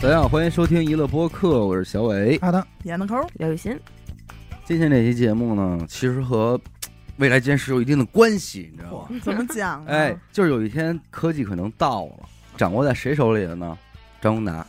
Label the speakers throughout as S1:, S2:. S1: 大家好，欢迎收听娱乐播客，我是小伟。
S2: 好 的，
S3: 闫子抠儿，
S4: 刘雨欣，
S1: 今天这期节目呢，其实和未来监视有一定的关系，你知道吗？
S3: 怎么讲呢？
S1: 哎，就是有一天科技可能到了，掌握在谁手里了呢？张宏达，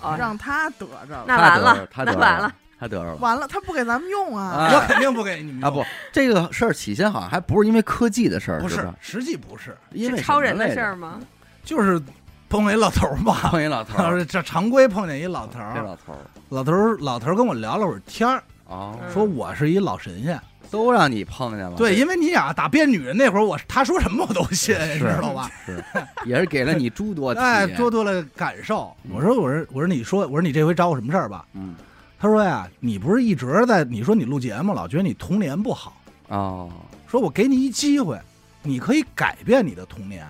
S4: 哦，
S3: 让他得着了，
S4: 那完
S1: 了，他得
S4: 那
S1: 着
S4: 完了，，
S1: 他得着了。
S3: 完了他不给咱们用啊，
S1: 啊
S2: 我肯定不给你们
S1: 啊
S2: 用
S1: 不，这个事儿起先好像还不是因为科技的事儿，
S2: 不
S1: 是
S2: 是
S1: 吧，
S2: 实际不是，
S1: 因为
S4: 是超人
S1: 什么
S4: 的
S1: 来
S4: 事
S1: 着
S4: 儿吗？
S2: 就是碰一老头 儿嘛。
S1: 碰一老头儿，
S2: 这常规碰见一老头
S1: 这
S2: 儿，
S1: 老头儿
S2: 老头儿老头儿跟我聊了会儿天儿，
S1: 哦，
S4: 嗯
S2: 说我是一老神仙。
S1: 都让你碰见了，
S2: 对，
S1: 这
S2: 因为你想啊打变女人那会儿，我他说什么我都信，你知道吧？
S1: 是也是给了你诸多体
S2: 哎，
S1: 验，
S2: 多多了感受。
S1: 嗯
S2: 我说我说我说你说我说你这回找我什么事儿吧？
S1: 嗯
S2: 他说呀，你不是一直在你说你录节目老觉得你童年不好，
S1: 哦，
S2: 说我给你一机会，你可以改变你的童年，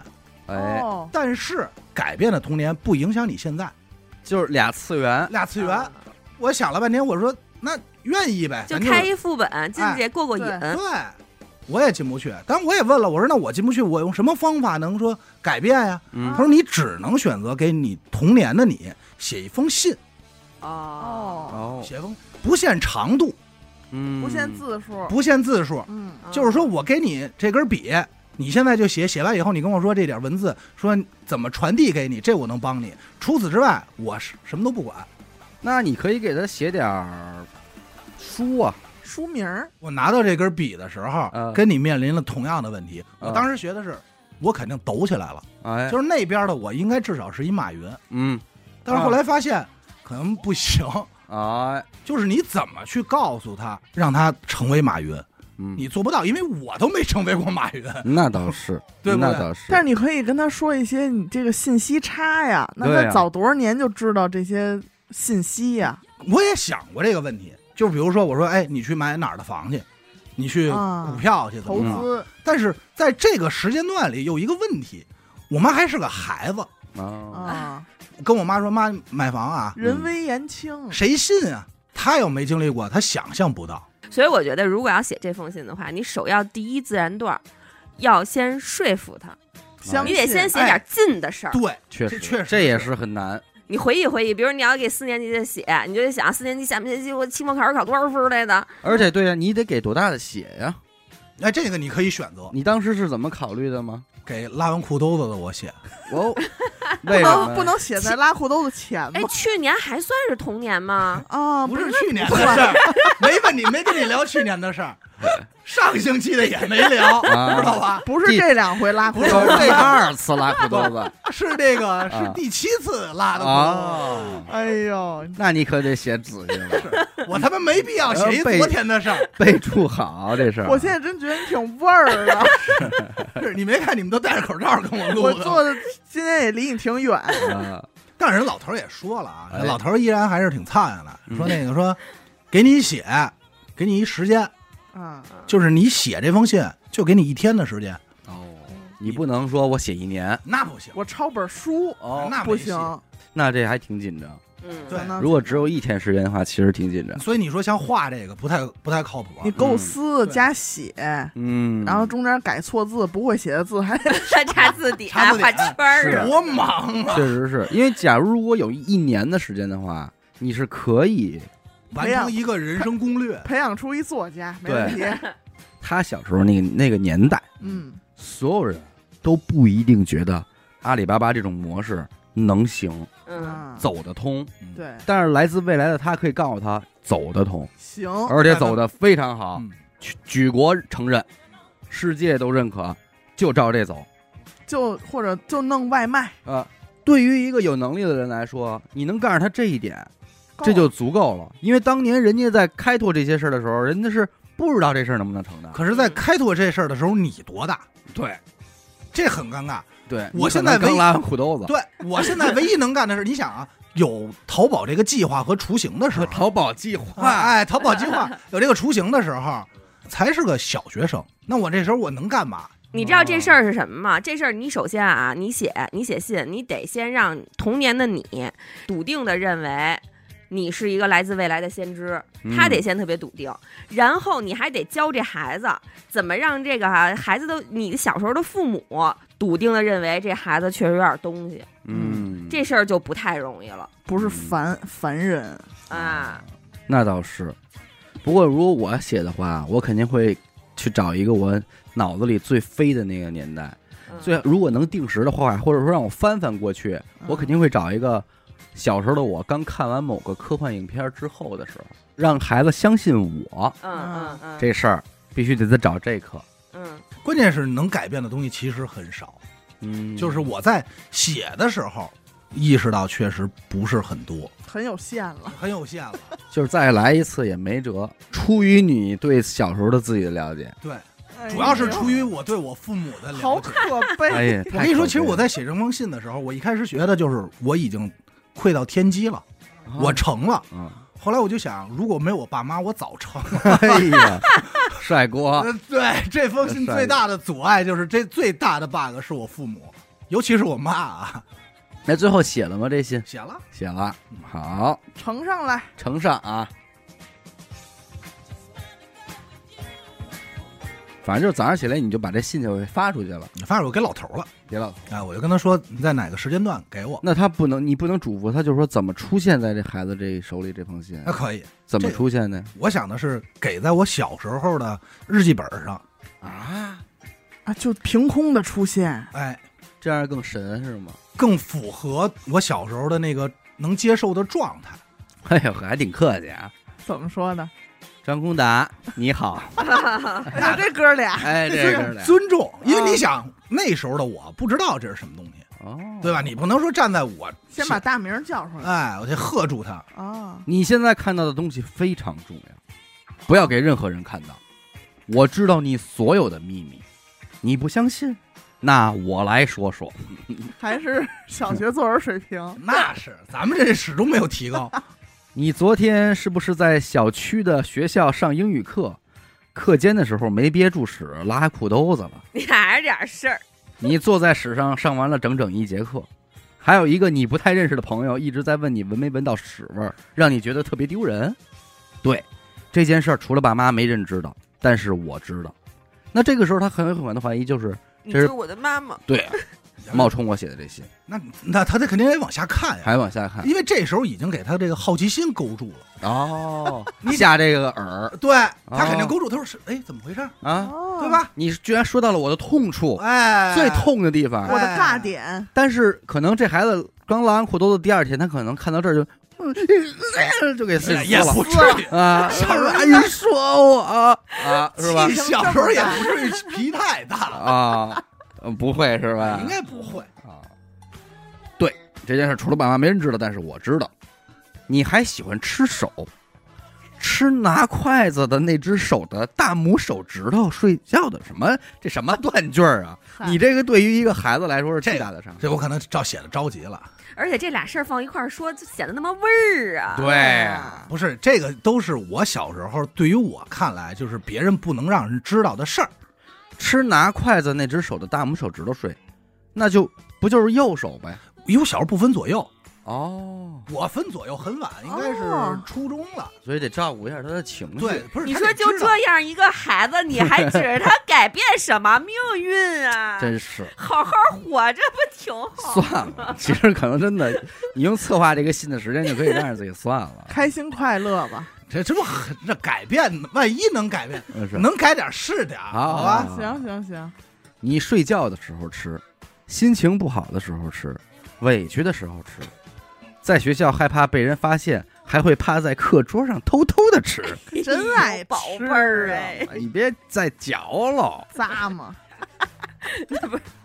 S1: 哎，
S3: 哦，
S2: 但是改变的童年不影响你现在。
S1: 就是俩次元，
S2: 俩次元，
S4: 啊
S2: 我想了半天，我说那愿意呗，
S4: 就
S2: 咱
S4: 开一副本进去过过瘾，
S2: 对，我也进不去。但我也问了，我说那我进不去，我用什么方法能说改变呀？
S1: 嗯
S2: 他说你只能选择给你童年的你写一封信，
S4: 哦，
S1: 哦，
S2: 写一封不限长度，
S1: 嗯，
S3: 不限字数，
S2: 不限字
S4: 哦
S2: 数，
S3: 嗯，
S2: 就是说我给你这根笔。你现在就写，写完以后你跟我说这点文字，说怎么传递给你，这我能帮你。除此之外，我是什么都不管。
S1: 那你可以给他写点儿书啊，
S3: 书名儿，
S2: 我拿到这根笔的时候，
S1: 嗯
S2: 跟你面临了同样的问题。我
S1: 嗯
S2: 当时学的是，我肯定抖起来了，
S1: 哎，
S2: 就是那边的我应该至少是一马云，
S1: 嗯，
S2: 但是后来发现可能不行，
S1: 哎，
S2: 就是你怎么去告诉他，让他成为马云，
S1: 嗯，
S2: 你做不到，因为我都没成为过马云。
S1: 那倒是，
S2: 对不对
S1: 那倒是，
S3: 但是你可以跟他说一些你这个信息差呀，那
S1: 对呀
S3: 他早多少年就知道这些信息呀？
S2: 我也想过这个问题，就是比如说，我说，哎，你去买哪儿的房去，你去
S3: 啊
S2: 股票去，怎
S3: 投
S2: 么着？
S3: 资
S2: 但是在这个时间段里有一个问题，我妈还是个孩子，
S1: 啊，
S3: 啊，
S2: 跟我妈说，妈买房啊，
S3: 人微言轻，
S2: 谁信啊？他又没经历过，他想象不到。
S4: 所以我觉得如果要写这封信的话，你首要第一自然段儿要先说服他，
S3: 相
S4: 你
S3: 信
S4: 得先写点近的事儿。
S2: 对，
S1: 确
S2: 这
S1: 实，
S2: 确实
S1: 这也是很难，
S4: 你回忆回忆，比如你要给四年级的写，你就得想四年级下半学期我期末考试考多少分儿来的。
S1: 而且对呀，你得给多大的血呀？
S2: 哎，这个你可以选择
S1: 你当时是怎么考虑的吗？
S2: 给拉完裤兜子的我写，
S1: 哦，
S3: 不
S1: 为什么
S3: 能
S1: 呀
S3: 不能写在拉裤兜子前
S4: 哎
S3: 吗，？
S4: 去年还算是童年吗？
S3: 啊，
S2: 不
S3: 是
S2: 是去年的事儿，没问你，没跟你聊去年的事儿，上星期的也没聊，
S1: 啊
S2: 知道吧？
S3: 不是
S1: 第
S3: 这两回拉裤
S1: 不是
S3: 兜子，
S1: 第二次拉裤兜子
S2: 是这个
S1: 啊
S2: 是第七次拉的裤
S1: 啊，
S3: 哎呦，
S1: 那你可得写仔细了，
S2: 兜子，我他妈没必要写一昨天的事儿，
S1: 备注好这事儿。
S3: 我现在真觉得你挺味儿的，
S2: 是你没看你们都戴着口罩跟我录
S3: 我
S2: 的，
S3: 坐的今天也离你挺 远，
S1: 啊
S2: 但是人老头儿也说了啊，
S1: 哎
S2: 人老头儿依然还是挺灿烂的，
S1: 嗯
S2: 说那个说，给你写，给你一时间，
S3: 啊，
S2: 就是你写这封信就给你一天的时间，
S1: 哦，你不能说我写一年
S2: 那不行，
S3: 我抄本书
S1: 哦，
S2: 那
S3: 不
S2: 没戏
S3: 行，。
S1: 那这还挺紧张。
S4: 嗯，
S2: 对
S3: 那
S1: 如果只有一天时间的话，其实挺紧张。
S2: 所以你说像画这个不太不太靠谱啊。
S3: 你构思
S2: 嗯对
S3: 加写，
S1: 嗯，
S3: 然后中间改错字，不会写的字还得
S4: 查字典、
S2: 查字典
S4: 画圈儿啊
S1: 是
S2: 多忙啊！
S1: 确实是因为，假如如果有一年的时间的话，你是可以。
S2: 完成一个人生攻略，
S3: 培养出一作家，没问题。
S1: 他小时候那个那个年代，
S3: 嗯，
S1: 所有人都不一定觉得阿里巴巴这种模式能行、
S4: 嗯，
S3: 啊，
S1: 走得通，
S3: 对，
S1: 但是来自未来的他可以告诉他走得通，
S3: 行，
S1: 而且走得非常好，
S2: 嗯
S1: 举举国承认，世界都认可，就照这走。
S3: 就或者就弄外卖，
S1: 啊，对于一个有能力的人来说，你能告诉他这一点，
S3: 够
S1: 这
S3: 了
S1: 就足够了。因为当年人家在开拓这些事儿的时候，人家是不知道这事儿能不能成的。
S2: 可是，在开拓这事儿的时候，你多大？
S1: 对
S2: 这很尴尬。
S1: 对，
S2: 我
S1: 你可
S2: 现
S1: 能
S2: 在唯
S1: 刚
S2: 一
S1: 拉完裤兜子，
S2: 对我现在唯一能干的是，你想啊，有淘宝这个计划和雏形的时候，
S1: 淘宝计
S2: 哎
S1: 划，
S2: 哎，淘宝计划有这个雏形的时候，才是个小学生。那我这时候我能干嘛？
S4: 你知道
S1: 哦
S4: 这事儿是什么吗？这事儿你首先啊，你写你写信，你得先让童年的你笃定的认为你是一个来自未来的先知，
S1: 嗯
S4: 他得先特别笃定，然后你还得教这孩子怎么让这个孩子都你小时候的父母笃定的认为这孩子确实有点东西，
S1: 嗯，
S4: 这事儿就不太容易了
S3: 不是
S2: 嗯
S3: 凡凡人，
S1: 哦
S4: 啊。
S1: 那倒是。不过如果我写的话，我肯定会去找一个我脑子里最飞的那个年代。
S4: 嗯
S1: 最如果能定时的话，或者说让我翻翻过去，
S2: 嗯
S1: 我肯定会找一个小时候的我刚看完某个科幻影片之后的时候，让孩子相信我
S4: 嗯嗯嗯，
S1: 这事儿必须得再找这课。
S4: 嗯
S2: 关键是能改变的东西其实很少，
S1: 嗯
S2: 就是我在写的时候意识到确实不是很多，
S3: 啊很有限了。
S2: 很有限了。
S1: 就是再来一次也没辙。出于你对小时候的自己的了解，
S2: 对，
S3: 哎呦
S2: 主要是出于我对我父母的
S3: 好
S2: 了解。
S3: 可
S1: 哎
S3: 悲，
S1: 呀，
S2: 我跟你说，其实我
S1: 在
S2: 在写这封信的时候，我一开始学的就是我已经愧到天机了， 我成了。
S1: 嗯，
S2: 后来我就想，如果没有我爸妈，我早成了。
S1: 哎呀，帅锅，
S2: 呃 对，这封信最大的阻碍就是这最大的 bug 是我父母，尤其是我妈啊，
S1: 那最后写了吗？这信
S2: 写了。
S1: 写了，好，
S3: 呈上来。
S1: 呈上啊。反正就是早上起来你就把这信就给发出去了，
S2: 你发现我给老头了，
S1: 别老。
S2: 哎，我就跟他说你在哪个时间段给我，
S1: 那他不能，你不能嘱咐他，就是说怎么出现在这孩子这手里这封信
S2: 那，可以。
S1: 怎么出现的
S2: 我想的是给在我小时候的日记本上，
S1: 啊？
S3: 啊，就凭空的出现，
S2: 哎，
S1: 这样更神是吗？
S2: 更符合我小时候的那个能接受的状态。
S1: 哎呦，还挺客气啊，
S3: 怎么说 呢？
S1: 张公达，你 好，
S3: 哎呀，这哥俩，
S1: 哎，这个的啊
S2: 尊重，因为你想、那时候的我不知道这是什么东西，
S1: 哦，
S2: 对吧？你不能说站在我
S3: 先把大名叫出来
S2: 哎，我得喝住他，
S3: 啊！
S1: 你现在看到的东西非常重要，不要给任何人看到。我知道你所有的秘密，你不相信，那我来说说。
S3: 还是小学作文水平，
S2: 那是咱们这始终没有提高。
S1: 你昨天是不是在小区的学校上英语课？课间的时候没憋住屎，拉裤兜子了。
S4: 你还是点事儿，
S1: 你坐在屎上上完了整整一节课，还有一个你不太认识的朋友一直在问你闻没闻到屎味儿，让你觉得特别丢人。对，这件事儿除了爸妈没人知道，但是我知道。那这个时候他很有可能怀疑就是
S5: 你
S1: 这是
S5: 是我的妈妈，
S1: 对， 冒充我写的这些，
S2: 那那他得肯定得往下看呀，
S1: 还往下看
S2: 因为这时候已经给他这个好奇心勾住了。
S1: 哦， 下这个饵
S2: 对他
S1: 哦
S2: 肯定勾住，他说是哎怎么回事儿，
S1: 啊！
S3: 哦
S2: 对？吧？
S1: 你居然说到了我的痛处，
S2: 哎，
S1: 最痛的地
S3: 我
S1: 方。
S3: 的尬点，
S1: 但是可能这孩子刚拉完裤兜子，第二天他可能看到这儿就，嗯就给撕
S2: 哎也不
S1: 了
S2: 至于。
S1: 啊！
S2: 小时候
S1: 哎呀，说我啊啊，是吧？
S2: 小时候也不至于皮太 大，
S1: 啊，呃不会是吧？
S2: 应该不会。
S1: 啊，对这件事，除了爸妈没人知道，但是我知道。你还喜欢吃手，吃拿筷子的那只手的大拇手指头睡觉的什么？这什 么断句儿啊？
S3: 嗨
S1: 你这个对于一个孩子来说是
S2: 这
S1: 巨
S2: 个
S1: 大的伤害。
S2: 这我可能照写的着急了，
S4: 而且这俩事儿放一块儿说，就显得那么味儿啊。
S1: 对啊，
S3: 啊
S2: 不是这个都是我小时候对于我看来就是别人不能让人知道的事儿。
S1: 吃拿筷子那只手的大拇手指头睡，那就不就是右手呗？
S2: 因为我小时候不分左右，
S1: 哦，
S2: 我分左右很晚，应该是
S3: 哦
S2: 初中了。
S1: 所以得照顾一下他的情绪。
S2: 对，，不是
S4: 你
S2: 他
S4: 说
S2: 得
S4: 就
S2: 知道
S4: 这样一个孩子，你还指着他改变什么命运啊？
S1: 真是。
S4: 好好活着不挺 好？
S1: 算了，其实可能真的，你用策划这个信的时间就可以让自己算了，
S3: 开心快乐吧。
S2: 这这不很这改变，万一能改变，
S1: 真是。
S2: 能改点是点儿，
S1: 好
S2: 好
S1: 啊
S2: 吧？
S3: 行行行，
S1: 你睡觉的时候吃，心情不好的时候吃，委屈的时候吃，在学校害怕被人发现，还会趴在课桌上偷偷的吃。
S3: 真爱
S4: 宝
S3: 吃
S4: 贝儿
S3: 啊
S4: 哎，
S1: 你别再嚼了，
S3: 咂嘛，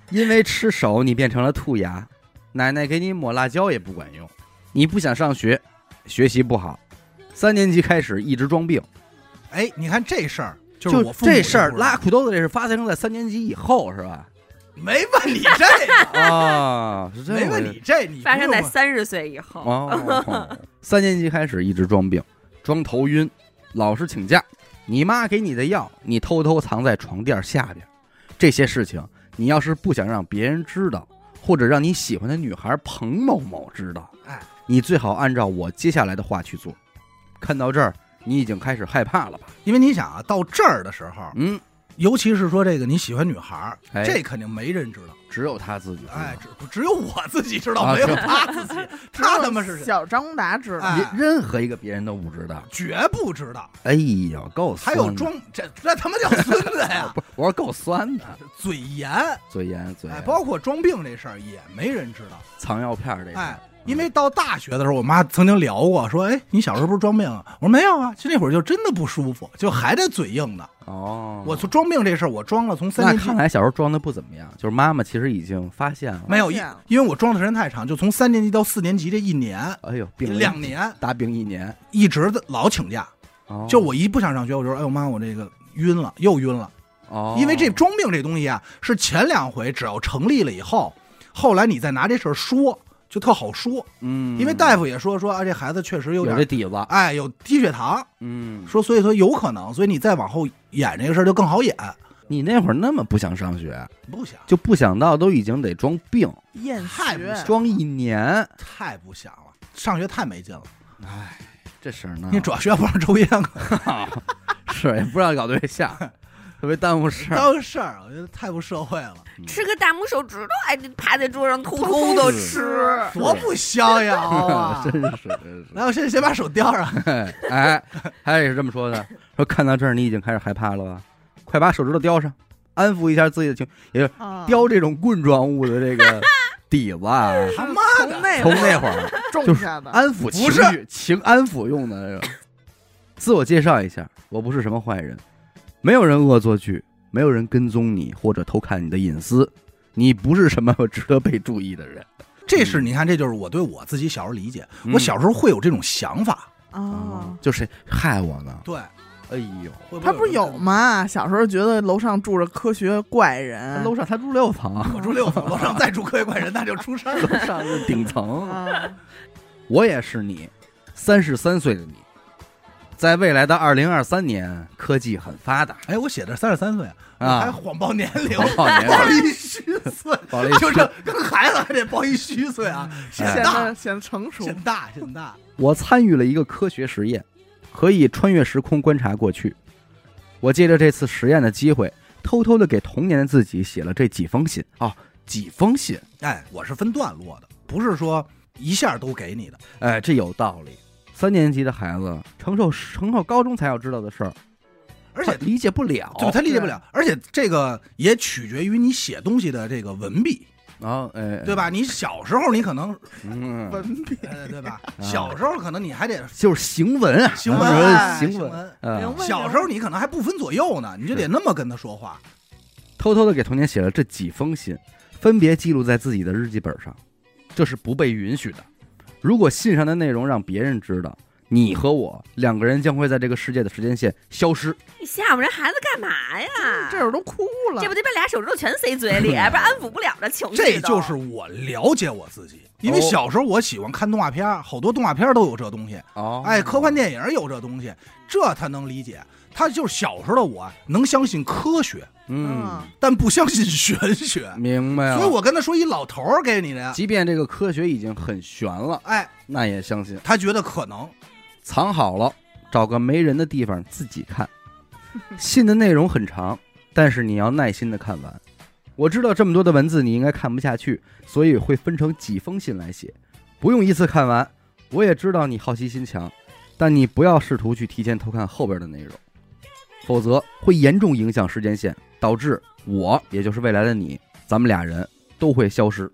S1: 因为吃手你变成了兔牙，奶奶给你抹辣椒也不管用。你不想上学，学习不好，三年级开始一直装病。
S2: 哎，你看这事儿，就
S1: 就是
S2: 我父母
S1: 这事儿
S2: 就不知道
S1: 拉裤兜子这事发生在三年级以后是 吧？
S2: 没问你这 个，
S1: 啊，是这
S2: 没
S1: 回
S2: 问
S1: 事
S2: 你这，你不
S4: 发生在
S2: 用
S4: 三十岁以后，
S2: 啊
S1: 哦，三年级开始一直装病，装头晕，老师请假，你妈给你的药，你偷偷藏在床垫下边。这些事情，你要是不想让别人知道，或者让你喜欢的女孩彭某某知道，
S2: 哎，
S1: 你最好按照我接下来的话去做。看到这儿，你已经开始害怕了吧？
S2: 因为你想啊，到这儿的时候，
S1: 嗯，
S2: 尤其是说这个你喜欢女孩儿，
S1: 哎
S2: 这肯定没人知道。
S1: 只有他自己知道。
S2: 哎，只只有我自己知道，
S1: 啊
S2: 没有他自己， 他他妈是谁？
S3: 小张达知道
S2: 哎，
S1: 别任何一个别人都不知道。
S2: 绝不知道。
S1: 哎呦，够
S2: 还
S1: 酸的！
S2: 有装这这他妈
S1: ，
S2: 叫孙子呀
S1: 不是，我说够酸 的，
S2: 嘴严，
S1: 嘴严嘴
S2: 哎，
S1: 严，
S2: 包括装病这事儿也没人知道。
S1: 藏药片儿这个，
S2: 哎，因为到大学的时候，我妈曾经聊过，说：“哎，你小时候不是装病啊？”我说：“没有啊，就那会儿就真的不舒服，就还得嘴硬呢。
S1: 哦，
S2: 我从装病这事儿，我装了从三
S1: 那
S2: 年级
S1: 看来小时候装的不怎么样，就是妈妈其实已经发现 了。
S2: 没有，
S3: 发
S2: 因
S3: 现了
S2: 因为我装的时间太长，就从三年级到四年级这一年，
S1: 哎呦，病了一
S2: 两年
S1: 大病一年，
S2: 一直的老请假。
S1: 哦
S2: 就我一不想上学，我就说：“哎呦妈，我这个晕了，又晕了。”
S1: 哦，
S2: 因为这装病这东西啊，是前两回只要成立了以后，后来你再拿这事儿说，就特好说。
S1: 嗯，
S2: 因为大夫也说说啊，这孩子确实有
S1: 有
S2: 点
S1: 这底子，
S2: 哎，有低血糖，
S1: 嗯，
S2: 说所以说有可能，所以你再往后演这个事儿就更好演。
S1: 你那会儿那么不想上学，
S2: 不想，
S1: 就不想到都已经得装病，
S3: 厌
S2: 太不
S3: 学，
S1: 装一年，
S2: 太不想了，上学太没劲了。
S1: 哎，这事儿呢，
S2: 你主要学校不让抽烟，
S1: 是也不知道搞对 象，特别耽误事儿。
S2: 当事儿，我觉得太不社会了，
S4: 吃个大拇手指头，还得趴在桌上偷偷的吃。
S1: 是
S2: 多不逍 遥啊！
S1: 真是真是，
S2: 来，我先先把手叼上，
S1: 哎，还有也是这么说的，说看到这儿你已经开始害怕了吧？快把手指头叼上，安抚一下自己的情绪。
S3: 啊
S1: 叼这种棍状物的这个底子啊，
S2: 他妈
S3: 从
S2: 的，
S3: 那
S1: 从
S3: 会
S1: 那
S3: 儿
S1: 会儿
S3: 种下的，
S1: 安抚情
S2: 不是
S1: 绪、情安抚用的这个。自我介绍一下，我不是什么坏人，没有人恶作剧，没有人跟踪你或者偷看你的隐私，你不是什么 值得被注意的人。
S2: 这是你看，这就是我对我自己小时候理解，
S1: 嗯
S2: 我小时候会有这种想法，
S1: 哦
S3: 哦，，
S1: 就谁害我呢？
S2: 对，
S1: 哎呦，
S2: 会
S3: 他不是有？吗？小时候觉得楼上住着科学怪人，
S1: 楼上他住六层，
S2: 我住六层，楼上再住科学怪人，那就出事儿了。
S1: 楼上是顶层。
S3: 啊，
S1: 我也是你，三十三岁的你，在未来的二零二三年，科技很发达
S2: 哎，我写的三十三岁啊，我还
S1: 啊。
S2: 谎报年龄，哎
S1: 报年龄啊
S2: 报一虚岁，
S1: 不好意思
S2: 就这跟孩子还得报一虚岁啊，显
S3: 显
S2: 大
S3: 得显得成熟
S2: 显大显大。
S1: 我参与了一个科学实验，可以穿越时空观察过去。我借着这次实验的机会，偷偷的给童年的自己写了这几封信啊、几封信。
S2: 哎，我是分段落的，不是说一下都给你的。
S1: 哎，这有道理。三年级的孩子承受承受高中才要知道的事儿，
S2: 而且
S1: 他理解不了。
S2: 就他理解不
S3: 哦对
S2: 了，而且这个也取决于你写东西的这个文笔，
S1: 啊，哎，
S2: 对？吧？你小时候你可能，
S1: 嗯，
S3: 文笔，
S2: 呃对吧？
S1: 啊
S2: 小时候可能你还得
S1: 就是行文啊，
S2: 行文
S1: 咱
S2: 哎
S1: 们说行
S2: 行
S1: 文。
S2: 文
S1: 啊
S3: 明白
S2: 小时候你可能还不分左右呢，你就得那么跟他说话。
S1: 偷偷的给童年写了这几封信，分别记录在自己的日记本上，这是不被允许的。如果信上的内容让别人知道，你和我两个人将会在这个世界的时间线消失。
S4: 你吓唬人孩子干嘛呀？
S3: 这会儿都哭了
S4: 这。不得把俩手指头全塞嘴里，不然安抚不了这情绪都。
S2: 嗯这就是我了解我自己，因为
S1: 哦
S2: 小时候我喜欢看动画片儿，好多动画片儿都有这东西。
S1: 哦
S2: 哎，科幻电影儿有这东西，这他能理解。他就是小时候的我能相信科学，
S1: 嗯，
S2: 但不相信玄学，
S1: 明白了。
S2: 所以我跟他说一老头儿给你的，
S1: 即便这个科学已经很悬了，
S2: 哎，
S1: 那也相信
S2: 他觉得可能。
S1: 藏好了，找个没人的地方自己看。 信的内容很长，但是你要耐心的看完。我知道这么多的文字你应该看不下去，所以会分成几封信来写，不用一次看完。我也知道你好奇心强，但你不要试图去提前偷看后边的内容，否则会严重影响时间线，导致我也就是未来的你，咱们俩人都会消失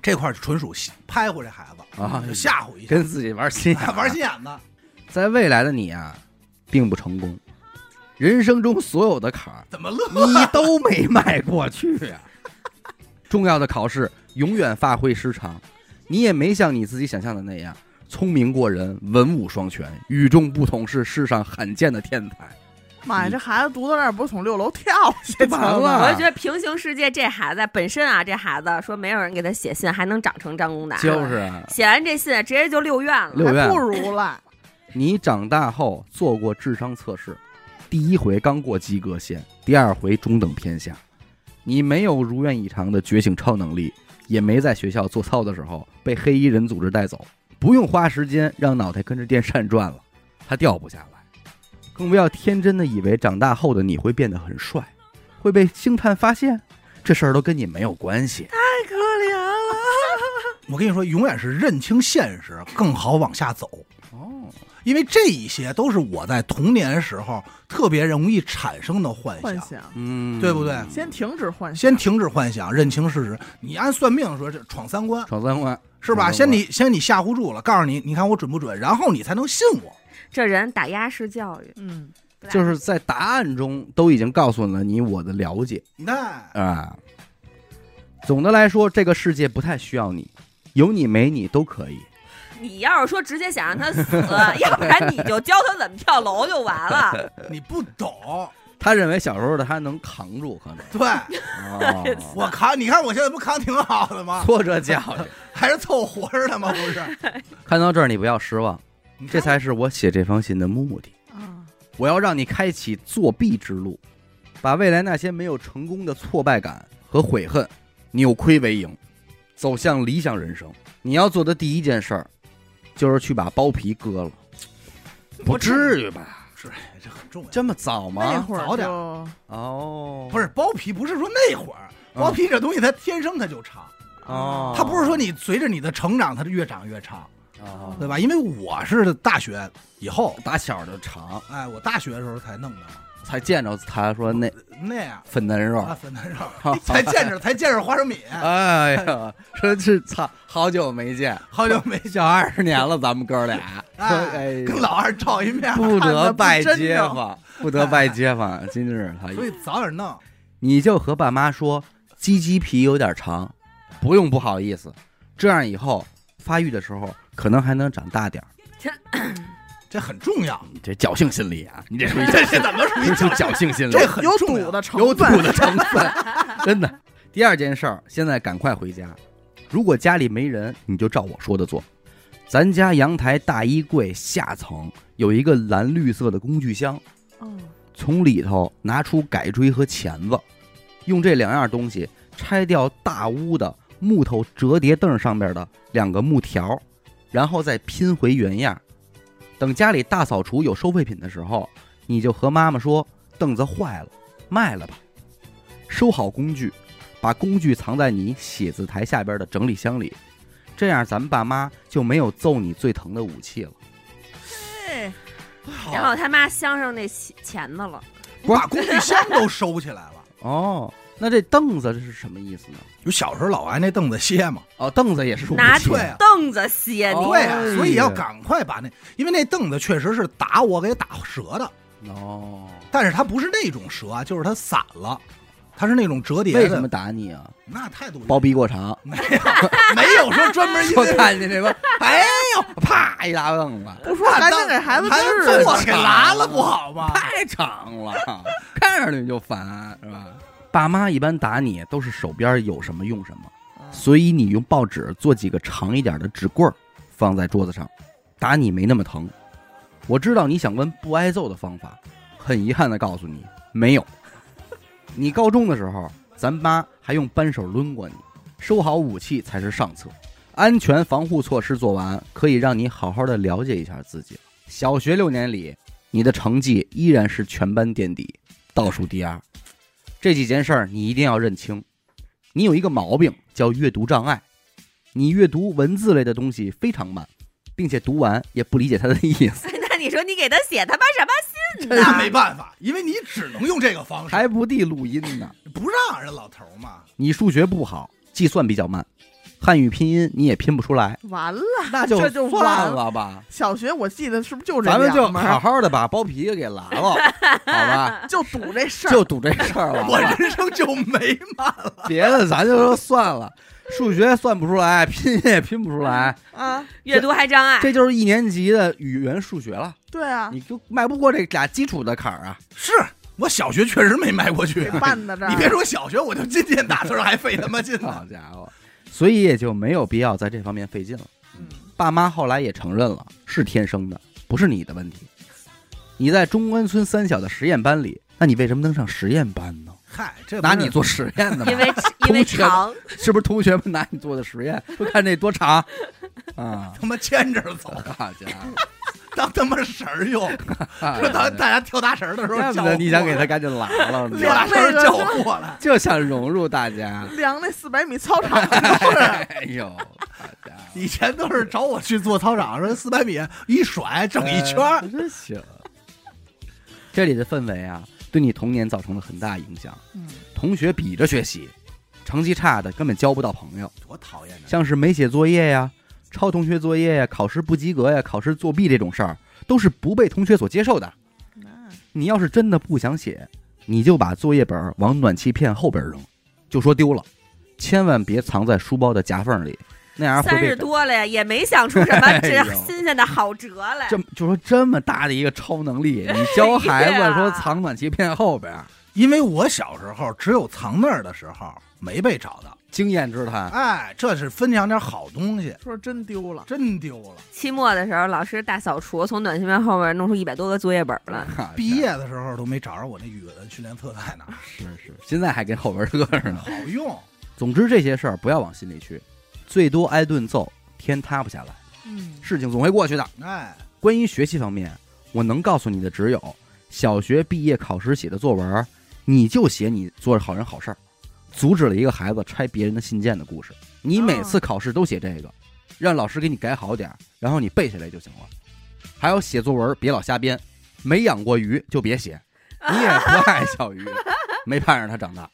S2: 这块儿纯属戏拍唬这孩子
S1: 啊
S2: 就吓唬一下，
S1: 跟自己玩心
S2: 玩心眼子。
S1: 在未来的你啊，并不成功。人生中所有的坎儿，
S2: 怎么乐？
S1: 你都没迈过去 呀、重要的考试永远发挥失常，你也没像你自己想象的那样聪明过人、文武双全、与众不同，是世上罕见的天才。
S3: 妈呀，这孩子读到那儿不是从六楼跳下去
S1: 完了
S3: 啊
S4: 我就觉
S2: 啊
S4: 得平行世界这孩子本身啊，这孩子说没有人给他写信，还能长成张功达。
S1: 就是啊
S4: 写完这信，直接就溜院了。
S1: 六
S3: 还
S1: 院
S3: 不如了。
S1: 你长大后做过智商测试，第一回刚过及格线，第二回中等偏下。你没有如愿以偿的觉醒超能力，也没在学校做操的时候被黑衣人组织带走，不用花时间让脑袋跟着电扇转了，它掉不下来。更不要天真的以为长大后的你会变得很帅，会被星探发现，这事儿都跟你没有关系。
S3: 太可怜了。
S2: 我跟你说，永远是认清现实更好往下走，
S1: 哦，
S2: 因为这一些都是我在童年时候特别容易产生的幻
S3: 幻
S2: 想。
S3: 想，
S1: 嗯，
S2: 对不对
S3: 先停止幻想，
S2: 先停止幻想，认清事实。你按算命说，这闯三关
S1: 闯三关
S2: 是吧？
S1: 闯三关
S2: 先你先你吓唬住了，告诉你，你看我准不准，然后你才能信我。
S4: 这人打压式教育，
S3: 嗯，
S1: 就是在答案中都已经告诉了你我的了解
S2: 你看，
S1: 啊。总的来说，这个世界不太需要你，有你没你都可以。
S4: 你要是说直接想让他死， 要不然你就教他怎么跳楼就完了。
S2: 你不懂，
S1: 他认为小时候的他能扛住，可 能。
S2: 对
S1: 哦
S2: 我扛，你看我现在不扛挺好的吗？
S1: 挫折教育。
S2: 还是凑活着的吗？不是，
S1: 看到这儿，你不要失望，
S2: 你
S1: 这
S2: 看
S1: 才是我写这封信的目的。
S3: 啊，
S1: 我要让你开启作弊之路，把未来那些没有成功的挫败感和悔恨扭亏为盈，走向理想人生。你要做的第一件事儿，就是去把包皮割了。不至于吧？
S2: 是哎这很重要。
S1: 这么早
S3: 那
S1: 吗？
S3: 会儿
S2: 早点
S3: 就
S1: 哦，
S2: 不是包皮，不是说那会儿包皮这东西它天生它就长，
S1: 嗯哦，
S2: 它不是说你随着你的成长它就越长越长，
S1: 哦
S2: 对吧？因为我是大学以后，
S1: 打小就长，
S2: 哎，我大学的时候才弄的嘛，
S1: 才见着他说那
S2: 那样
S1: 粉嫩肉。
S2: 哦啊，粉嫩肉才见着才见着花生米，
S1: 哎呀，说是操，好久没见，
S2: 好久 没
S1: 小二十年了，咱们哥俩，
S2: 哎，跟老二照一面，
S1: 不得拜
S2: 看着不
S1: 街
S2: 真诚，
S1: 坊，不得拜街坊。今日他，
S2: 所以早点弄。
S1: 你就和爸妈说，鸡鸡皮有点长，不用不好意思，这样以后发育的时候可能还能长大点儿。
S2: 这很重要，
S1: 你这侥幸心理啊，你这 属于
S2: 这这怎么属于
S1: 这属于侥幸心理，
S2: 这很
S3: 有
S2: 重
S3: 赌
S2: 要
S3: 的成
S1: 有赌
S3: 分，
S1: 的成分，真的。第二件事儿，现在赶快回家。如果家里没人，你就照我说的做。咱家阳台大衣柜下层有一个蓝绿色的工具箱，
S3: 嗯，
S1: 从里头拿出改锥和钳子，用这两样东西拆掉大屋的木头折叠凳上面的两个木条，然后再拼回原样。等家里大扫除有收废品的时候，你就和妈妈说凳子坏了，卖了吧。收好工具，把工具藏在你写字台下边的整理箱里，这样咱们爸妈就没有揍你最疼的武器了。
S3: 哎
S4: 然后他妈镶上那钱钳子了，
S2: 我把工具箱都收起来了。
S1: 哦，那这凳子这是什么意思呢？
S2: 有小时候老挨那凳子歇嘛，
S1: 哦，凳子也是武器。
S4: 拿
S2: 对啊
S4: 凳子歇你。
S2: 对啊
S1: 哎呀，
S2: 所以要赶快把那，因为那凳子确实是打我给打折的，
S1: 哦，
S2: 但是它不是那种折啊，就是它散了，它是那种折叠的。
S1: 为什么打你啊？
S2: 那态度
S1: 包庇过长，
S2: 没有 没有说 专门因
S1: 说
S2: 为
S1: 看见这个， 哎呦，啪一大凳子，
S3: 不说还得给孩子
S2: 还
S3: 治
S2: 能坐
S3: 治
S2: 起来了不好吗？
S1: 太长了，看着你就烦，是吧？爸妈一般打你都是手边有什么用什么，所以你用报纸做几个长一点的纸棍儿放在桌子上，打你没那么疼。我知道你想问不挨揍的方法，很遗憾的告诉你，没有。你高中的时候，咱妈还用扳手抡过你，收好武器才是上策。安全防护措施做完，可以让你好好的了解一下自己。小学六年里，你的成绩依然是全班垫底，倒数第二。这几件事儿你一定要认清。你有一个毛病叫阅读障碍，你阅读文字类的东西非常慢，并且读完也不理解它的意 思，
S4: 那你说你给他写他妈什么信
S2: 那没
S4: 呢？
S2: 办法，因为你只能用这个方式，
S1: 还不地录音呢。
S2: 不让人老头儿嘛。
S1: 你数学不好，计算比较慢，汉语拼音你也拼不出来，
S3: 完了，
S1: 那就
S3: 这就
S1: 算
S3: 完
S1: 了吧。
S3: 小学我记得是不是就这
S1: 咱们就
S3: 两门
S1: 好
S3: 儿？
S1: 好的把包皮给拉了，好吧？
S3: 就赌这事儿，
S1: 就赌这事儿了。
S2: 我人生就没嘛，
S1: 别的咱就说算了，数学算不出来，拼音也拼不出来，
S3: 啊，
S4: 阅读还障碍，
S1: 这就是一年级的语言数学了，
S3: 对啊，
S1: 你就迈不过这俩基础的坎儿啊。
S2: 是我小学确实没迈过去。啊
S1: 哎
S3: 办的这儿，
S2: 你别说小学，我就今天打字儿还费他妈 劲呢
S1: 好。家伙，所以也就没有必要在这方面费劲了。
S3: 嗯
S1: 爸妈后来也承认了，是天生的，不是你的问题。你在中关村三小的实验班里，那你为什么能上实验班呢？
S2: 嗨，这不
S1: 拿
S2: 是
S1: 你做实验 的吗
S4: 因？ 为因为长，
S1: 是不是同学们拿你做的实验？说看这多长啊！
S2: 他妈牵着走，
S1: 好家伙，
S2: 当他妈绳儿用，说
S1: 啊
S2: 当大家跳大绳儿的时候
S1: 怪不
S2: 叫
S1: 得
S2: 我
S1: 你想给他赶紧来 了，
S2: 过来跳大绳儿叫我过来，
S1: 就想融入大 家。
S3: 量那四百米操场，
S2: 啊
S1: 哎呦，大家伙
S2: 以前都是找我去做操场，说四百米一甩整一圈儿
S1: 哎，真行。这里的氛围啊，对你童年造成了很大影响。
S3: 嗯，
S1: 同学比着学习，成绩差的根本交不到朋友，
S2: 多讨厌呢！
S1: 像是没写作业呀、抄同学作业呀、考试不及格呀、考试作弊这种事儿，都是不被同学所接受的。
S3: 那
S1: 你要是真的不想写，你就把作业本儿往暖气片后边扔，就说丢了，千万别藏在书包的夹缝里，那样会
S4: 三十
S1: 被
S4: 多了呀，也没想出什么这
S1: 哎呦
S4: 新鲜的好辙来
S1: 这。就说这么大的一个超能 力，你教孩
S4: 哎
S1: 子
S4: 呀
S1: 说藏暖气片后边儿，
S2: 因为我小时候只有藏那儿的时候没被找到，
S1: 经验之谈。
S2: 哎，这是分享点好东西，
S3: 说真丢了，
S2: 真丢了。
S4: 期末的时候，老师大扫除，从暖气片后面弄出一百多个作业本 来。
S1: 哈
S2: 毕业的时候都没找着我那语文训练册在哪儿，
S1: 是是，现在还跟后边儿乐着呢。
S2: 好用。
S1: 总之这些事儿不要往心里去，最多挨顿揍，天塌不下来，
S3: 嗯，
S1: 事情总会过去的。
S2: 哎，
S1: 关于学习方面，我能告诉你的只有：小学毕业考试写的作文，你就写你做好人好事儿，阻止了一个孩子拆别人的信件的故事。你每次考试都写这个，让老师给你改好点儿，然后你背下来就行了。还有写作文别老瞎编，没养过鱼就别写，你也不爱小鱼，没盼着它长大。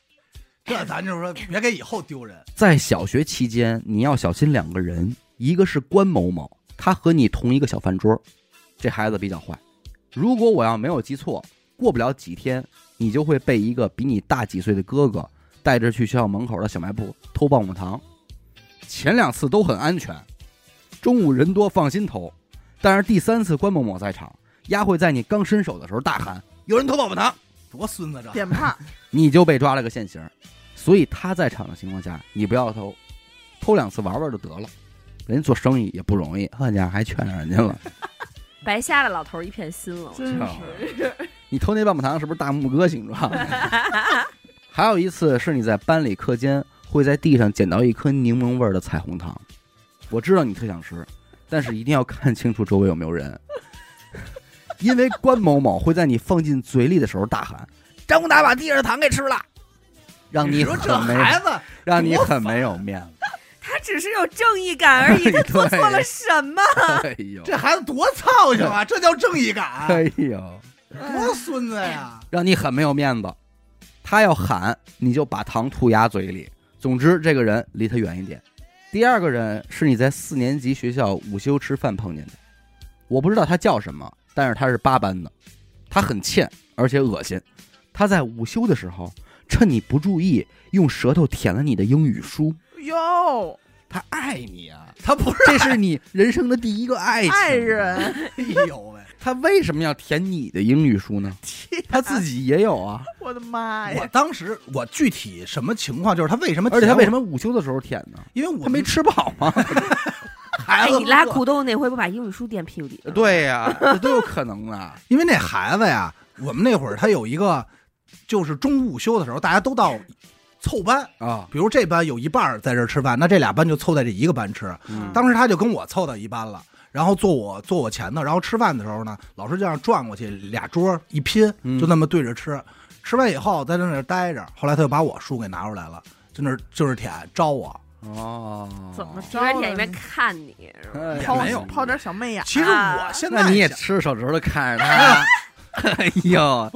S2: 这咱就是说别给以后丢人。
S1: 在小学期间，你要小心两个人，一个是关某某，他和你同一个小饭桌，这孩子比较坏。如果我要没有记错，过不了几天，你就会被一个比你大几岁的哥哥带着去学校门口的小卖部偷棒棒糖。前两次都很安全，中午人多放心偷，但是第三次关某某在场，丫会在你刚伸手的时候大喊：“有人偷棒棒糖！”
S2: 多孙子这！
S3: 点胖，
S1: 你就被抓了个现行。所以他在场的情况下，你不要偷，偷两次玩玩就得了。人家做生意也不容易，他家还劝上人家了。
S4: 白瞎了老头一片心了。
S3: 真是，
S1: 你偷那棒棒糖是不是大拇哥形 状？还有一次是你在班里课间会在地上捡到一颗柠檬味儿的彩虹糖，我知道你特想吃，但是一定要看清楚周围有没有人， 因为关某某会在你放进嘴里的时候大喊：“张工达把地上的糖给吃了！”让
S2: 你
S1: 你
S2: 说这
S1: 很没有
S2: 孩子，
S1: 让你
S2: 多
S1: 很
S2: 烦
S1: 没有面子。
S4: 他只是有正义感而已，
S1: 哎对
S4: 他做错了什么？
S1: 哎呦，
S2: 这孩子多操性啊！这叫正义感，
S1: 哎呦，
S2: 多孙子 呀！
S1: 让你很没有面子。他要喊，你就把糖吐牙嘴里。总之，这个人离他远一点。第二个人是你在四年级学校午休吃饭碰见的，我不知道他叫什么，但是他是八班的，他很欠，而且恶心。他在午休的时候，趁你不注意，用舌头舔了你的英语书。
S3: 哟，
S1: 他爱你啊，
S2: 他不是，
S1: 这是你人生的第一个爱情。
S3: 爱人，
S2: 哎呦喂！
S1: 他为什么要舔你的英语书 呢？他自己也有啊。
S3: 我的妈
S2: 我
S3: 呀，
S2: 当时我具体什么情况，就是他为什么，
S1: 而且他为什
S2: 么？
S1: 么午休的时候舔呢？
S2: 因为我
S1: 他没吃饱 吗？
S2: 孩
S4: 哎，
S2: 子，
S4: 你拉裤兜那回不把英语书垫屁股底了？，
S1: 对呀、 这都有可能啊。
S2: 因为那孩子呀，我们那会儿他有一个，就是中午午休的时候，大家都到凑班，
S1: 啊，
S2: 比如这班有一半儿在这儿吃饭，那这俩班就凑在这一个班吃。
S1: 嗯
S2: 当时他就跟我凑到一班了，然后坐我坐我前头，然后吃饭的时候呢，老师就让转过去，俩桌一拼
S1: 嗯，
S2: 就那么对着吃。吃完以后在那儿待着，后来他就把我书给拿出来了，就那儿就是舔招我。
S1: 哦，
S3: 怎么
S4: 一
S3: 着了
S4: 边舔一边看你，是吧
S1: 哎
S2: 也
S3: 泡
S2: 没有
S3: 泡点小媚眼，啊
S2: 其实我现在
S1: 那你也
S2: 想
S1: 吃手指头看 着他。哎呦，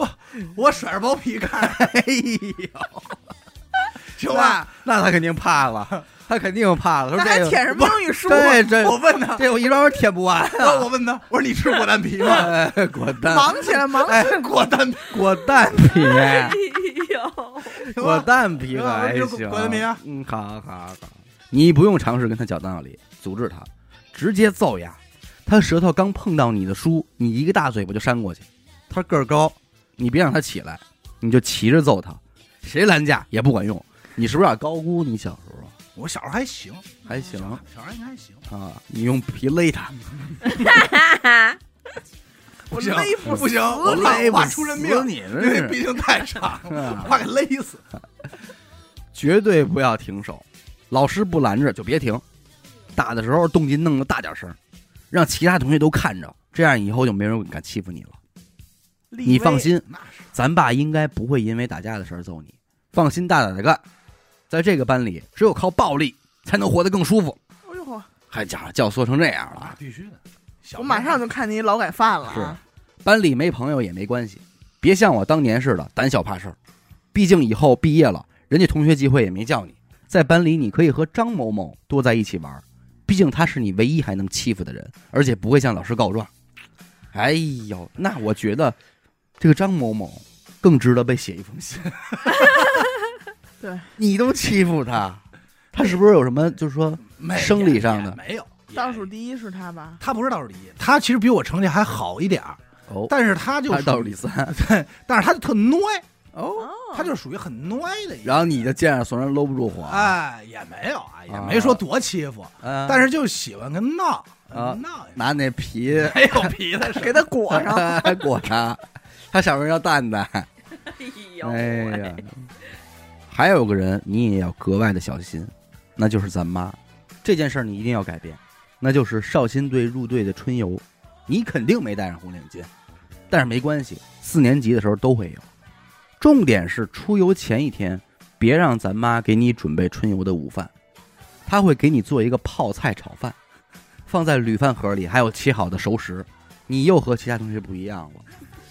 S2: 我甩着包皮看，
S1: 哎呦，
S2: 行吧？
S1: 那他肯定怕了，他肯定怕了。
S3: 那
S1: 说
S3: 还
S1: 这
S3: 舔什么英语书？啊
S1: 对这
S2: 我问他，
S1: 这我一般舔不 完
S2: 我我问他，我说你吃果丹皮 吗？
S1: 哎果蛋，
S3: 忙起来，忙起
S1: 哎
S3: 来，
S2: 果丹皮，
S1: 果蛋皮，
S4: 哎呦，
S2: 行
S1: 果
S2: 吧
S1: 蛋皮可还
S2: 行
S1: 行。
S2: 果蛋皮啊
S1: 嗯，好好好，你不用尝试跟他讲道理，阻止他，直接揍呀。他舌头刚碰到你的书，你一个大嘴巴就扇过去。他个儿高，你别让他起来，你就骑着揍他，谁拦架也不管用。你是不是有点高估你小时候？
S2: 我小时候还行，
S1: 还行
S2: 小时候应该还行。
S1: 啊，你用皮勒他，
S4: 哈哈，
S3: 我
S2: 行
S3: 勒不
S2: 不行，
S3: 死了
S2: 我勒
S1: 不
S2: 怕出人
S1: 哎死
S2: 命，
S1: 你真
S2: 因为
S1: 是
S2: 毕竟太长
S1: 嗯啊
S2: 了，怕给勒死。
S1: 绝对不要停手，老师不拦着就别停。打的时候动静弄得大点声，让其他同学都看着，这样以后就没人敢欺负你了。
S3: 立
S1: 你放
S3: 威，
S1: 心，
S2: 那是
S1: 咱爸应该不会因为打架的事儿揍你，放心大胆的干。在这个班里，只有靠暴力才能活得更舒服。
S3: 哎呦呵，
S1: 还家伙教唆成这样了，
S2: 必须的。小
S3: 我马上就看你劳改犯了啊！
S1: 班里没朋友也没关系，别像我当年似的胆小怕事儿。毕竟以后毕业了，人家同学聚会也没叫你，在班里你可以和张某某多在一起玩儿，毕竟他是你唯一还能欺负的人，而且不会向老师告状。哎呦，那我觉得这个张某某更值得被写一封信。
S3: 对，
S1: 你都欺负他，他是不是有什么就是说
S2: 没
S1: 生理上的
S2: 也没有也
S3: 倒数第一是他吧？
S2: 他不是倒数第一，他其实比我成绩还好一点儿，
S1: 哦，
S2: 但是他就
S1: 他
S2: 属于
S1: 倒数第，三
S2: 但是他就特孬，
S1: 哦，
S3: 哦，
S2: 他就属于很孬的一个。
S1: 然后你就见着怂人搂不住火，
S2: 哎，也没有啊，也没说多欺负，
S1: 嗯，
S2: 但是就喜欢跟闹
S1: 啊
S2: 闹，
S1: 拿那皮
S2: 没有皮的事儿。
S3: 给他裹
S1: 哎
S3: 上，
S1: 果茶，他小时候叫蛋蛋。
S4: 哎呦
S1: 哎
S4: 喂，
S1: 呀， 还有个人你也要格外的小心，那就是咱妈。这件事儿你一定要改变，那就是少先队入队的春游，你肯定没戴上红领巾，但是没关系，四年级的时候都会有。重点是出游前一天，别让咱妈给你准备春游的午饭，她会给你做一个泡菜炒饭，放在铝饭盒里，还有切好的熟食。你又和其他同学不一样了，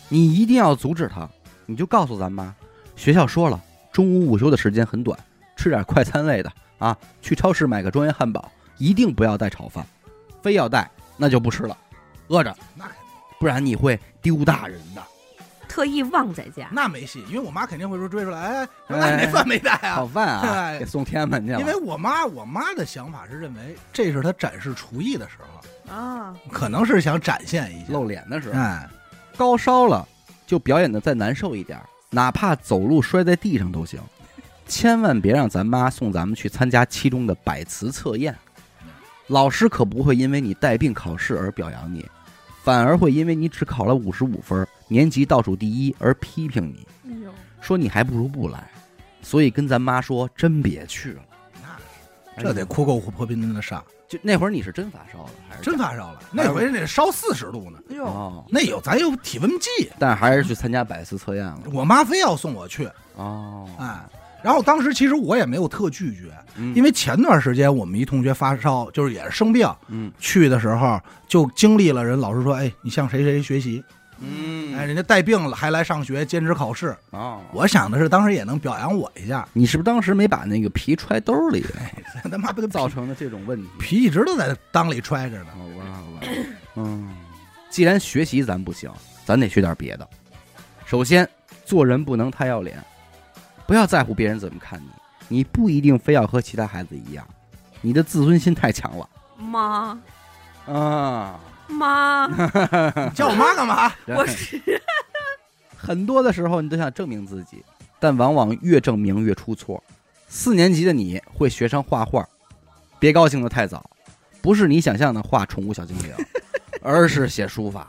S1: 你一定要阻止她，你就告诉咱妈，学校说了，中午午休的时间很短，吃点快餐类的啊，去超市买个庄园汉堡，一定不要带炒饭，非要带那就不吃了，饿着，
S2: 那肯定，
S1: 不然你会丢大人的。
S4: 特意忘在家，
S2: 那没戏，因为我妈肯定会说追出来，哎，
S1: 哎
S2: 那你那饭没带啊
S1: 炒？饭啊，
S2: 哎
S1: 给送天安门去了。
S2: 因为我妈，我妈的想法是认为这是她展示厨艺的时候，
S3: 啊，
S2: 可能是想展现一下。
S1: 露脸的时候，
S2: 哎，
S1: 高烧了就表演的再难受一点儿，哪怕走路摔在地上都行。千万别让咱妈送咱们去参加期中的百词测验，老师可不会因为你带病考试而表扬你，反而会因为你只考了五十五分，年级倒数第一而批评你，
S3: 哎呦，
S1: 说你还不如不来。所以跟咱妈说，真别去了。
S2: 那
S1: 哎
S2: 哎这得哭够破冰冰的上，
S1: 就那会儿你是真发烧了哎还是
S2: 真发烧了，那回得烧四十度呢，
S3: 哎呦，
S1: 哦？
S2: 那有咱有体温计，
S1: 但还是去参加百词测验了
S2: 我妈非要送我去，
S1: 哦，
S2: 哎。然后当时其实我也没有特拒绝，
S1: 嗯
S2: 因为前段时间我们一同学发烧，就是也是生病，
S1: 嗯
S2: 去的时候就经历了人老师说，哎，你向谁谁学习，
S1: 嗯
S2: 哎，人家带病了还来上学兼职考试，
S1: 哦，
S2: 我想的是当时也能表扬我一 下，
S1: 你是不是当时没把那个皮揣兜里，
S2: 他妈 不
S1: 造成的这种问题？
S2: 皮一直都在裆里揣着 呢，
S1: 好吧，好吧，嗯，既然学习咱不行，咱得学点别的。首先，做人不能太要脸，不要在乎别人怎么看你，你不一定非要和其他孩子一样，你的自尊心太强了
S4: 妈
S1: 啊。
S4: 妈，
S2: 叫我妈干嘛？
S4: 我是
S1: 很多的时候你都想证明自己，但往往越证明越出错。四年级的你会学上画画，别高兴得太早，不是你想象的画宠物小精灵，而是写书法。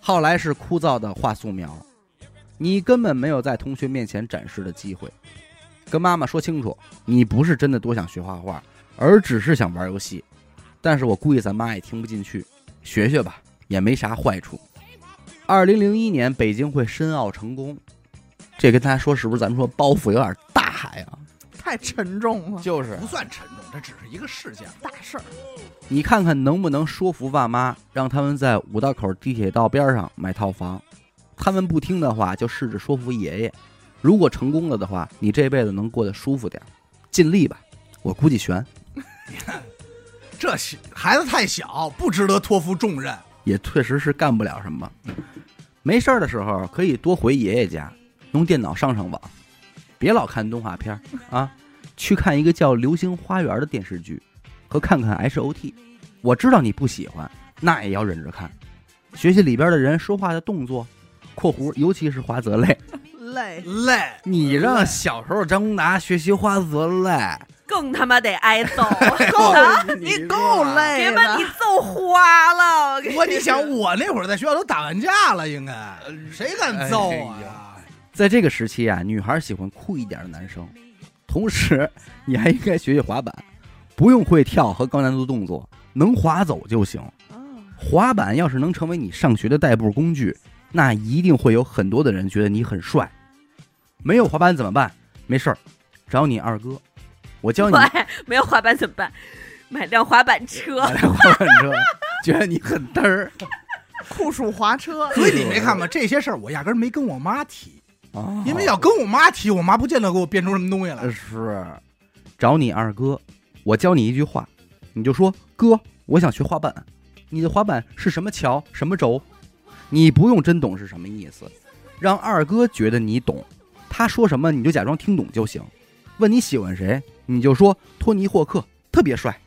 S1: 后来是枯燥的画素描，你根本没有在同学面前展示的机会。跟妈妈说清楚，你不是真的多想学画画，而只是想玩游戏。但是我估计咱妈也听不进去，学学吧，也没啥坏处。二零零一年北京会申奥成功，这跟大家说是不是？咱们说包袱有点大呀，
S3: 太沉重了，
S1: 就是
S2: 不算沉重，这只是一个事件。
S3: 大事儿，
S1: 你看看能不能说服爸妈，让他们在五道口地铁道边上买套房。他们不听的话，就试着说服爷爷。如果成功了的话，你这辈子能过得舒服点儿，尽力吧。我估计悬，
S2: 这小孩子太小，不值得托付重任。
S1: 也确实是干不了什么。没事儿的时候可以多回爷爷家，用电脑上上网，别老看动画片儿啊，去看一个叫《流星花园》的电视剧，和看看 HOT。我知道你不喜欢，那也要忍着看，学习里边的人说话的动作。（括弧尤其是花泽类，
S3: 累，
S2: 累，
S1: 你让小时候张功达学习花泽类，
S4: 更他妈得挨揍，
S3: 够
S4: 啊，
S3: 你够累
S4: 别把
S3: 了
S4: 你，揍花了， 我跟
S2: 我
S4: 你
S2: 你想，我那会儿在学校都打完架了，应该
S1: 呃
S2: 谁敢揍啊我
S1: 哎
S2: 呀？
S1: 在这个时期啊，女孩喜欢酷一点的男生，同时你还应该学学滑板，不用会跳和高难度动作，能滑走就行。
S3: 啊
S1: 滑板要是能成为你上学的代步工具，那一定会有很多的人觉得你很帅。没有滑板怎么办？没事儿，找你二哥，我教你
S4: 对，哎没有滑板怎么办？买辆滑板 车
S1: 买，辆滑板车，觉得你很嘚儿
S3: 酷暑滑车，
S2: 所以你没看吗？这些事儿我压根儿没跟我妈提，
S1: 啊
S2: 因为要跟我妈提，我妈不见得给我编出什么东西来。
S1: 呃是找你二哥，我教你一句话，你就说哥，我想学滑板，你的滑板是什么桥什么轴，你不用真懂是什么意思，让二哥觉得你懂，他说什么你就假装听懂就行。问你喜欢谁，你就说托尼霍克特别帅，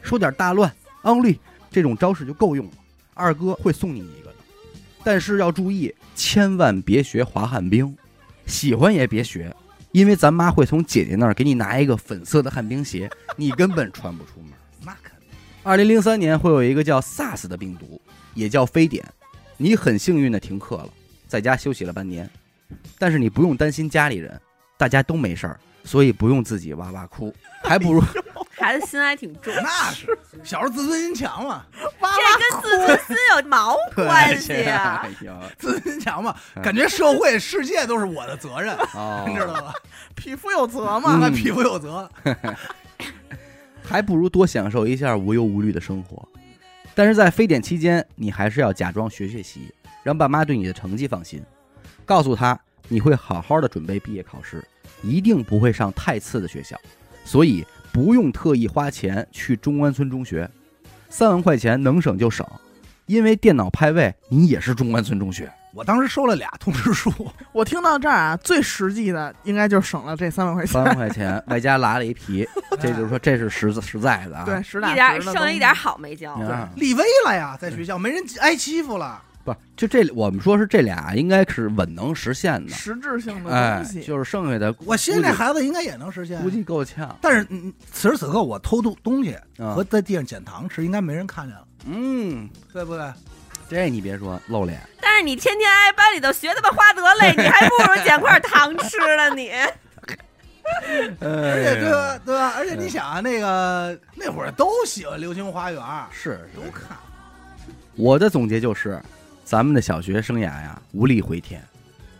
S1: 说点大乱奥利这种招式就够用了，二哥会送你一个的。但是要注意，千万别学滑旱冰，喜欢也别学，因为咱妈会从姐姐那儿给你拿一个粉色的旱冰 鞋，你根本穿不出门。
S2: 那肯定，
S1: 二零零三年会有一个叫 SARS 的病毒，也叫非典。你很幸运的停课了，在家休息了半年，但是你不用担心家里人，大家都没事儿，所以不用自己哇哇哭，还不如
S4: 孩子心还挺重，
S2: 那是小时候自尊心强嘛，
S3: 哇哇，
S4: 这跟自尊心有毛关系啊
S1: 哎？呀
S2: 自尊心强嘛，
S1: 嗯
S2: 感觉社会世界都是我的责任， 你知道
S1: 哦，
S2: 吧？
S3: 匹夫有责嘛，
S1: 嗯
S2: 那匹夫有责，
S1: 还不如多享受一下无忧无虑的生活。但是在非典期间，你还是要假装学学习，让爸妈对你的成绩放心，告诉他你会好好的准备毕业考试，一定不会上太次的学校，所以不用特意花钱去中关村中学，三万块钱能省就省，因为电脑派位你也是中关村中学。
S2: 我当时收了俩通知书，
S3: 我听到这儿啊，最实际的应该就是省了这三万块
S1: 三万
S3: 钱，
S1: 块钱外加拉了一皮，这就是说这是实在实在的啊。
S3: 对，，实打
S4: 一
S3: 实
S4: 点
S3: 的
S4: 剩
S3: 东
S4: 下
S3: 西
S4: 一点好没交，
S1: 啊、
S2: 立威了呀，在学校没人挨欺负了。
S1: 不是就这，我们说是这俩应该是稳能实现的，
S3: 实质性的
S1: 哎
S3: 东，西，
S1: 就是剩下的
S2: 我心里那孩子应该也能实现
S1: 估，计够呛。
S2: 但是嗯此时此刻我偷渡东西
S1: 啊
S2: 和在地上捡糖吃，应该没人看见了，
S1: 嗯，
S2: 对不对？
S1: 这你别说，露脸。
S4: 但是你天天挨班里头学他妈花德累，你还不如捡块糖吃呢。你
S2: 而
S1: 而
S2: 且对吧？对吧？而且你想啊，那个那会儿都喜欢《流星花园》，
S1: 是
S2: 都看。
S1: 我的总结就是，咱们的小学生涯呀，无力回天，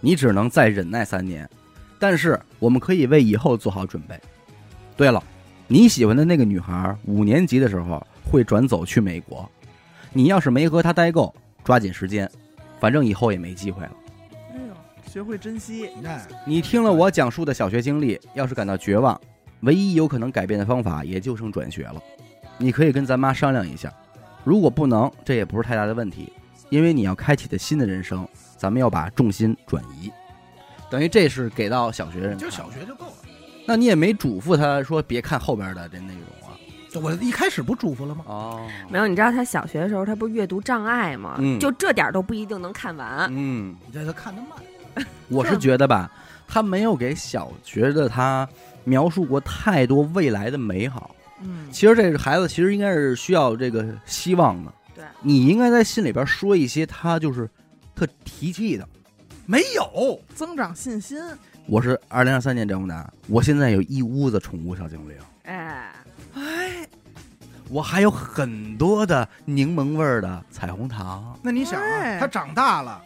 S1: 你只能再忍耐三年。但是我们可以为以后做好准备。对了，你喜欢的那个女孩，五年级的时候会转走去美国，你要是没和她待够，抓紧时间，反正以后也没机会了。
S3: 哎呦，学会珍惜，
S2: 你看，
S1: 你听了我讲述的小学经历，要是感到绝望，唯一有可能改变的方法也就剩转学了。你可以跟咱妈商量一下，如果不能，这也不是太大的问题，因为你要开启的新的人生，咱们要把重心转移。等于这是给到小学生，
S2: 就小，学就够了。
S1: 那你也没嘱咐他说别看后边的这内容啊。
S2: 我一开始不嘱咐了吗？
S1: 哦，
S4: 没有，你知道他小学的时候，他不是阅读障碍吗？
S1: 嗯
S4: 就这点儿都不一定能看完。
S1: 嗯，
S2: 你这他看得慢，
S1: 我是觉得吧，他没有给小学的他描述过太多未来的美好。
S3: 嗯，
S1: 其实这个孩子其实应该是需要这个希望的。
S4: 对
S1: 你应该在心里边说一些他就是特提气的。
S2: 没有，
S3: 增长信心，
S1: 我是二零二三年张宏达，我现在有一屋子宠物小精灵，
S4: 哎，
S1: 我还有很多的柠檬味儿的彩虹糖。
S2: 那你想啊，
S3: 对
S2: 他长大了，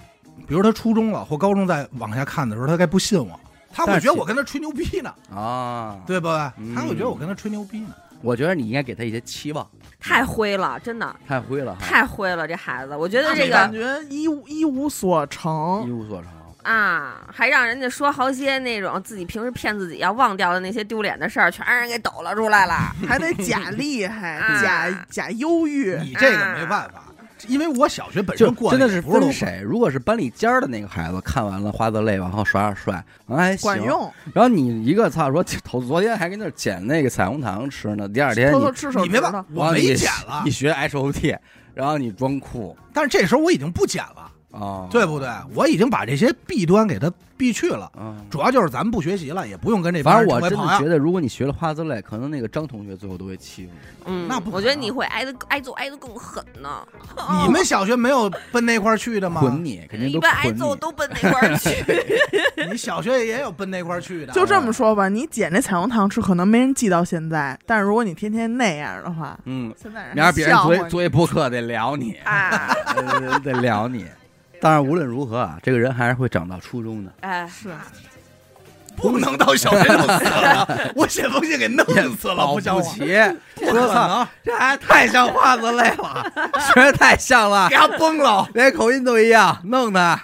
S2: 比如他初中了或高中再往下看的时候，他该不信我，他会
S1: 但是
S2: 觉得我跟他吹牛逼呢，
S1: 啊，
S2: 对吧
S1: 嗯？
S2: 他会觉得我跟他吹牛逼呢。
S1: 我觉得你应该给他一些期望。
S4: 太灰了，真的
S1: 太灰了哈，
S4: 太灰了，这孩子，我觉得
S2: 那
S4: 这
S2: 没
S4: 个
S2: 办
S3: 感觉一无一无所成
S1: 一， 无所成。
S4: 啊，还让人家说好些那种自己平时骗自己要忘掉的那些丢脸的事儿，全让人给抖了出来了。
S3: 还得假厉害，
S4: 啊
S3: 假假忧郁，
S2: 你这个没办法，因为我小学本身过
S1: 真的是
S2: 也不是
S1: 分
S2: 多
S1: 谁？如果是班里尖儿的那个孩子，看完了花泽类，往后耍耍帅，嗯还行
S3: 管。用，
S1: 然后你一个操说，头昨天还跟那儿捡那个彩虹糖吃呢，第二天
S3: 偷
S1: 哎你
S3: 偷吃手
S2: 你
S3: 指
S2: 别忘
S3: 头，，
S2: 我没
S1: 你
S2: 剪了
S1: 你，学 H O T，然后你装酷，
S2: 但是这时候我已经不剪了，
S1: 啊，
S2: 对不对？我已经把这些弊端给它避去了，
S1: 嗯，
S2: 主要就是咱们不学习了，也不用跟这帮
S1: 反
S2: 人
S1: 正
S2: 成
S1: 我
S2: 为
S1: 真的
S2: 朋
S1: 觉
S2: 友。
S1: 得，如果你学了花自类，可能那个张同学最后都会欺负你。
S4: 嗯，
S2: 那不可
S4: 我觉得
S2: 能
S4: 你会挨得挨揍挨得更狠呢。
S2: 你们小学没有奔那块儿去的吗？
S1: 捆你，肯定
S4: 一
S1: 都
S4: 般挨
S1: 捆
S4: 揍
S1: 你。
S4: 都奔那块儿去。
S2: 你小学也有奔那块儿去的。
S3: 就
S1: 啊
S3: 这么说吧，你捡那彩虹糖吃，可能没人记到现在，但是如果你天天那样的话，
S1: 嗯，
S3: 现在人
S1: 明儿别人
S3: 笑话
S1: 作为
S3: 你
S1: 作为播客得聊你，
S4: 啊，
S1: 呃得聊你。但是无论如何啊，这个人还是会长到初中的。
S4: 哎，
S3: 是
S2: 不能到小学弄死了，我写封信给弄死了，
S1: 保
S2: 不像
S1: 不
S2: 我，
S1: 齐，
S2: 不可能，
S1: 这还太像花子类 了，确实太像 了
S2: 给，他 崩了。
S1: 连口音都一样， 弄的。啊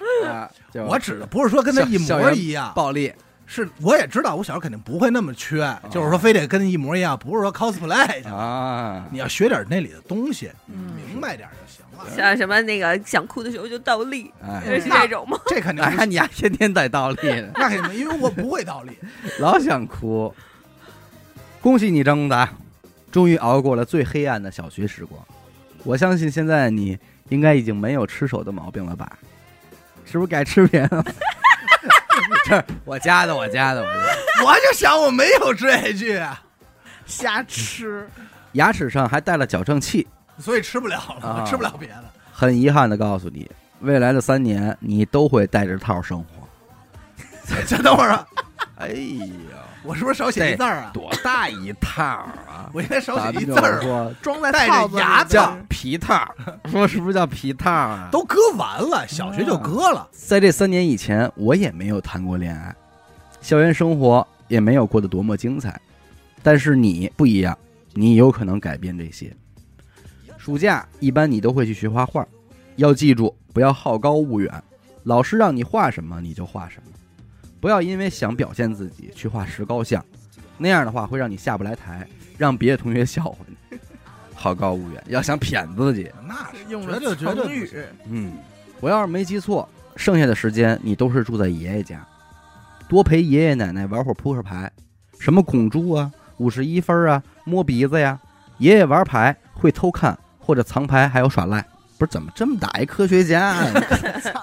S1: 就
S2: 我指的不是说跟他一模一样，
S1: 暴力，
S2: 是我也知道我小时候肯定不会那么缺，
S1: 哦
S2: 就是说非得跟一模一样，不是说 cosplay 去。
S1: 啊，
S2: 你要学点那里的东西，
S3: 嗯
S2: 明白点就行了。
S4: 像什么那个想哭的时候就倒立，
S2: 嗯
S1: 哎，
S4: 是这种吗？
S2: 这肯定 不
S1: 哎，
S2: 是，
S1: 你还天天带倒立 呢，
S2: 那肯定，因为我不会倒立。
S1: 老想哭。恭喜你，张宏达，终于熬过了最黑暗的小学时光。我相信现在你应该已经没有吃手的毛病了吧？是不是该吃别人了？ 这是我加的，我加的，我加的。
S2: 我就想我没有这一句，
S3: 瞎吃，
S1: 牙齿上还带了矫正器，
S2: 所以吃不了
S1: 啊
S2: 了，吃不了别的。
S1: 很遗憾的告诉你，未来的三年你都会带着套生活。
S2: 先等会儿啊，
S1: 哎呀，
S2: 我是不是少写一字儿啊？
S1: 多大一套啊！
S2: 我应该少
S1: 咱
S2: 写
S1: 们
S2: 一
S1: 就
S2: 字儿啊，
S1: 说
S3: 装在
S2: 带着
S3: 套子里
S2: 牙
S3: 边
S1: 叫皮套，说是不是叫皮套啊？
S2: 都割完了，小学就割了。
S1: 在这三年以前，我也没有谈过恋爱，校园生活也没有过得多么精彩。但是你不一样，你有可能改变这些。暑假一般你都会去学画画，要记住不要好高骛远，老师让你画什么你就画什么，不要因为想表现自己去画石膏像，那样的话会让你下不来台，让别的同学笑话你。 好高骛远，要想骗自己。
S3: 啊
S2: 那是
S3: 用
S2: 绝
S3: 了
S2: 对绝对
S3: 成
S2: 不
S3: 语
S2: 行，
S1: 嗯，我要是没记错，剩下的时间你都是住在爷爷家，多陪爷爷奶奶玩会儿扑克牌，什么拱珠啊、五十一分啊、摸鼻子呀。爷爷玩牌会偷看或者藏牌，还有耍赖。不是怎么这么大一科学家、 啊？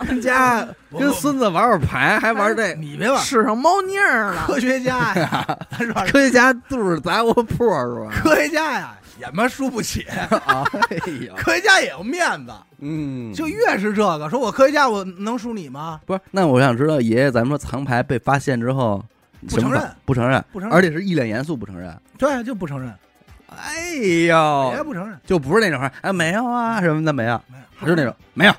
S1: 人家跟孙子玩玩牌，还玩这
S2: 你别玩
S3: 使上猫腻儿 了，
S2: 科学家呀， 他说
S1: 科学家肚子砸窝破是吧？
S2: 科学家呀，也妈输不起，
S1: 哎呀，
S2: 科学家也有面子，
S1: 嗯，
S2: 就越是这个，说我科学家我能输你吗？
S1: 不是。那我想知道，爷爷，咱们说藏牌被发现之后，
S2: 不承认
S1: 什么反，不承认，
S2: 不承认
S1: 而且是一脸严肃不承认。
S2: 对，啊就不承认，
S1: 哎
S2: 也
S1: 呦，
S2: 不承认，
S1: 就不是那种话，哎，没有啊什么的，没有，
S2: 没
S1: 还是那种没有，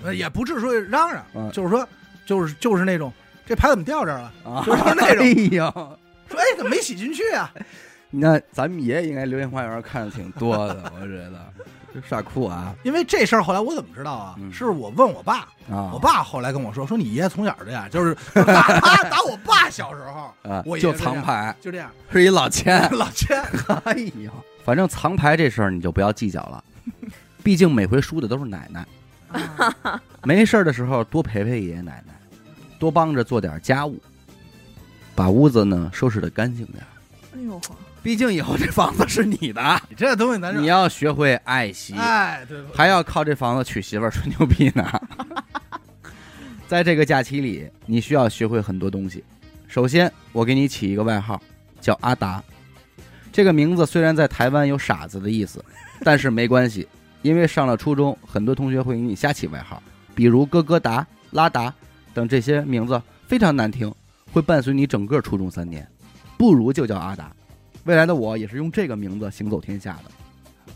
S2: 有，呃也不至于嚷
S1: 嗯
S2: 嚷，就是说，就是就是那种，这牌怎么掉这 儿了？
S1: 啊
S2: 就是那种
S1: 哎呦，
S2: 说哎，怎么没洗进去啊？
S1: 那咱们爷爷应该流星花园看的挺多 的，我觉得就耍酷啊
S2: 因为这事儿后来我怎么知道啊
S1: 嗯？
S2: 是我问我爸，
S1: 啊
S2: 我爸后来跟我说，说你爷爷从小这样，就是就是打他打我爸小时候
S1: 啊，
S2: 我爷
S1: 就
S2: 爷这样
S1: 藏牌，
S2: 就 这样，。
S1: 是一老千
S2: 老千
S1: 哎呦，反正藏牌这事儿你就不要计较 了，毕竟每回输的都是奶奶。
S3: 啊
S1: 没事儿的时候多陪陪爷爷奶奶，多帮着做点家务，把屋子呢收拾的干净点儿。
S3: 哎呦，
S1: 毕竟以后这房子是你的，
S2: 你这东西咱是
S1: 你要学会爱惜。
S2: 哎，对不对？
S1: 还要靠这房子娶媳妇儿吹牛逼呢。 在这个假期里，你需要学会很多东西。首先，我给你起一个外号，叫阿达。这个名字虽然在台湾有傻子的意思，但是没关系，因为上了初中，很多同学会给你瞎起外号，比如哥哥达、拉达等这些名字非常难听，会伴随你整个初中三年。不如就叫阿达。未来的我也是用这个名字行走天下的，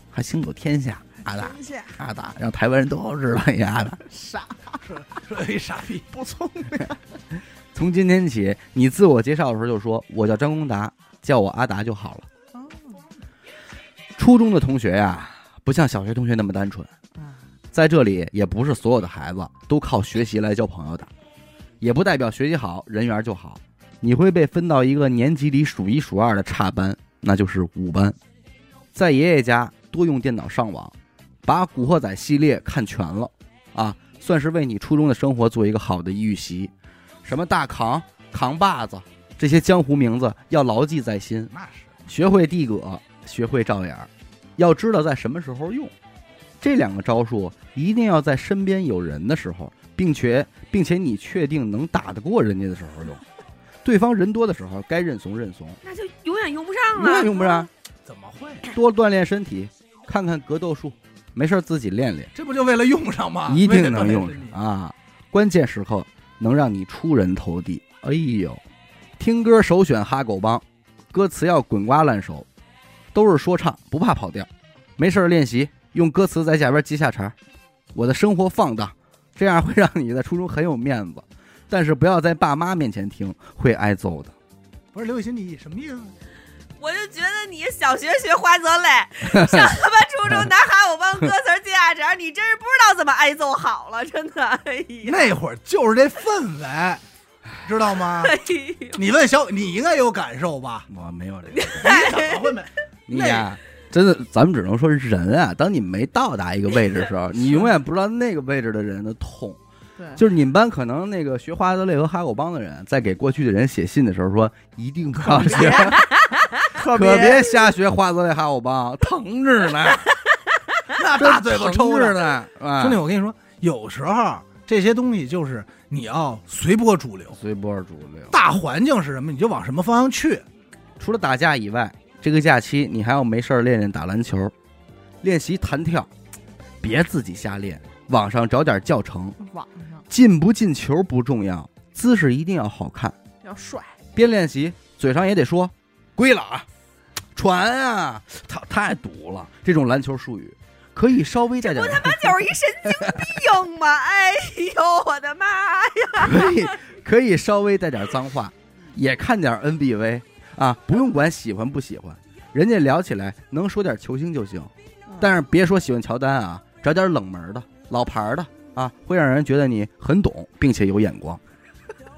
S1: 还行走天下，阿达。
S3: 真是
S1: 阿达，啊让台湾人都知道啊你阿达。
S3: 傻
S2: 说一傻逼，
S3: 不聪明，
S1: 从今天起，你自我介绍的时候就说我叫张公达，叫我阿达就好了。
S3: 哦
S1: 初中的同学呀、不像小学同学那么单纯，
S3: 啊
S1: 在这里也不是所有的孩子都靠学习来交朋友的，也不代表学习好人缘就好。你会被分到一个年级里数一数二的差班，那就是五班。在爷爷家多用电脑上网，把《古惑仔》系列看全了，啊，算是为你初中的生活做一个好的预习。什么大扛、扛把子这些江湖名字要牢记在心，
S2: 那是
S1: 学会地葛，学会照眼儿，要知道在什么时候用。这两个招数一定要在身边有人的时候，并且并且你确定能打得过人家的时候用。对方人多的时候，该认怂认怂，
S4: 那就永远用不上
S1: 永远
S4: 了。
S1: 用不上。
S2: 怎么会？啊
S1: 多锻炼身体，看看格斗术，没事儿自己练练，
S2: 这不就为了用上吗？
S1: 一
S2: 为了
S1: 定
S2: 锻
S1: 能
S2: 炼
S1: 用
S2: 身体
S1: 上啊！关键时刻能让你出人头地。哎呦，听歌首选哈狗帮，歌词要滚瓜烂熟，都是说唱，不怕跑调。没事儿练习，用歌词在下边接下茬儿。我的生活放荡，这样会让你在初中很有面子，但是不要在爸妈面前听，会挨揍的。
S2: 不是刘雨欣，你什么意思？
S4: 我就觉得你小学学花泽 类，上他妈初中拿哈我帮歌词儿接下茬，你真是不知道怎么挨揍好了，真的。哎呀，
S2: 那会儿就是这氛围，知 道吗？
S4: 哎呦，
S2: 你问小，你应该有感受吧？
S1: 我没有这个。
S2: 你怎么会没？
S1: 你呀，真的，咱们只能说人啊，当你没到达一个位置的时候，你永远不知道那个位置的人的痛。
S3: 对，
S1: 就是你们班可能那个学花泽类和哈狗帮的人，在给过去的人写信的时候说，一定不要学，可
S3: 可
S1: 别瞎学花泽类哈狗帮，疼着呢，
S2: 那大嘴巴抽
S1: 疼着
S2: 着。
S1: 呢，啊
S2: 兄弟，，我跟你说，有时候这些东西就是你要随波逐流，
S1: 随波逐流。
S2: 大环境是什么你就往什么方向去。
S1: 除了打架以外，这个假期你还要没事儿练练打篮球，练习弹跳，别自己瞎练，网上找点教程，
S3: 网上
S1: 进不进球不重要，姿势一定要好看。
S3: 要帅，
S1: 边练习，嘴上也得说“归了啊，传啊”，操，太毒了！这种篮球术语可以稍微带点，
S4: 那就是一神经病嘛！哎呦，我的妈呀！
S1: 可以 可以稍微带点脏话，也看点 NBV 啊，不用管喜欢不喜欢，人家聊起来能说点球星就行，但是别说喜欢乔丹啊，找点冷门的、老牌的啊，会让人觉得你很懂并且有眼光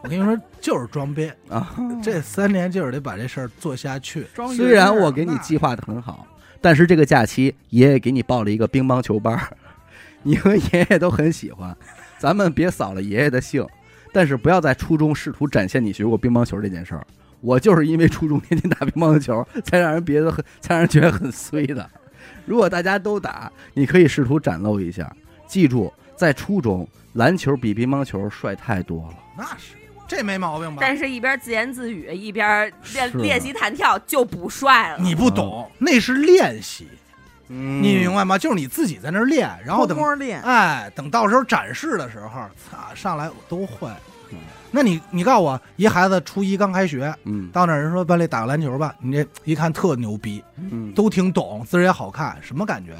S2: 我跟你说，就是装逼，
S1: 啊。
S2: 这三年就是得把这事儿做下去。
S3: 装
S1: 虽然我给
S2: 那
S1: 你计划的很好，但是这个假期爷爷给你报了一个乒乓球班儿， 你和爷爷都很喜欢。咱们别扫了爷爷的兴，但是不要在初中试图展现你学过乒乓球这件事儿。我就是因为初中天天打乒乓球，才让人别的很，才让人觉得很衰的。如果大家都打，你可以试图展露一下。记住，在初中，篮球比乒乓球帅太多了。
S2: 那是，这没毛病吧？
S4: 但是，一边自言自语，一边练
S1: 是
S4: 练习弹跳，就不帅了。
S2: 啊你不懂，那是练习，
S1: 嗯
S2: 你明白吗？就是你自己在那儿练，然后等
S3: 摸摸练，
S2: 哎，等到时候展示的时候，操，上来我都会
S1: 嗯。
S2: 那你你告诉我，一孩子初一刚开学，
S1: 嗯
S2: 到那儿人说班里打个篮球吧，你这一看特牛逼，
S1: 嗯，
S2: 都挺懂，字儿也好看，什么感觉？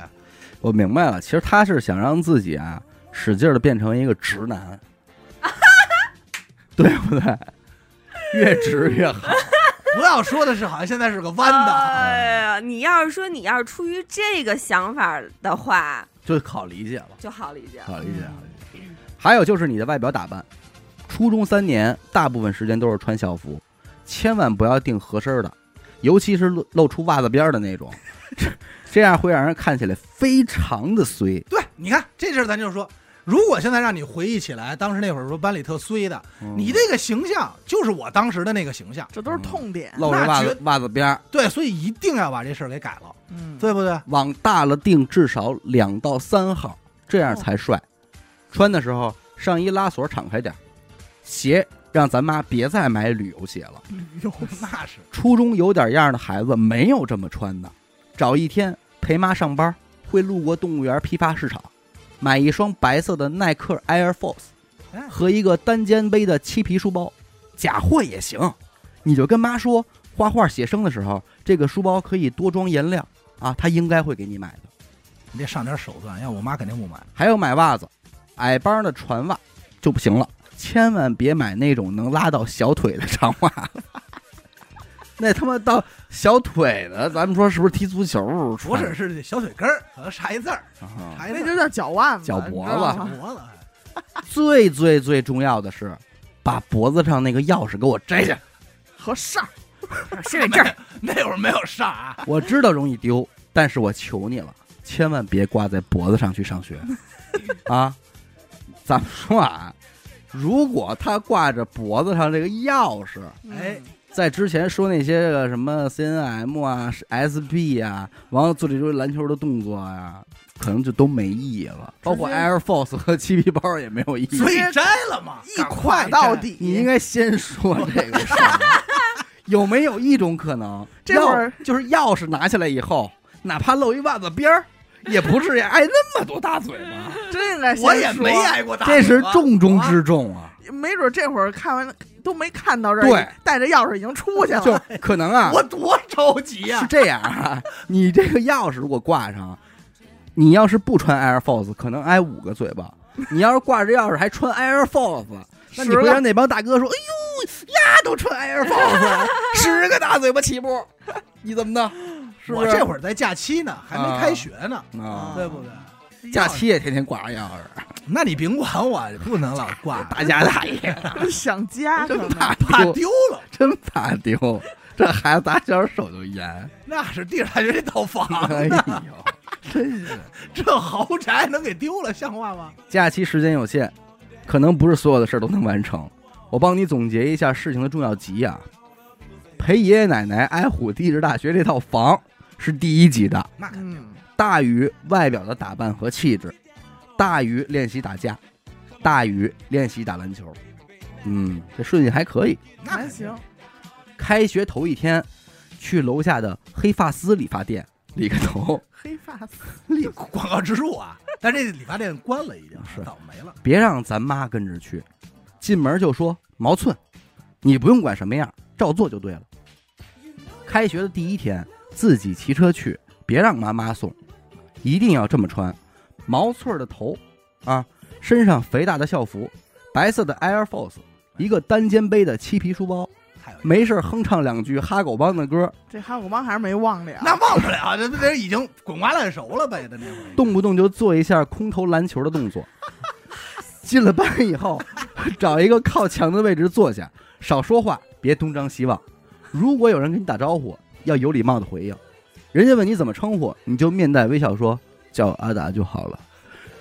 S1: 我明白了，其实他是想让自己啊，使劲的变成一个直男，对不对？越直越好。
S2: 不要说的是好像现在是个弯的，
S4: 哎呀，你要是说你要是出于这个想法的话，
S1: 就好理解了，
S4: 就好理解了。
S1: 好理解，好理解。还有就是你的外表打扮，初中三年大部分时间都是穿校服，千万不要订合身的，尤其是露露出袜子边儿的那种， 这这样会让人看起来非常的衰。
S2: 对，你看这事儿咱就说，如果现在让你回忆起来，当时那会儿说班里特衰的，你这个形象就是我当时的那个形象，
S3: 这都
S1: 嗯
S3: 是痛点。
S1: 露着
S2: 那
S1: 袜
S2: 绝
S1: 子袜子边儿，
S2: 对，所以一定要把这事儿给改了，
S3: 嗯，
S2: 对不对？
S1: 往大了定至少两到三号，这样才帅。穿的时候上衣拉锁敞开点儿，鞋让咱妈别再买旅游鞋了。
S2: 嗯
S3: 有
S2: 那 是，
S1: 初中有点样儿的孩子没有这么穿的，找一天陪妈上班，会路过动物园批发市场，买一双白色的耐克 Air Force
S2: 哎
S1: 和一个单肩背的漆皮书包，假货也行。你就跟妈说，画画写生的时候，这个书包可以多装颜料啊，她应该会给你买的。
S2: 你得上点手段，要我妈肯定不买。
S1: 还有买袜子，矮帮的船袜就不行了，千万别买那种能拉到小腿的长袜。 那他妈到小腿的，咱们说是不是踢足球时候
S2: 不
S1: 穿
S2: 是，是小腿根儿，可能差一字儿，
S1: 啊
S2: 差一
S3: 那
S2: 字
S3: 就
S2: 儿，
S3: 叫脚腕子，
S1: 脚
S3: 你
S1: 脖
S3: 知道
S1: 子
S3: 吗
S2: 磨了哎还。
S1: 最最最重要的是，把脖子上那个钥匙给我摘下。
S3: 和上
S4: 身份证，
S2: 那会儿没有上啊，
S1: 我知道容易丢，但是我求你了，千万别挂在脖子上去上学啊！咱们说啊，如果他挂着脖子上这个钥匙，
S2: 哎，
S1: 在之前说那些个什么 CNM 啊、是 SB 啊，完了做这些篮球的动作啊，可能就都没意义了，包括
S3: 直接
S1: Air Force 和漆皮包也没有意义。
S2: 所以摘了嘛，
S3: 一
S2: 赶
S3: 垮
S2: 快
S3: 到
S2: 摘。
S3: 底。
S1: 你应该先说这个事 儿，有没有一种可能，
S3: 这会儿
S1: 钥就是钥匙拿下来以后，哪怕露一袜子边儿，也不至于挨那么多大嘴巴。
S3: 真应该先
S2: 我也
S3: 说
S2: 没挨过大
S1: 这
S2: 嘴巴，
S1: 是重中之重啊！
S3: 没准这会儿看完都没看到这儿，
S1: 对，
S3: 带着钥匙已经出去
S1: 就
S3: 了。
S1: 可能啊，
S2: 我多着急呀、
S1: 是这样啊，你这个钥匙如果挂上，你要是不穿 Air Force，可能挨五个嘴巴；你要是挂着钥匙还穿 Air Force，那你
S3: 十
S1: 会
S3: 个
S1: 让那帮大哥说：“哎呦呀，都穿 Air Force，十个大嘴巴起步，你怎么弄？ 是不
S2: 我
S1: 是？”
S2: 这会儿在假期呢，还没
S1: 啊
S2: 开学呢，
S1: 啊，
S2: 对不对？
S1: 假期也天天挂着钥匙，
S2: 那你甭管我，不能老挂，
S1: 大家大爷，
S3: 想家可
S1: 真
S3: 能
S1: 怕
S2: 怕
S1: 丢，
S2: 丢了。
S1: 真怕丢。这孩子打小手就 严，
S2: 那是地产局这套 房，
S1: 哎呦，真是。
S2: 这豪宅能给丢了，像话吗？
S1: 假期时间有限，可能不是所有的事儿都能完成。我帮你总结一下事情的重要级呀、陪爷爷奶奶挨虎地质大学这套房是第一级的，
S2: 那肯定，
S3: 嗯，
S1: 大于外表的打扮和气质，大于练习打架，大于练习打篮球。嗯，这顺序还可以。
S2: 那
S3: 还
S2: 肯定
S3: 行。。
S1: 开学头一天，去楼下的黑发丝理发店理个头，
S3: 黑发丝
S2: 广告植入啊，但这理发店关了，已经啊
S1: 是
S2: 早没了。
S1: 别让咱妈跟着去，进门就说毛寸，你不用管什么样，照做就对了。开学的第一天，自己骑车去，别让妈妈送，一定要这么穿，毛寸儿的头，啊，身上肥大的校服，白色的 Air Force，一个单肩背的漆皮书包，
S2: 还有一
S1: 没事儿哼唱两句哈狗帮的歌，
S3: 这哈狗帮还是没忘了。
S2: 那忘不了，啊这这已经滚瓜烂熟了呗，的那会儿。
S1: 动不动就做一下空投篮球的动作。 进了班以后， 找一个靠墙的位置坐下，少说话，别东张西望。如果有人跟你打招呼，要有礼貌的回应。人家问你怎么称呼，你就面带微笑说叫我阿达就好了。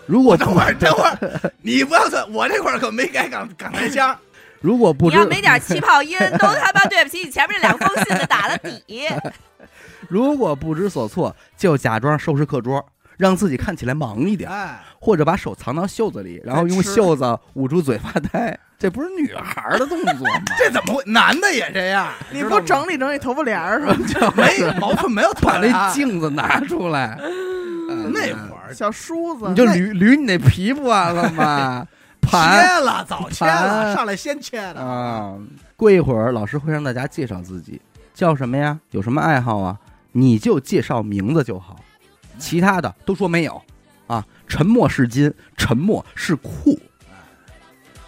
S1: 如果
S2: 等
S1: 不
S2: 会儿，等会儿，你不要算，我这块儿可没改港港台腔，
S1: 如果不
S4: 你
S1: 知
S4: 要没点气泡音，都他妈对不起你前面这两封信的打了底。
S1: 如果不知所措，就假装收拾课桌，让自己看起来忙一
S4: 啊
S1: 点，
S2: 哎，
S1: 或者把手藏到袖子里，然后用
S3: 吃
S1: 袖子捂住嘴发呆。这不是女孩儿的动作吗？
S2: 这怎么会？男的也这样，
S3: 你
S2: 知
S3: 不
S2: 道吗
S3: 整理整理头发帘儿是吧？
S2: 没有毛寸，没有
S1: 把
S2: 短啊嗯
S1: 那镜子拿出来，
S2: 那会儿
S3: 小梳子，
S1: 你就
S3: 那
S1: 捋捋你那皮不完了吗？盘
S2: 切了，早切了，
S1: 盘
S2: 上来先切的。
S1: 啊，过一会儿老师会让大家介绍自己，叫什么呀？有什么爱好啊？你就介绍名字就好，其他的都说没有啊。沉默是金，沉默是酷。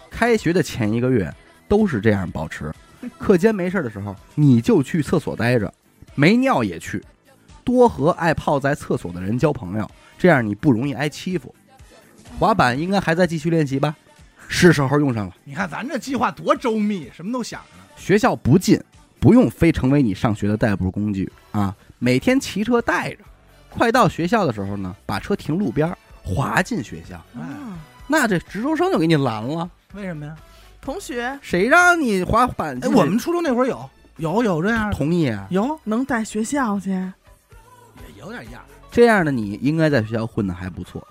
S1: 开学的前一个月都是这样保持，课间没事的时候你就去厕所待着，没尿也去，多和爱泡在厕所的人交朋友，这样你不容易挨欺负。滑板应该还在继续练习吧？是时候用上了。
S2: 你看咱这计划多周密，什么都想着呢。
S1: 学校不近，不用非成为你上学的代步工具啊。每天骑车带着，快到学校的时候呢，把车停路边儿，滑进学校，
S2: 哎
S3: 啊
S1: 那这值周生就给你拦了。
S2: 嗯为什么呀？
S3: 同学
S1: 谁让你滑板
S2: 哎，
S1: 进去？
S2: 我们初中那会儿有有有这 样的，
S1: 同意啊。
S2: 有
S3: 能带学校去，
S2: 也有点样儿。
S1: 这样的你应该在学校混得还不错，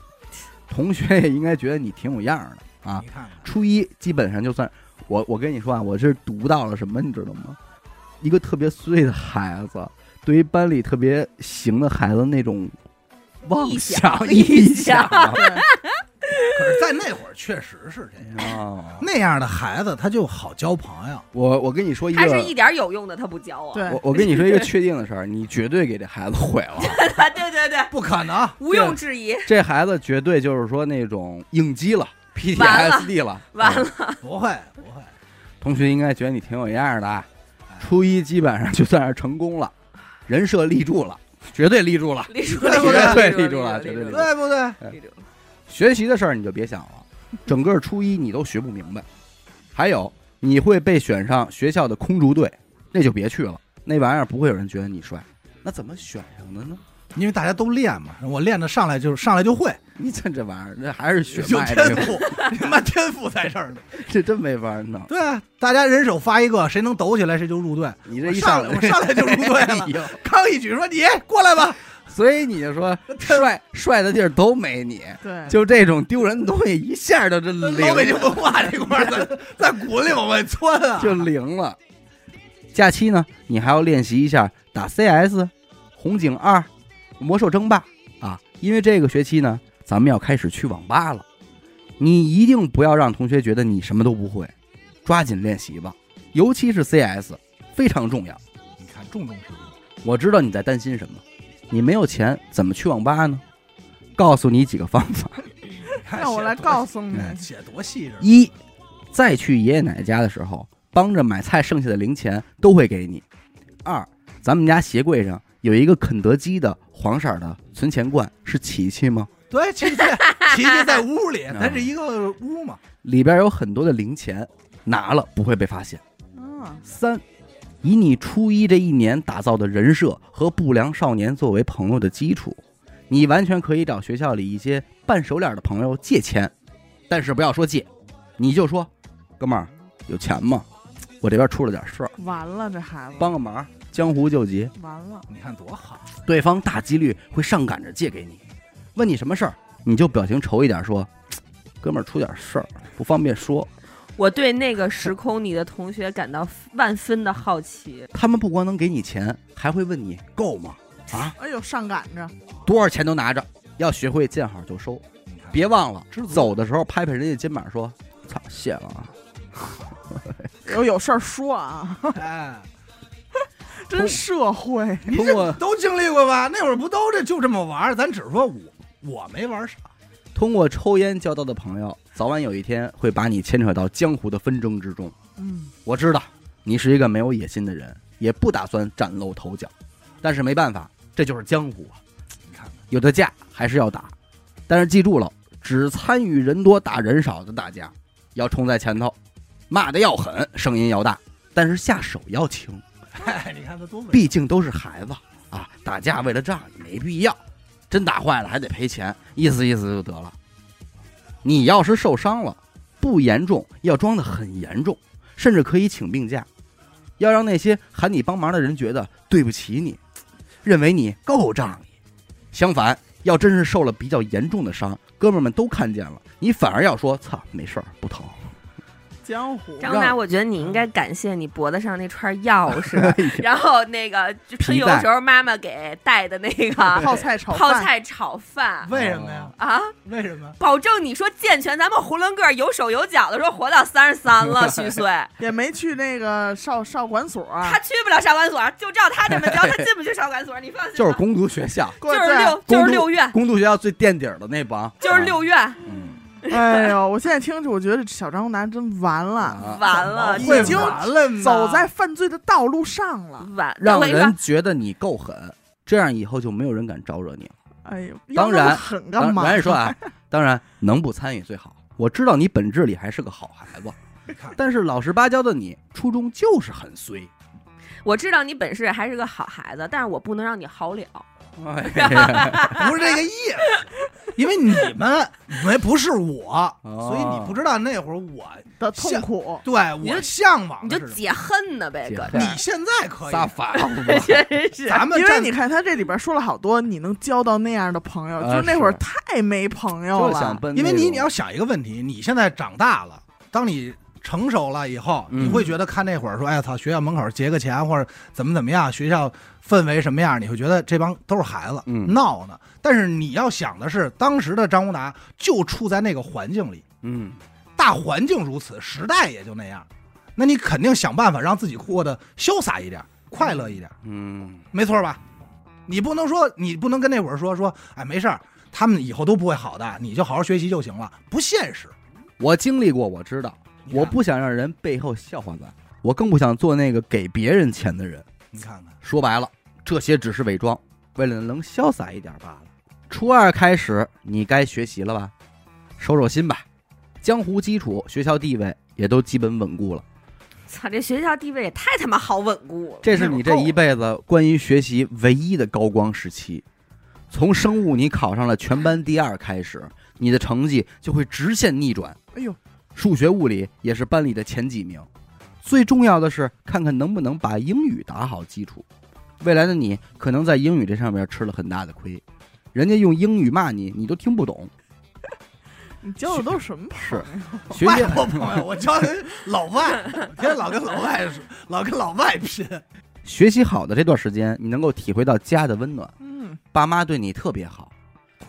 S1: 同学也应该觉得你挺有样儿的啊
S2: 你。看看，
S1: 初一基本上就算我，我跟你说啊，我这是读到了什么，你知道吗？一个特别衰的孩子，对于班里特别行的孩子那种妄
S4: 臆
S1: 想
S4: 想、
S1: 臆
S4: 臆想
S2: 可是在那会儿确实是这样。
S1: 啊！
S2: 那样的孩子他就好交朋友，
S1: 我我跟你说一
S4: 他是
S1: 个
S4: 一，点有用的，他不教我。
S3: 对
S1: 我我跟你说一个确定的事儿，你绝对给这孩子毁 了。
S4: 对对对，
S2: 不可能。
S4: 毋庸置疑。
S1: 这孩子绝对就是说那种应激了
S4: 完了
S1: ，PTSD 了，嗯
S4: 完了，
S2: 不会不会，
S1: 同学应该觉得你挺有样儿的啊，初一基本上就算是成功了，人设立住了，绝对立住了。
S4: 立住
S2: 对
S4: 了，
S1: 对
S4: 立
S1: 立住了
S4: 立
S1: 绝
S4: 住了，
S2: 对不对？
S4: 立住了。
S1: 学习的事儿你就别想 了，整个初一你都学不明白。还有，你会被选上学校的空竹队，那就别去了，那玩意儿不会有人觉得你帅。那怎么选上的呢？
S2: 因为大家都练嘛，我练的上来就上来就会，
S1: 你这这玩意儿，这还是血
S2: 有
S1: 脉
S2: 天
S1: 这个，
S2: 赋，他妈天赋在这儿呢。
S1: 这真没法弄。
S2: 对啊，大家人手发一个，谁能抖起来谁就入队。
S1: 你这一
S2: 我上来我上来就入队了
S1: 哎呦
S2: 刚一举说你过来吧，
S1: 所以你就说帅帅的地儿都没你，
S3: 对，
S1: 就这种丢人的东西一下 就这
S2: 老北京
S1: 零
S2: 文化这块儿， 在在骨里往外窜啊！
S1: 就零了。假期呢，你还要练习一下打 CS、红警二、魔兽争霸啊，因为这个学期呢，咱们要开始去网吧了。你一定不要让同学觉得你什么都不会，抓紧练习吧，尤其是 CS 非常重要。
S2: 你看重中之重，
S1: 我知道你在担心什么，你没有钱怎么去网吧呢？告诉你几个方法：
S3: 让我来告
S2: 诉
S3: 诉你，
S1: 哎
S2: 写多细致，
S1: 一，在去爷爷奶奶家的时候，帮着买菜剩下的零钱都会给你；二，咱们家鞋柜上有一个肯德基的黄色的存钱罐，是琪琪吗？
S2: 对，琪琪，琪琪在屋 里，
S1: 嗯
S2: 咱是一个屋嘛，
S1: 里边有很多的零钱，拿了不会被发现。
S3: 嗯，
S1: 三，以你初一这一年打造的人设和不良少年作为朋友的基础，你完全可以找学校里一些半熟脸的朋友借钱，但是不要说借，你就说，哥们儿有钱吗？我这边出了点事儿，
S3: 完了，这孩子
S1: 帮个忙，江湖救急。
S3: 完了，
S2: 你看多好，
S1: 对方大几率会上赶着借给你，问你什么事儿，你就表情愁一点说，哥们儿出点事儿不方便说。
S4: 我对那个时空里的同学感到万分的好奇。
S1: 他们不光能给你钱，还会问你够吗？啊？
S3: 哎呦，上赶着，
S1: 多少钱都拿着，要学会见好就收，
S2: 你看
S1: 别忘了
S2: 知足
S1: 走的时候拍拍人家肩膀说：“操，谢了啊
S3: 有有事儿说啊，
S2: 哎，
S3: 真社会，！”
S2: 你
S1: 通
S2: 这
S1: 过
S2: 都经历过吧？那会儿不都这就这么玩儿？咱只是说我我没玩啥，
S1: 通过抽烟交到的朋友，早晚有一天会把你牵扯到江湖的纷争之中。
S3: 嗯，
S1: 我知道你是一个没有野心的人，也不打算崭露头角，但是没办法，这就是江湖啊。
S2: 你看看
S1: 有的架还是要打，但是记住了，只参与人多打人少的打架，要冲在前头，骂的要狠，声音要大，但是下手要轻。，
S2: 哎， 你看他多美。
S1: 毕竟都是孩子啊，打架为了仗也没必要，真打坏了还得赔钱，意思意思就得了。你要是受伤了，不严重要装得很严重，甚至可以请病假，要让那些喊你帮忙的人觉得对不起你，认为你够仗义。相反，要真是受了比较严重的伤，哥们儿们都看见了，你反而要说：“操，没事儿，不 疼。
S3: 江湖，
S4: 张楠，我觉得你应该感谢你脖子上那串钥匙
S1: 哎呀，
S4: 然后那个就春游的时候妈妈给带的那个
S3: 泡菜炒
S4: 泡
S3: 饭，
S4: 菜炒饭
S2: 为什么呀？
S4: 啊，
S2: 为什么？
S4: 保证你说健全，咱们囫囵个儿有手有脚的说活到三十三了，虚岁。
S3: 也没去那个少少管所，
S4: 他去不了少管所，就照他这么教，他进不去少管所，你放”心吧。
S1: 就是公读学 校，
S3: 过
S4: 就是
S3: 在
S4: 六就是
S1: 公
S4: 六院，
S1: 公读学校最垫底儿的那帮，啊
S4: 就是六院，
S1: 嗯，
S3: 哎呦，我现在听着，我觉得小张楠真完
S4: 嗯
S3: 了，
S1: 啊
S4: 完了，
S3: 会
S2: 已经完了呢，
S3: 走在犯罪的道路上了。
S4: 完。
S1: 让
S4: 我跟你说
S1: 人，觉得你够狠，这样以后就没有人敢招惹你了。
S3: 哎呦，
S1: 当然
S3: 要那么狠干
S1: 当
S3: 嘛？
S1: 然说啊， 当然能不参与最好。我知道你本质里还是个好孩子，
S2: 你看
S1: 但是老实巴交的你，初中就是很衰。
S4: 我知道你本事还是个好孩子，但是我不能让你好
S1: 啊
S4: 了。
S1: 哎
S2: 不是这个意思，因为你们没不是我，所以你不知道那会儿我
S3: 的痛苦，
S2: 对
S4: 你就
S2: 我向往
S4: 你
S2: 的
S4: 就是
S2: 什么。
S4: 解恨呢呗，
S1: 解
S4: 搁
S1: 恨
S4: 这
S2: 你现在可以
S1: 撒，法
S4: 真是
S1: 啊
S2: 咱们
S3: 因为
S2: 站
S3: 你看他这里边说了好多，你能交到那样的朋友，
S1: 呃
S3: 就是那会儿
S1: 是
S3: 太没朋友
S1: 就想
S3: 了。
S1: 奔那种，
S2: 因为你你要想一个问题，你现在长大了，当你成熟了以后，
S1: 嗯
S2: 你会觉得看那会儿说，哎呀操，学校门口结个钱或者怎么怎么样，学校氛围什么样，你会觉得这帮都是孩子、
S1: 嗯
S2: 闹呢。但是你要想的是，当时的张无达就处在那个环境里，
S1: 嗯，
S2: 大环境如此，时代也就那样，那你肯定想办法让自己过得潇洒一点，快乐一点。
S1: 嗯
S2: 没错吧？你不能说，你不能跟那会儿说说，哎，没事儿，他们以后都不会好的，你就好好学习就行了，不现实。
S1: 我经历过，我知道，
S2: 你看
S1: 我，不想让人背后笑话咱，我更不想做那个给别人钱的人。
S2: 你看看，
S1: 说白了，这些只是伪装，为了能潇洒一点罢了。初二开始，你该学习了吧？收收心吧，江湖基础、学校地位也都基本稳固了。
S4: 操，这学校地位也太他妈好稳固了。
S1: 这是你
S3: 哦
S1: 这一辈子关于学习唯一的高光时期。从生物你考上了全班第二开始，你的成绩就会直线逆转。
S3: 哎呦，
S1: 数学、物理也是班里的前几名。最重要的是，看看能不能把英语打好基础。未来的你可能在英语这上面吃了很大的亏，人家用英语骂你，你都听不懂。
S3: 你交的都是什么朋友？
S1: 学
S2: 外
S1: 英
S2: 国朋友，我交的老外，天天老跟老外说，老跟老外拼。
S1: 学习好的这段时间，你能够体会到家的温暖，
S3: 嗯，
S1: 爸妈对你特别好。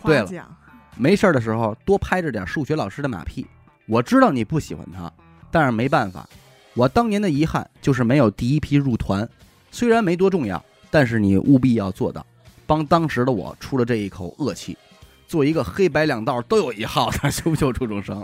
S1: 对
S3: 夸
S1: 了
S3: 奖，
S1: 没事儿的时候多拍着点数学老师的马屁。我知道你不喜欢他，但是没办法，我当年的遗憾就是没有第一批入团。虽然没多重要，但是你务必要做到，帮当时的我出了这一口恶气。做一个黑白两道都有一号的 修不修初中生？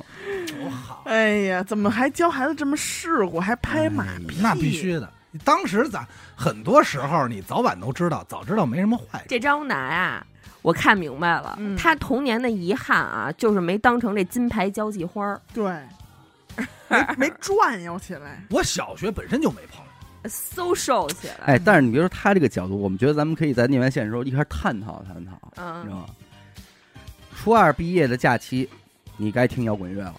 S2: 我好，
S3: 哎呀，怎么还教孩子这么世故，还拍马
S1: 哎
S3: 屁？
S2: 那必须的。当时咱很多时候，你早晚都知道，早知道没什么坏处。
S4: 这张楠啊，我看明白了，
S3: 嗯
S4: 他童年的遗憾啊，就是没当成这金牌交际花儿，
S3: 对，没没转悠起来。
S2: 我小学本身就没朋友，
S4: so 瘦起来。
S1: 哎，但是你别说他这个角度，我们觉得咱们可以在念完线的时候一块儿探讨探讨，你知道
S4: 嗯，
S1: 吗？初二毕业的假期，你该听摇滚乐了，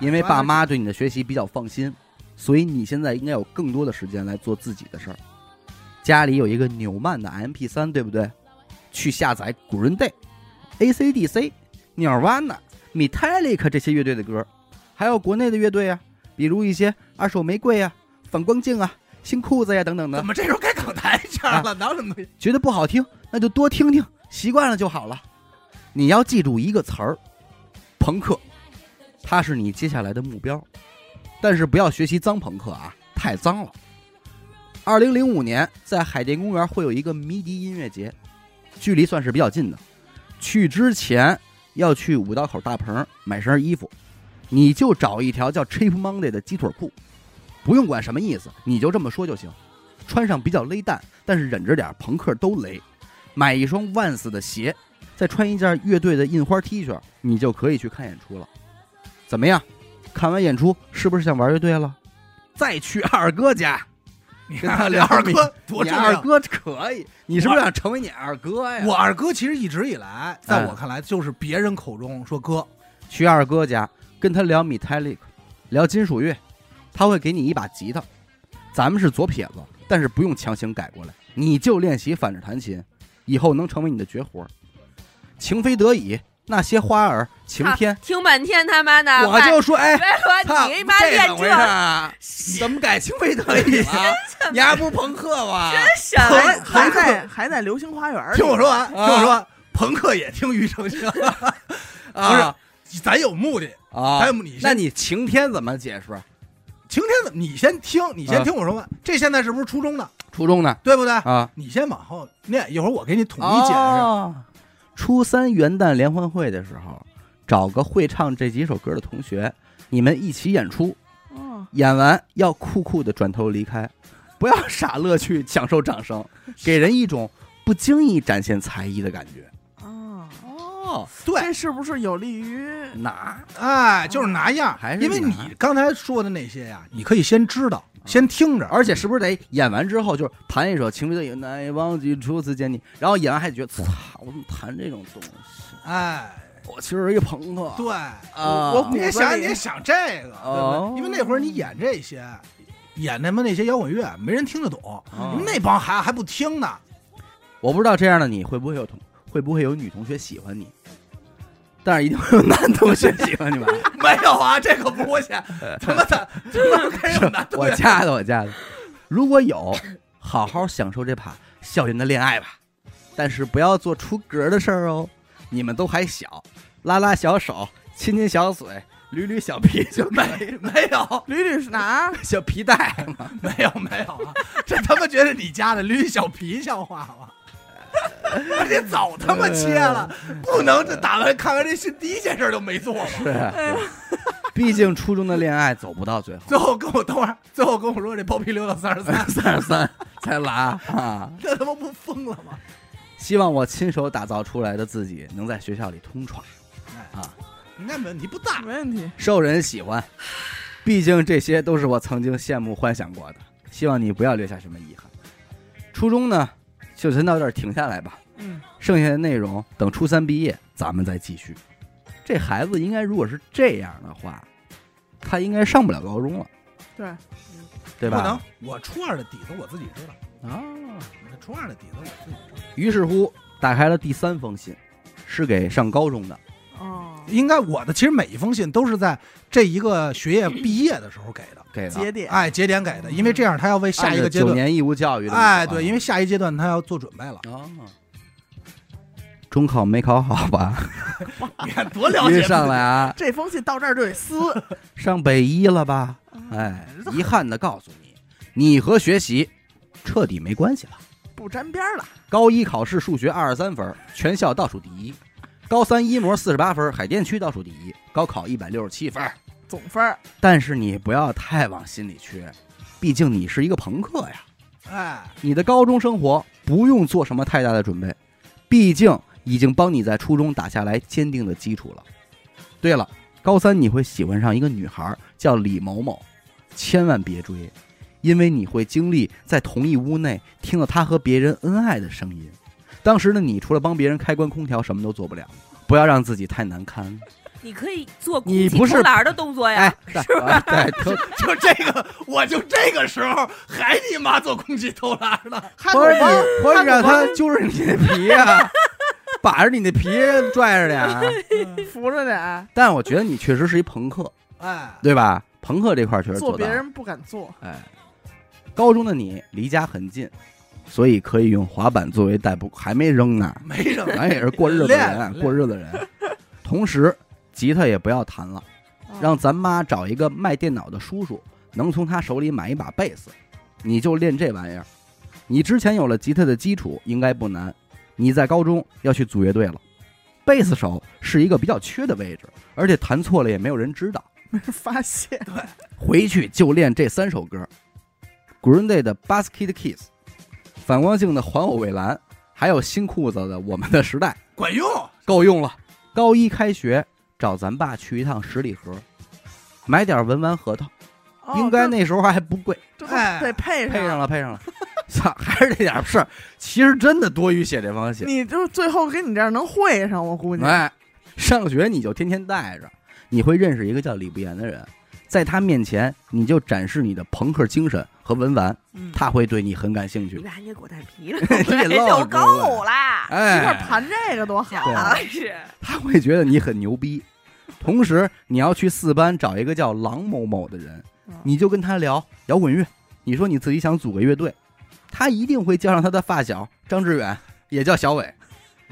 S1: 因为爸妈对你的学习比较放心，所以你现在应该有更多的时间来做自己的事儿。家里有一个纽曼的 MP 3对不对？去下载古人 day、ACDC、鸟瓦纳、Metallica 这些乐队的歌，还有国内的乐队啊，比如一些二手玫瑰啊、反光镜啊、新裤子呀、等等的
S2: 怎。么这时候该港台腔
S1: 啊
S2: 了？哪有什么东西？
S1: 觉得不好听，那就多听听，习惯了就好了。你要记住一个词儿，朋克，它是你接下来的目标，但是不要学习脏朋克啊，太脏了。二零零五年在海淀公园会有一个迷笛音乐节，距离算是比较近的。去之前要去五道口大棚买身衣服，你就找一条叫 Cheap Monday 的鸡腿裤，不用管什么意思，你就这么说就行。穿上比较勒蛋，但是忍着点儿，朋克都勒。买一双 Vans 的鞋，再穿一件乐队的印花 T 恤，你就可以去看演出了。怎么样？看完演出是不是想玩乐队了？再去二哥家，
S2: 你
S1: 跟他
S2: 看
S1: 聊
S2: 二哥多
S1: 你
S2: 重
S1: 二
S2: 要！
S1: 哥可以，你是不是想成为你二哥哎呀？
S2: 我二哥其实一直以来，
S1: 嗯
S2: 在我看来就是别人口中说哥，
S1: 去二哥家跟他聊 Metallic，聊金属乐，他会给你一把吉他。咱们是左撇子，但是不用强行改过来，你就练习反着弹琴，以后能成为你的绝活。情非得已，那些花儿，晴天
S4: 啊，听半天他妈的，
S1: 我就说，哎，
S4: 为
S1: 操，
S4: 了你妈
S1: 这
S4: 练
S1: 怎么回事
S4: 这
S1: 啊？ 怎么改情非得已了？你还不是朋克吗？
S4: 什么
S3: 还
S4: 呀？
S3: 还在还在流星花园里，
S2: 听我说完，听
S1: 啊
S2: 我说完，朋克也听庾澄庆， 不是
S1: 啊
S2: 咱有目的。
S1: 啊
S2: 还有！你
S1: 那
S2: 先，
S1: 你晴天怎么解释？
S2: 晴天怎么？你先听，你先
S1: 啊
S2: 听我说完。这现在是不是初中的？
S1: 初中呢？
S2: 对不对？
S1: 啊，
S2: 你先往后念，一会儿我给你统一解释。
S1: 哦，初三元旦联欢会的时候，找个会唱这几首歌的同学，你们一起演出，
S3: 哦，
S1: 演完要酷酷的转头离开，不要傻乐趣享受掌声，给人一种不经意展现才艺的感觉。
S3: 哦，
S1: 哦，
S2: 对，
S3: 这是不是有利于
S1: 拿
S2: 哎，就是拿样，
S1: 还是
S2: 因为
S1: 拿
S2: 你刚才说的那些呀，你可以先知道，先听着。
S1: 嗯而且是不是得演完之后就是弹一首《情非得已》，难以忘记初次见你，然后演完还觉得，操，我怎么弹这种东西？
S2: 哎，
S1: 我其实是一朋克。
S2: 对，
S1: 啊，
S3: 我
S2: 你也
S3: 骨
S2: 哦想，
S3: 子里
S2: 你也想这个，对
S1: 哦
S2: 不对？因为那会儿你演这些，演他妈那些摇滚乐，没人听得懂，
S1: 啊
S2: 你们那帮孩子还不听呢。
S1: 我不知道这样的你会不会有同会不会有女同学喜欢你，但是一定会有男同学喜欢你 吧？
S2: 没有啊，这可不 行，他妈的，他妈开始难
S1: 我加的，我加的。如果有，好好享受这把校园的恋爱吧，但是不要做出格的事儿哦。你们都还小，拉拉小手，亲亲小嘴，捋捋小皮就没
S2: 没有，
S3: 捋捋哪 儿？
S1: 小皮带 嘛。
S2: 没有，没有啊！这他妈觉得你家的驴小皮像话吗？ 而且早他妈切了，不能这打完看完这信第一件事就没做嘛。
S1: 是，毕竟初中的恋爱走不到最后，
S2: 最后跟我等会儿，最后跟我说这包皮留到三十三，
S1: 三十三才拉啊。
S2: 这他妈不疯了吗？
S1: 希望我亲手打造出来的自己能在学校里通闯。
S2: 应该问题不大。
S3: 没问题，
S1: 受人喜欢。毕竟这些都是我曾经羡慕幻想过的，希望你不要留下什么遗憾。初中呢，就先到这儿停下来吧，
S3: 嗯，
S1: 剩下的内容等初三毕业咱们再继续。这孩子应该如果是这样的话，他应该上不了高中了，
S3: 对，
S1: 对
S2: 不能
S1: 吧？，
S2: 我初二的底子我自己知道，
S1: 啊，
S2: 初二的底子我自己知道。
S1: 于是乎，打开了第三封信，是给上高中的。
S3: 哦，
S2: 应该我的其实每一封信都是在这一个学业毕业的时候给的，
S1: 给
S3: 节点，
S2: 哎，节点给的，因为这样他要为下一个阶
S1: 九
S2: 段，
S1: 年义务教育的。
S2: 哎，对，因
S1: 为
S2: 为下一阶段他要做准备了。
S1: 啊，中考没考好吧？
S2: 你看多
S1: 一上来啊，
S3: 这封信到这儿就 得撕。
S1: 上北一了吧？哎，遗憾的告诉你，你和学习彻底没关系了。
S3: 不沾边儿了，
S1: 高一考试数学二十三分，全校倒数第一；高三一模四十八分，海淀区倒数第一；高考一百六十七分。
S3: 总 分儿
S1: 但是你不要太往心里去，毕竟你是一个朋克呀。
S2: 哎，
S1: 你的高中生活不用做什么太大的准备，毕竟已经帮你在初中打下来坚定的基础了。对了，高三你会喜欢上一个女孩，叫李某某，千万别追，因为你会经历在同一屋内听到她和别人恩爱的声音。当时的你除了帮别人开关空调，什么都做不了。不要让自己太难堪。
S4: 你可以做空
S1: 你
S4: 气
S1: 不是
S4: 投篮儿的动作呀
S1: 哎，，是吧？ 对，都
S2: 就这个，我就这个时候还你妈做空气投篮 呢。
S3: 还
S1: 不是你不
S3: 不，
S1: 是 让他揪着你的皮呀、把着你的皮拽着点啊。
S3: 扶着点，
S1: 但我觉得你确实是一朋 克，
S2: 哎，
S1: 对吧？朋克这块儿确实
S3: 做
S1: 做到
S3: 别
S1: 了。
S3: 人不敢做。
S1: 哎，高中的你离家很近，所以可以用滑板作为代步，还没扔 呢。
S2: 没什么。
S1: 咱也是过日子的人，
S2: 练
S1: 过日子的人。同时，吉他也不要弹了，
S3: 嗯
S1: 让咱妈找一个卖电脑的叔叔，能从他手里买一把贝斯，你就练这玩意儿。你之前有了吉他的基础，应该不难。你在高中要去组乐队了，贝斯手是一个比较缺的位置，而且弹错了也没有人知道。
S3: 没人 发现，
S1: 回去就练这三首歌：Green Day 的《Basket Case》，反光镜的《还我蔚蓝》，还有新裤子的《我们的时代》，
S2: 管用，
S1: 够用了。高一开学找咱爸去一趟十里河，买点文玩核桃，
S3: 哦
S1: 应该
S3: 这
S1: 那时候还不贵。
S3: 这都
S2: 哎
S3: 得配
S1: 配上了，配上了。操，还是这点事儿。其实真的多余写这封信。
S3: 你就最后跟你这儿能会上，我估计。
S1: 哎，上学你就天天带着，你会认识一个叫李不言的人，在他面前你就展示你的朋克精神和文玩，
S3: 嗯
S1: 他会对你很感兴
S4: 你
S1: 趣。
S4: 把你果断皮了，
S1: 你露
S4: 就
S1: 出来
S4: 够啦。
S3: 一块
S1: 哎，
S3: 儿盘这个多好
S1: 对
S3: 啊！
S4: 是
S1: 他会觉得你很牛逼。同时，你要去四班找一个叫郎某某的人，
S3: 嗯
S1: 你就跟他聊摇滚乐，你说你自己想组个乐队，他一定会叫上他的发小张志远，也叫小伟，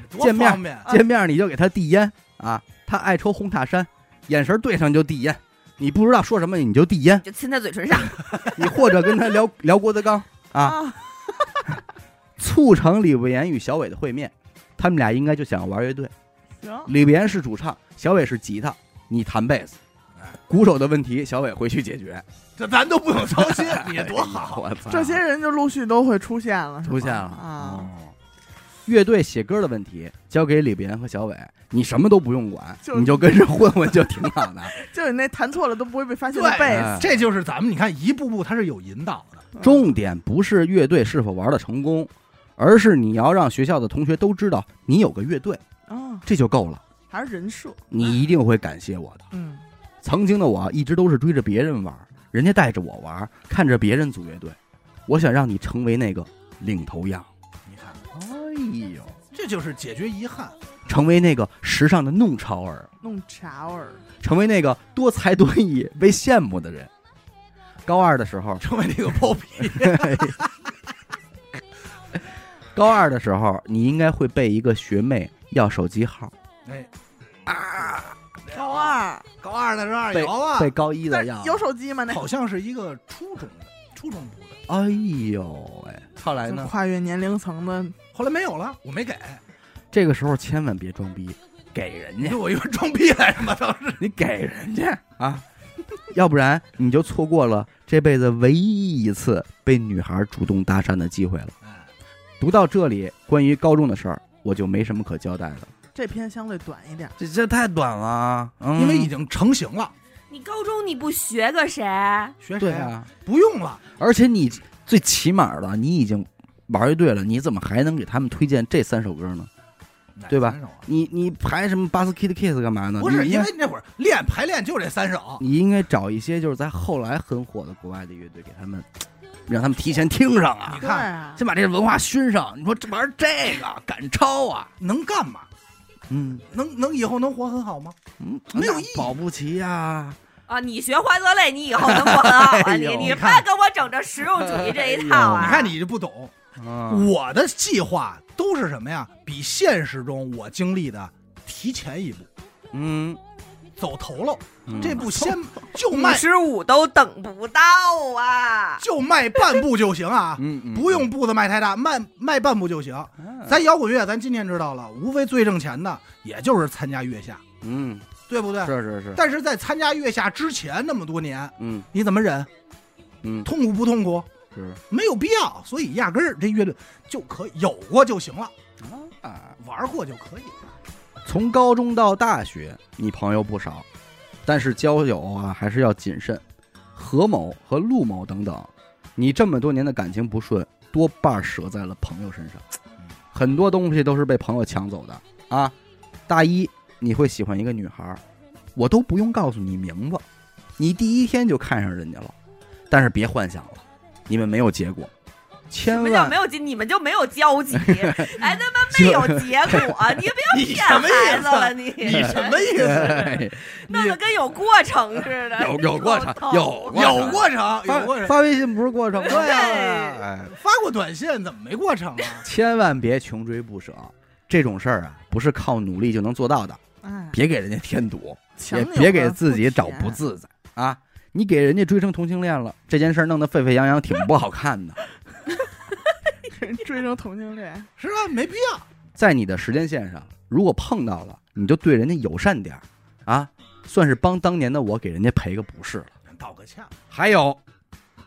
S2: 多
S1: 见面
S2: 方便。
S1: 见面你就给他递烟啊，他爱抽红塔山，眼神对上就递烟，你不知道说什么你就递烟，
S4: 就亲在嘴唇上，
S1: 你或者跟他聊聊郭德纲啊，
S3: 啊，
S1: 促成李不言与小伟的会面，他们俩应该就想玩乐队，
S3: 行，
S1: 李不言是主唱，小伟是吉他，你弹贝斯，
S2: 哎
S1: 鼓手的问题小伟回去解决，
S2: 这咱都不用操 心，你这多
S1: 哎呦
S2: 好。
S1: 我 操
S3: 这些人就陆续都会出现了，是
S1: 出
S3: 吧
S1: 现了
S3: 啊，
S1: 哦乐队写歌的问题交给李不言和小伟，你什么都不用管，
S3: 就是
S1: 你就跟着混混就挺好的。
S3: 就你那弹错了都不会被发现的
S2: 对
S3: 贝
S1: 哎
S3: 斯，
S2: 这就是咱们，你看一步步它是有引导的。
S1: 重点不是乐队是否玩的成功，而是你要让学校的同学都知道你有个乐队，
S3: 啊，
S1: 这就够了。
S3: 还是人设，
S1: 你一定会感谢我的。
S3: 嗯，
S1: 曾经的我一直都是追着别人玩，人家带着我玩，看着别人组乐队，我想让你成为那个领头羊。
S2: 你看，
S1: 哎呦，
S2: 这就是解决遗憾。
S1: 成为那个时尚的弄潮儿，
S3: 弄茶味儿，
S1: 成为那个多才多艺、被羡慕的人。高二的时候，
S2: 成为那个包皮，
S1: 高二的时候，你应该会被一个学妹要手机号，
S2: 哎，
S3: 高二，
S2: 啊高二的时候二摇啊，
S1: 被高一的
S3: 但
S1: 要。
S3: 有手机吗？那
S2: 好像是一个初中的，初中部的，
S1: 哎呦喂、后来
S3: 就
S1: 呢？
S3: 跨越年龄层的，
S2: 后来没有了，我没给，
S1: 这个时候千万别装逼，给人
S2: 你
S1: 家
S2: 说，我一个装逼来着吗？当时
S1: 你给人家啊，要不然你就错过了这辈子唯一一次被女孩主动搭讪的机会了。
S2: 哎
S1: 读到这里，关于高中的事儿，我就没什么可交代的，
S3: 这篇相对短一点，
S1: 这这太短了，嗯
S2: 因为已经成型了，
S4: 你高中你不学个谁？
S2: 学谁
S1: 对？啊，
S2: 不用了，
S1: 而且你最起码的，你已经玩乐队了，你怎么还能给他们推荐这三首歌呢？对吧
S2: 哪三首啊？
S1: 你你排什么 Basket Case 干嘛呢？
S2: 不是，
S1: 你应
S2: 因
S1: 该
S2: 为那会儿练排练就这三首，
S1: 你应该找一些就是在后来很火的国外的乐队，给他们让他们提前听上啊
S2: 你，
S3: 对
S2: 看
S3: 啊，
S1: 先把这文化熏上。你说这玩意儿这个赶超啊，
S2: 能干嘛？
S1: 嗯
S2: 能能以后能活很好吗？
S1: 嗯，
S2: 没有意义
S1: 那保不齐呀、
S4: 啊！你学花泽类，你以后能过很好啊！
S1: 哎
S4: 你
S1: 呦
S4: 你
S1: 你
S4: 别
S2: 看
S4: 跟我整这实用主义这一套啊！
S2: 你看你就不懂，
S1: 嗯，
S2: 我的计划都是什么呀？比现实中我经历的提前一步，
S1: 嗯，
S2: 走头喽。
S1: 嗯
S2: 这步先就
S4: 五
S2: 迈
S4: 十五都等不到啊！
S2: 就迈半步就行啊，
S1: 嗯嗯
S2: 不用步子迈太大，迈迈半步就行。
S1: 嗯
S2: 咱摇滚乐，咱今天知道了，无非最挣钱的也就是参加月下，
S1: 嗯，
S2: 对不对？
S1: 是是是，
S2: 但是在参加月下之前那么多年，
S1: 嗯
S2: 你怎么忍？
S1: 嗯
S2: 痛苦不痛苦？
S1: 是
S2: 没有必要，所以压根儿这乐队就可以有过就行了，
S1: 啊。
S2: 玩过就可以了。
S1: 从高中到大学，你朋友不少，但是交友啊还是要谨慎。何某和陆某等等，你这么多年的感情不顺，多半折在了朋友身上。
S4: 嗯
S1: 很多东西都是被朋友抢走的啊。大一你会喜欢一个女孩儿，我都不用告诉你名字，你第一天就看上人家了，但是别幻想了，你们没有结果，
S4: 什
S1: 千
S4: 么叫
S1: 万
S4: 没有结？你们就没有交集，还他妈没有结果，你
S2: 你
S4: 不要骗
S2: 什么意
S4: 孩
S2: 思
S4: 子了，你
S2: 你什么意思？
S4: 弄得跟有过程似的，
S1: 有有过程
S4: 头
S1: 有
S2: 有过程，有过
S1: 哎发
S2: 程，
S1: 发微信不是过程吗？
S2: 对啊
S1: 哎
S2: 发过短信，怎么没过程啊？
S1: 千万别穷追不舍，这种事儿啊，不是靠努力就能做到的。
S3: 哎，
S1: 别给人家添堵，
S3: 强
S1: 也
S3: 扭
S1: 别给
S3: 和
S1: 自己
S3: 甜
S1: 找不自在啊！你给人家追成同性恋了，这件事儿弄得沸沸扬扬，挺不好看 的。
S3: 追成同性恋，
S2: 是吧？没必要。
S1: 在你的时间线上，如果碰到了，你就对人家友善点儿啊，算是帮当年的我给人家赔个不是了。
S2: 道个歉，
S1: 还有，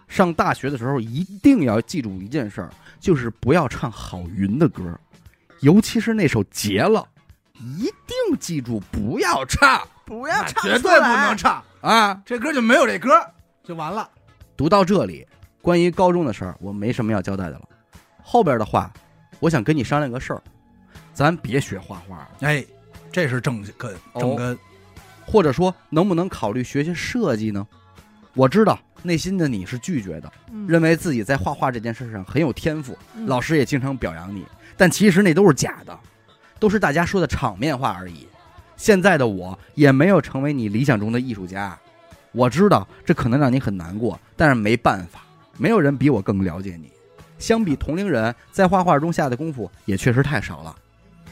S1: 上大学的时候一定要记住一件事儿，就是不要唱郝云的歌，尤其是那首《结了》，一定记住不要唱
S3: 不要唱出来，
S2: 绝对不能唱，
S1: 啊！
S2: 这歌就没有这歌就完了。
S1: 读到这里，关于高中的事儿，我没什么要交代的了。后边的话，我想跟你商量个事儿，咱别学画画了，
S2: 哎，这是正根，正根。
S1: 或者说能不能考虑学学设计呢？我知道内心的你是拒绝的，
S3: 嗯
S1: 认为自己在画画这件事上很有天赋，
S3: 嗯
S1: 老师也经常表扬你，但其实那都是假的，都是大家说的场面话而已。现在的我也没有成为你理想中的艺术家，我知道这可能让你很难过，但是没办法，没有人比我更了解你。相比同龄人，在画画中下的功夫也确实太少了。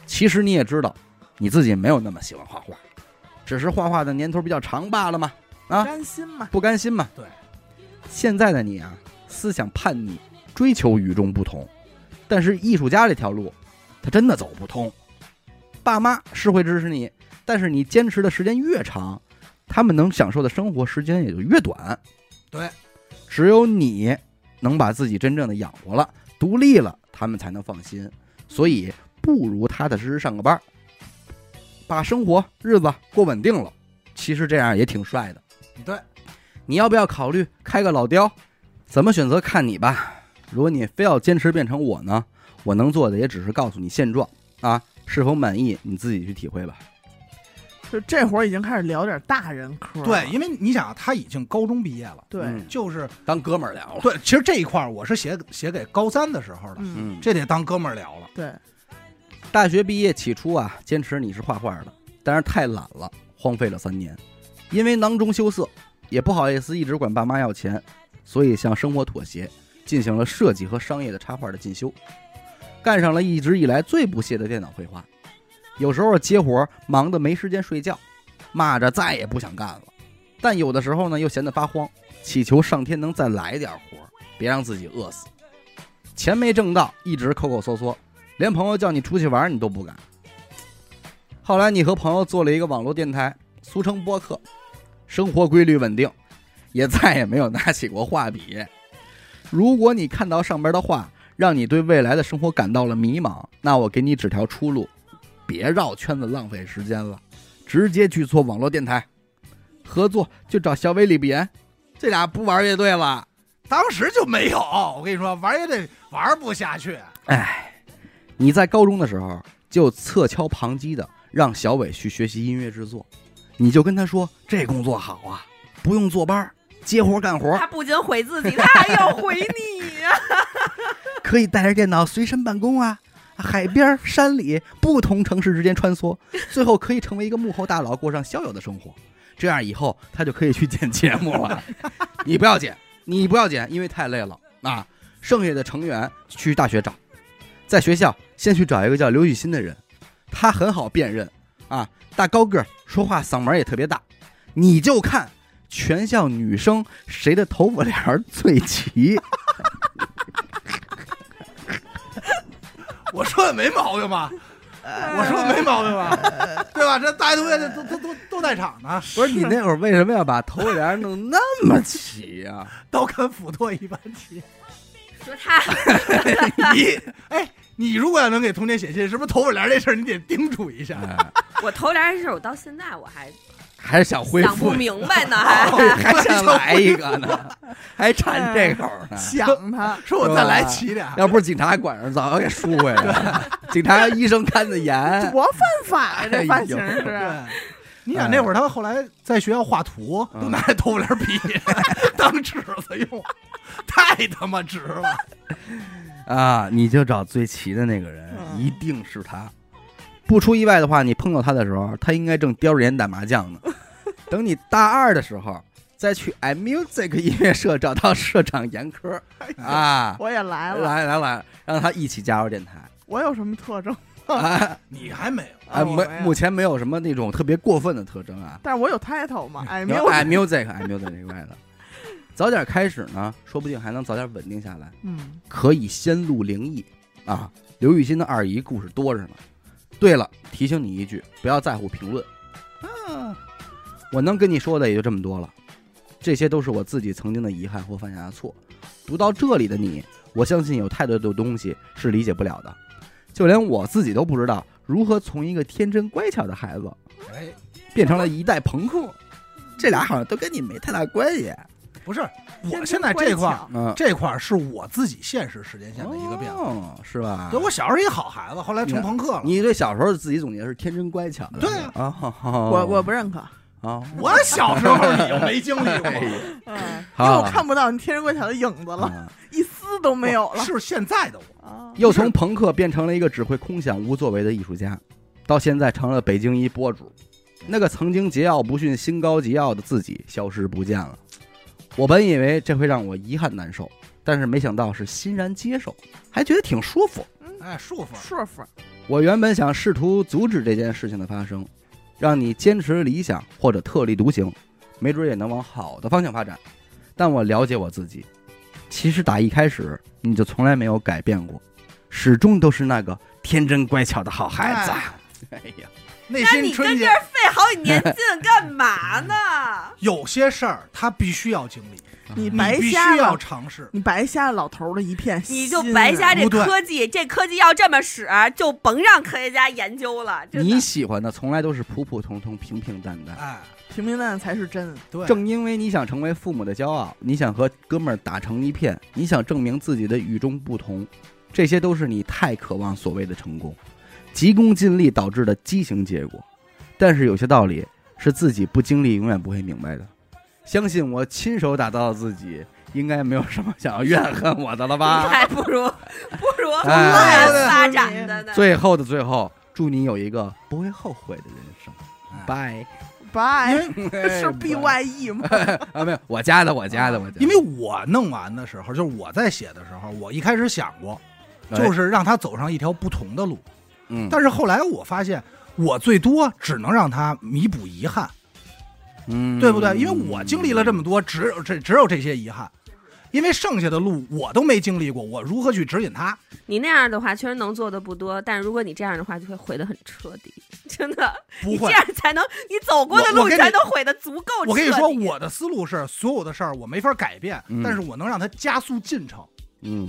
S1: 其实你也知道，你自己没有那么喜欢画画，只是画画的年头比较长罢了嘛。啊
S3: 甘心嘛，
S1: 不甘心嘛。
S2: 对，
S1: 现在的你啊，思想叛逆，追求与众不同，但是艺术家这条路，他真的走不通。爸妈是会支持你，但是你坚持的时间越长，他们能享受的生活时间也就越短。
S2: 对，
S1: 只有你能把自己真正的养活了，独立了，他们才能放心。所以，不如踏踏实实上个班儿，把生活日子过稳定了。其实这样也挺帅的。
S2: 对，
S1: 你要不要考虑开个老雕？怎么选择看你吧。如果你非要坚持变成我呢，我能做的也只是告诉你现状啊，是否满意你自己去体会吧。
S3: 就这会儿已经开始聊点大人嗑了，
S2: 对，因为你想，他已经高中毕业了，
S3: 对，
S1: 嗯
S2: 就是
S1: 当哥们儿聊了。
S2: 对。其实这一块儿我是写写给高三的时候的，
S3: 嗯，
S1: 嗯，
S2: 这得当哥们儿聊了。
S3: 对，
S1: 大学毕业起初啊，坚持你是画画的，但是太懒了，荒废了三年。因为囊中羞涩，也不好意思一直管爸妈要钱，所以向生活妥协，进行了设计和商业的插画的进修，干上了一直以来最不屑的电脑绘画。有时候接活儿忙得没时间睡觉，骂着再也不想干了；但有的时候呢，又闲得发慌，祈求上天能再来点活儿，别让自己饿死。钱没挣到，一直抠抠缩缩，连朋友叫你出去玩儿你都不敢。后来你和朋友做了一个网络电台，俗称播客，生活规律稳定，也再也没有拿起过画笔。如果你看到上边的画，让你对未来的生活感到了迷茫，那我给你指条出路，别绕圈子浪费时间了，直接去做网络电台，合作就找小伟、李碧岩，这俩不玩乐队了。
S2: 当时就没有，我跟你说，玩也得玩不下去。
S1: 哎，你在高中的时候就侧敲旁击的让小伟去学习音乐制作，你就跟他说这工作好啊，不用坐班儿，接活干活
S4: 他，不仅毁自己，他还要毁你呀、
S1: 可以带着电脑随身办公啊。海边、山里，不同城市之间穿梭，最后可以成为一个幕后大佬，过上逍遥的生活。这样以后他就可以去剪节目了。你不要剪，你不要剪，因为太累了啊。剩下的成员去大学找，在学校先去找一个叫刘雨欣的人，他很好辨认啊，大高个儿，说话嗓门也特别大。你就看全校女生谁的头发帘儿最齐。
S2: 我说的没毛病吧？我说的没毛病吧？对吧？这大学同学都都都都在场呢，
S1: 不是你那会儿为什么要把头发帘儿弄那么齐 呀、
S2: 刀砍斧剁一般齐。
S4: 说 他
S2: 你哎，你如果要能给童年写信，是不是头发帘这事儿你得叮嘱一下？
S1: 哎
S4: 我头帘事儿，我到现在我还
S1: 还是想恢
S4: 想
S1: 复哦
S4: 不，明白呢，还。
S1: 还想来一个呢，还馋这口 呢。
S3: 想 他，
S2: 说我再来齐俩，
S1: 要不是警察管着，早给赎回来 了。警察医生看得严，
S3: 多犯法呀！这发型
S1: 哎哎呦
S3: 是，
S2: 对，你想那会儿他后来在学校画图，
S1: 哎嗯
S2: 都拿着头发 帘笔当尺子用，太他妈值了。
S1: 啊，你就找最齐的那个人，
S3: 嗯
S1: 一定是他。不出意外的话，你碰到他的时候，他应该正叼着烟打麻 将呢。等你大二的时候，再去 i music 音乐社找到社长严科
S4: 哎
S1: 啊，
S3: 我也来了，
S1: 来来来，让他一起加入电台。
S3: 我有什么特征？
S1: 啊，
S2: 你还没有，
S1: 啊，
S3: 我
S1: 没
S3: 哦哎呀
S1: 目前没有什么那种特别过分的特征啊。
S3: 但是我有 title 嘛？
S2: 嗯
S3: 哎，没
S1: 然
S3: 有
S1: 后，哎，music，哎，music 这块的，早点开始呢，说不定还能早点稳定下来。
S3: 嗯，
S1: 可以先录灵异啊，刘雨欣的二姨故事多着呢。对了，提醒你一句，不要在乎评论。啊，我能跟你说的也就这么多了，这些都是我自己曾经的遗憾或犯下的错。读到这里的你，我相信有太多的东西是理解不了的，就连我自己都不知道如何从一个天真乖巧的孩子
S2: 哎，
S1: 变成了一代朋克。这俩好像都跟你没太大关系。
S2: 不是，我
S3: 天
S2: 现
S3: 真
S2: 在
S3: 乖
S2: 这块儿
S3: 巧
S1: 嗯，
S2: 这块儿是我自己现实时间线的一个变化。
S1: 哦，是吧？
S2: 对，我小时候一好孩子，后来成朋克了。
S1: 你对小时候自己总结是天真乖巧的，
S2: 啊对啊
S1: 啊，
S3: 我
S1: 我
S3: 我不认可，
S1: 啊，
S2: 我小时候你又没经历
S1: 哎
S2: 过，
S3: 嗯，因
S1: 好
S3: 为我看不到你天人乖巧的影子了，
S1: 啊
S3: 一丝都没有了。
S2: 哦是现在的我。
S4: 哦
S3: 啊
S1: 又从朋克变成了一个只会空想无作为的艺术家，到现在成了北京一博主，那个曾经桀骜不驯、心高气傲的自己消失不见了。我本以为这会让我遗憾难受，但是没想到是欣然接受，还觉得挺舒服。
S2: 哎，束缚。
S3: 说服，
S1: 我原本想试图阻止这件事情的发生，让你坚持理想或者特立独行，没准也能往好的方向发展。但我了解我自己，其实打一开始你就从来没有改变过，始终都是那个天真乖巧的好孩子。哎呀，
S2: 内
S4: 那
S2: 心
S4: 你
S2: 纯
S4: 跟这
S2: 洁。
S4: 儿费好几年劲 干嘛呢？
S2: 有些事儿他必须要经历，
S3: 你
S2: 你
S3: 白
S2: 必须
S3: 瞎
S2: 要
S3: 了，
S2: 尝试。
S3: 你白瞎了老头儿的一片心啊，
S4: 你就白瞎这
S2: 不对
S4: 科技，这科技要这么使，就甭让科学家研究了。真的
S1: 你喜欢的从来都是普普通通、平平淡淡。
S2: 哎，
S3: 平平淡淡才是真。
S2: 对，
S1: 正因为你想成为父母的骄傲，你想和哥们儿打成一片，你想证明自己的与众不同，这些都是你太渴望所谓的成功，急功近利导致的畸形结果。但是有些道理是自己不经历永远不会明白的。相信我亲手打造的自己，应该没有什么想要怨恨我的了吧？
S4: 还不如不如
S1: 哎
S4: 发展的呢。
S1: 最后的最后，祝你有一个不会后悔的人 生。
S2: 哎
S1: 拜，
S3: 拜，是
S1: 是
S3: B Y E 吗？
S1: 啊？没有，我加的，我加的，我加的。
S2: 因为我弄完的时候，就是我在写的时候，我一开始想过，就是让他走上一条不同的路，
S1: 哎嗯，
S2: 但是后来我发现，我最多只能让他弥补遗憾，
S1: 嗯，
S2: 对不对？因为我经历了这么多，只有这只有这些遗憾，因为剩下的路我都没经历过，我如何去指引他？
S4: 你那样的话，确实能做的不多，但如果你这样的话，就会毁得很彻底，真的。
S2: 不
S4: 你这
S2: 会，
S4: 样才能，你走过的
S2: 我
S4: 路
S2: 我跟你
S4: 才能毁得足够彻底。
S2: 我跟你说，我的思路是所有的事儿我没法改变，
S1: 嗯
S2: 但是我能让它加速进程。
S1: 嗯。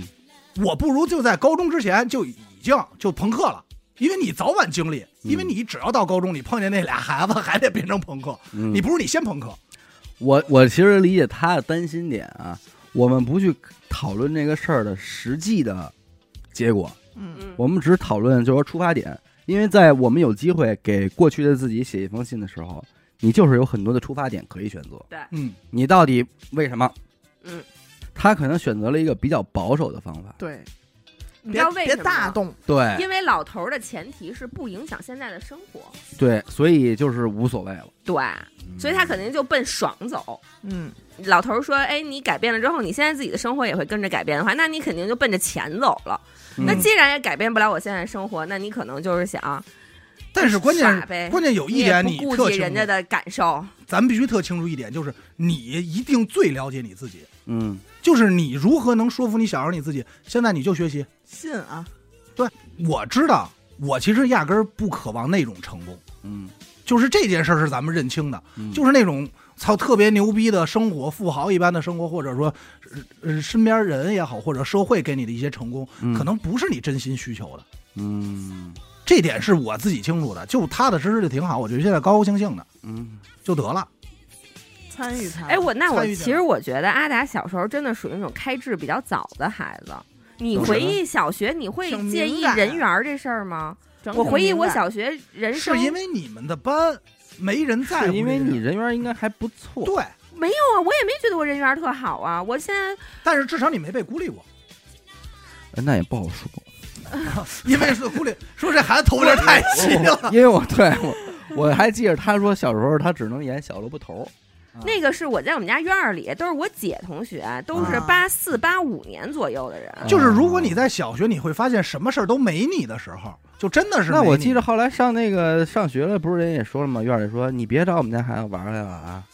S2: 我不如就在高中之前就已经就朋克了。因为你早晚经历，因为你只要到高中，你碰见那俩孩子还得变成朋克，
S1: 嗯
S2: 你不如你先朋克，
S1: 我我其实理解他的担心点啊，我们不去讨论这个事儿的实际的结果，
S3: 嗯，
S4: 嗯，
S1: 我们只讨论就是说出发点。因为在我们有机会给过去的自己写一封信的时候，你就是有很多的出发点可以选择。
S2: 嗯，
S1: 你到底为什么？
S4: 嗯，
S1: 他可能选择了一个比较保守的方法。
S3: 对，
S4: 你知
S3: 别
S4: 道为
S3: 别
S4: 什么
S3: 大
S4: 吗？
S3: 动，
S1: 对
S2: 哎
S4: 因为老头儿的前提是不影响现在的生活，
S2: 嗯
S1: 对，所以就是无所谓了。
S4: 对，所以他肯定就奔爽走。
S3: 嗯，
S4: 老头儿说：“哎，你改变了之后，你现在自己的生活也会跟着改变的话，那你肯定就奔着钱走了。
S1: 嗯
S4: 那既然也改变不了我现在的生活，那你可能就是想
S2: 但是关键
S4: 耍呗
S2: 是关键有一
S4: 也
S2: 点
S4: 不
S2: 你
S4: 顾
S2: 特
S4: 及
S2: 清
S4: 人
S2: 楚
S4: 家，的感受。
S2: 咱们必须特清楚一点，就是你一定最了解你自己，
S1: 嗯，
S2: 就是你如何能说服你小时候你自己。现在你就学习，
S3: 信啊，
S2: 我知道，我其实压根儿不渴望那种成功，
S1: 嗯
S2: 就是这件事儿是咱们认清的，
S1: 嗯，
S2: 就是那种操特别牛逼的生活，富豪一般的生活，或者说，呃，身边人也好，或者社会给你的一些成功，
S1: 嗯
S2: 可能不是你真心需求的。
S1: 嗯
S2: 这点是我自己清楚的，就踏踏实实就挺好。我觉得现在高高兴兴的
S1: 嗯
S2: 就得了。
S3: 参与参与。
S4: 哎，我那我
S2: 参与进
S4: 其
S2: 来
S4: 实我觉得阿达小时候真的属于那种开智比较早的孩子。你
S1: 有
S4: 回
S1: 什么
S4: 忆小学，你会
S3: 挺敏
S4: 介意
S3: 感
S4: 人缘儿这事儿吗？
S3: 整
S4: 我
S3: 挺
S4: 回忆
S3: 敏
S4: 我
S3: 感
S4: 小学人生
S2: 是因为你们的班没人在乎
S1: 是
S2: 这个，
S1: 因为你人缘应该还不错。
S2: 对，
S4: 没有啊，我也没觉得我人缘儿特好啊。我现在
S2: 但是至少你没被孤立过，
S1: 哎那也不好 说，
S2: 因为是孤立，说这孩子头发有点太细了。
S1: 因为我对我我还记着他说小时候他只能演小萝卜头儿。
S4: 那个是我在我们家院儿里，都是我姐同学，都是
S3: 啊
S4: 八四八五年左右的人。
S2: 就是
S1: 嗯
S2: 如果
S1: 啊
S2: 你在小学，你会发现什么事儿都没你的时候，就真的是
S1: 那
S2: 没
S1: 我
S2: 你
S1: 记着后来上那个上学了，不是人也说了吗？院儿里说你别找我们家孩子玩儿来了啊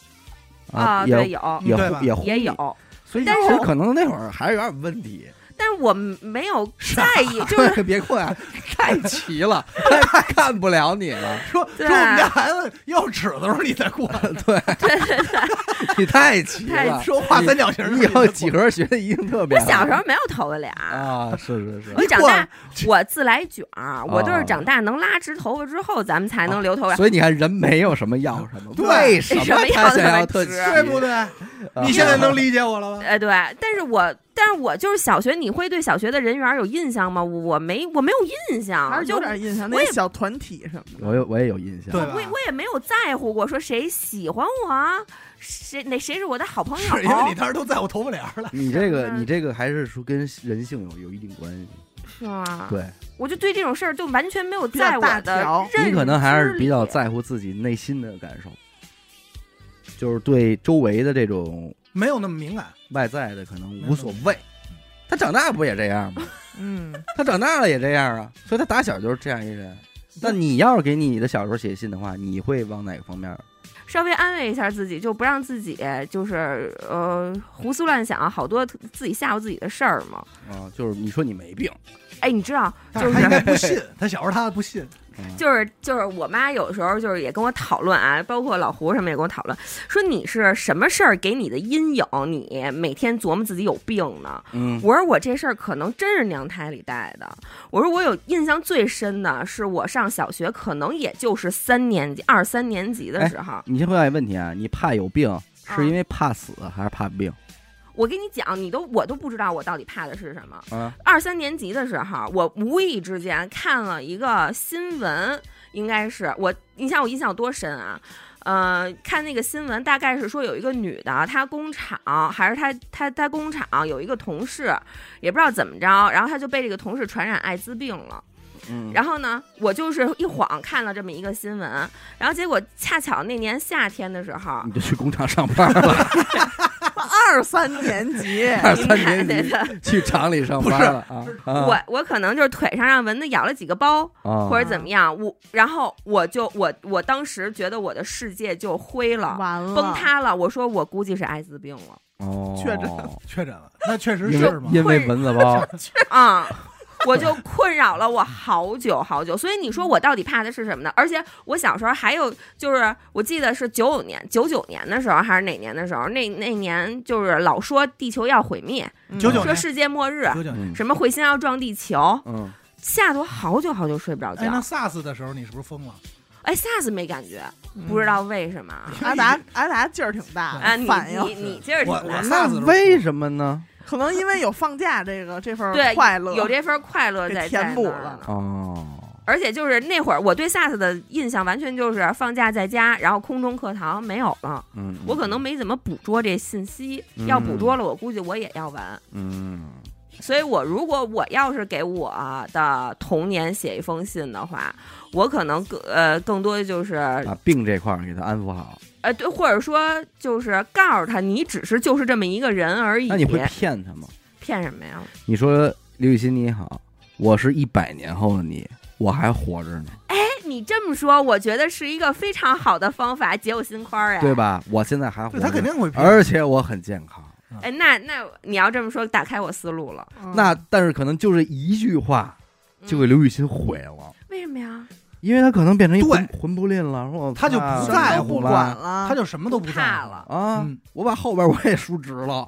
S4: 啊，对，
S1: 也
S4: 有
S1: 也
S2: 对
S1: 忽
S2: 吧
S1: 也忽
S4: 也，有，
S1: 所以
S4: 但是
S1: 其实
S4: 我
S1: 可能那会儿还是有点问题。
S4: 但是我没有在意， 就是
S1: 别困 啊，太齐了，太看不了你了，
S2: 说
S4: 对
S2: 说
S4: 啊
S2: 我们家孩子要尺的时候你再过来，
S4: 对对对，
S1: 你太齐
S4: 太
S1: 了。
S2: 说话三角形儿
S1: 啊你以后几
S2: 个
S1: 何学的一定特别
S4: 我
S1: 好。
S4: 小时候没有头发帘儿。
S1: 啊，是是是
S4: 我长
S2: 过
S4: 大，我自来卷儿，我就是
S1: 哦
S4: 长大能拉直头发之后，咱们才能留头发。
S1: 所以你看人没有什么要什么，
S2: 对
S1: 为什
S4: 什么
S1: 他
S4: 要
S1: 想
S4: 那么
S1: 要特
S4: 直
S1: 齐？
S2: 对不对？
S1: 啊
S2: 你现在能理解我了吧？
S4: 呃，对，但是我，但是我就是小学，你会对小学的人缘儿有印象吗？我我没，我没有印
S3: 还
S4: 象，
S3: 是
S4: 就
S3: 有点印象，那
S4: 我
S3: 些
S4: 也
S3: 小团体什么 的。
S1: 我有我也有印象，
S2: 对吧啊
S4: 我？也我也没有在乎过说谁喜欢我啊，谁那谁是我的好朋友。
S2: 是因为你当时都在我头发帘儿了。
S1: 你这个
S4: 嗯
S1: 你这个还是说跟人性有有一定关系。
S4: 是吗？
S1: 对
S4: 我就对这种事儿就完全没有
S3: 比较
S4: 在
S3: 大
S4: 我的
S3: 条
S4: 认
S1: 你可能还是比较
S4: 知里啊
S1: 在乎自己内心的感受，就是对周围的这种
S2: 没有那么敏 感，
S1: 外在的可能无所谓。
S4: 嗯
S1: 他长大不也这样吗？
S3: 嗯，
S1: 他长大了也这样啊，所以他打小就是这样一人。
S4: 嗯
S1: 那你要是给你的小时候写信的话，你会往哪个方面？
S4: 稍微安慰一下自己，就不让自己就是呃胡思乱想好多自己吓唬自己的事儿嘛。
S1: 啊，就是你说你没病，
S4: 哎，你知道，
S2: 但
S4: 就是
S2: 他应该
S4: 是
S2: 不信，他小时候他不信，
S1: 啊
S4: 就是就是我妈有时候就是也跟我讨论啊，包括老胡什么也跟我讨论，说你是什么事儿给你的阴影，你每天琢磨自己有病呢？
S1: 嗯
S4: 我说我这事儿可能真是娘胎里带的。我说我有印象最深的是我上小学，可能也就是三年级、二三年级的时候。
S1: 你先回答一个问题啊，你怕有病是因为怕死还是怕病
S4: 我跟你讲，你都我都不知道我到底怕的是什么。
S1: 啊？
S4: 二三年级的时候，我无意之间看了一个新闻，应该是我，你想我印象有多深啊？呃，看那个新闻，大概是说有一个女的，她工厂还是她她她工厂有一个同事，也不知道怎么着，然后她就被这个同事传染艾滋病了。
S1: 嗯
S4: 然后呢，我就是一晃看了这么一个新闻，然后结果恰巧那年夏天的时候
S1: 你，就去工厂上班了，
S3: 二三年 级
S1: 二嗯 三年
S4: 对
S1: 级
S4: 的，
S1: 去厂里上班了啊
S4: 我我可能就是腿上让蚊子咬了几个包，
S1: 啊！
S4: 或者怎么样，我然后我就我我当时觉得我的世界就灰了，
S3: 完了，
S4: 崩，塌了。我说我估计是艾滋病了
S1: 哦，
S3: 确诊
S2: 确诊了，那确实
S1: 因
S2: 是
S1: 为
S2: 吗？
S1: 因为蚊子包，
S4: 啊。 我就困扰了我好久好久，所以你说我到底怕的是什么呢？而且我小时候还有，就是我记得是九九年、九九年的时候，还是哪年的时候？那那年就是老说地球要毁灭，
S3: 嗯
S2: 九九
S4: 说
S2: 年
S4: 世界末日，
S2: 九九年。
S1: 嗯
S4: 什么彗星要撞地球，
S1: 嗯，
S4: 吓得我好久好久睡不着
S2: 哎，
S4: 觉。
S2: 那 SARS 的时候你是不是疯了？
S4: 哎，SARS 没感觉，不知。道为什么啊。
S3: 嗯阿达阿达劲儿挺 大的，
S4: 啊，你
S3: 反
S4: 你
S3: 应
S4: 你今儿挺
S2: 我
S4: 难
S2: 我
S4: 的
S2: SARS 的时候
S1: 为什么呢？
S3: 可能因为有放假这个这份儿
S4: 对
S3: 快乐，
S4: 有这份快乐在
S3: 给填补了
S4: 在那儿呢
S1: 哦，
S4: 而且就是那会儿我对 SARS 的印象完全就是放假在家，然后空中课堂没有了，
S1: 嗯，
S4: 我可能没怎么捕捉这信息，
S1: 嗯
S4: 要捕捉了，我估计我也要完。
S1: 嗯
S4: 所以我如果我要是给我的童年写一封信的话，我可能更呃更多的就是
S1: 把病这块儿给他安抚好。
S4: 呃对，或者说就是告诉他你只是就是这么一个人而已。
S1: 那你会骗他吗？
S4: 骗什么呀？
S1: 你说刘雨欣你好，我是一百年后的你，我还活着呢，
S4: 哎，你这么说，我觉得是一个非常好的方法解我心宽儿呀，
S1: 对？吧？我现在还活
S2: 对
S1: 着，
S2: 他肯定会骗，
S1: 而且我很健康。
S4: 哎，那那你要这么说，打开我思路了。
S3: 嗯
S1: 那但是可能就是一句话
S4: 嗯
S1: 就给刘雨欣毁了，
S4: 为什么呀？
S1: 因为他可能变成一魂
S2: 对
S1: 魂不吝了，说我
S2: 他就
S1: 怕
S2: 不
S3: 嗯什
S2: 在
S3: 么
S1: 了
S3: 都
S2: 乎
S3: 不管了，
S2: 他就什么都不在
S4: 怕
S2: 乎
S4: 了，
S1: 啊
S2: 嗯！
S1: 我把后边我也叔侄 了，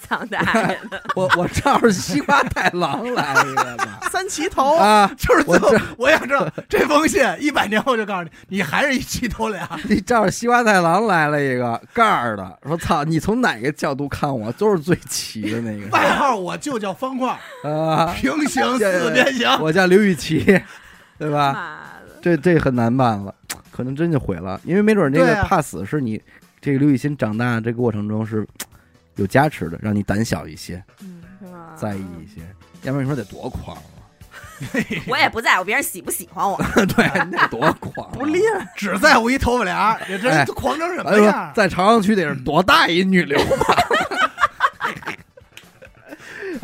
S4: 苍大爷，
S1: 我我照着西瓜太郎来一个 吧
S3: 三齐头，
S1: 啊！
S2: 哦就是
S1: 我
S2: 最后
S1: 这，
S2: 我想知道这封信一百年后就告诉你，你还是一齐头啊俩，
S1: 你照着西瓜太郎来了一个盖儿的，说操，你从哪个角度看我都是最齐的那 个
S2: 外号我就叫方块，
S1: 啊！
S2: 平行
S1: 对
S2: 四边形。
S1: 哎啊我叫刘雨琪，对吧？
S4: 妈 的，
S1: 这这很难办了，可能真就毁了，因为没准那
S2: 对
S1: 个
S2: 啊
S1: 怕死是你、这个刘雨欣长大这个过程中是有加持的，让你胆小一些，
S4: 是吧
S2: 啊
S1: 在意一些，要不然你说得多狂啊！
S4: 我也不在乎别人喜不喜欢我。
S1: 对，那多 狂、啊，
S3: 不吝。
S2: 只在乎一头发帘儿，你
S1: 哎
S2: 这狂成什
S1: 哎
S2: 么
S1: 呦
S2: 样？，
S1: 在朝阳区得是多大一女流氓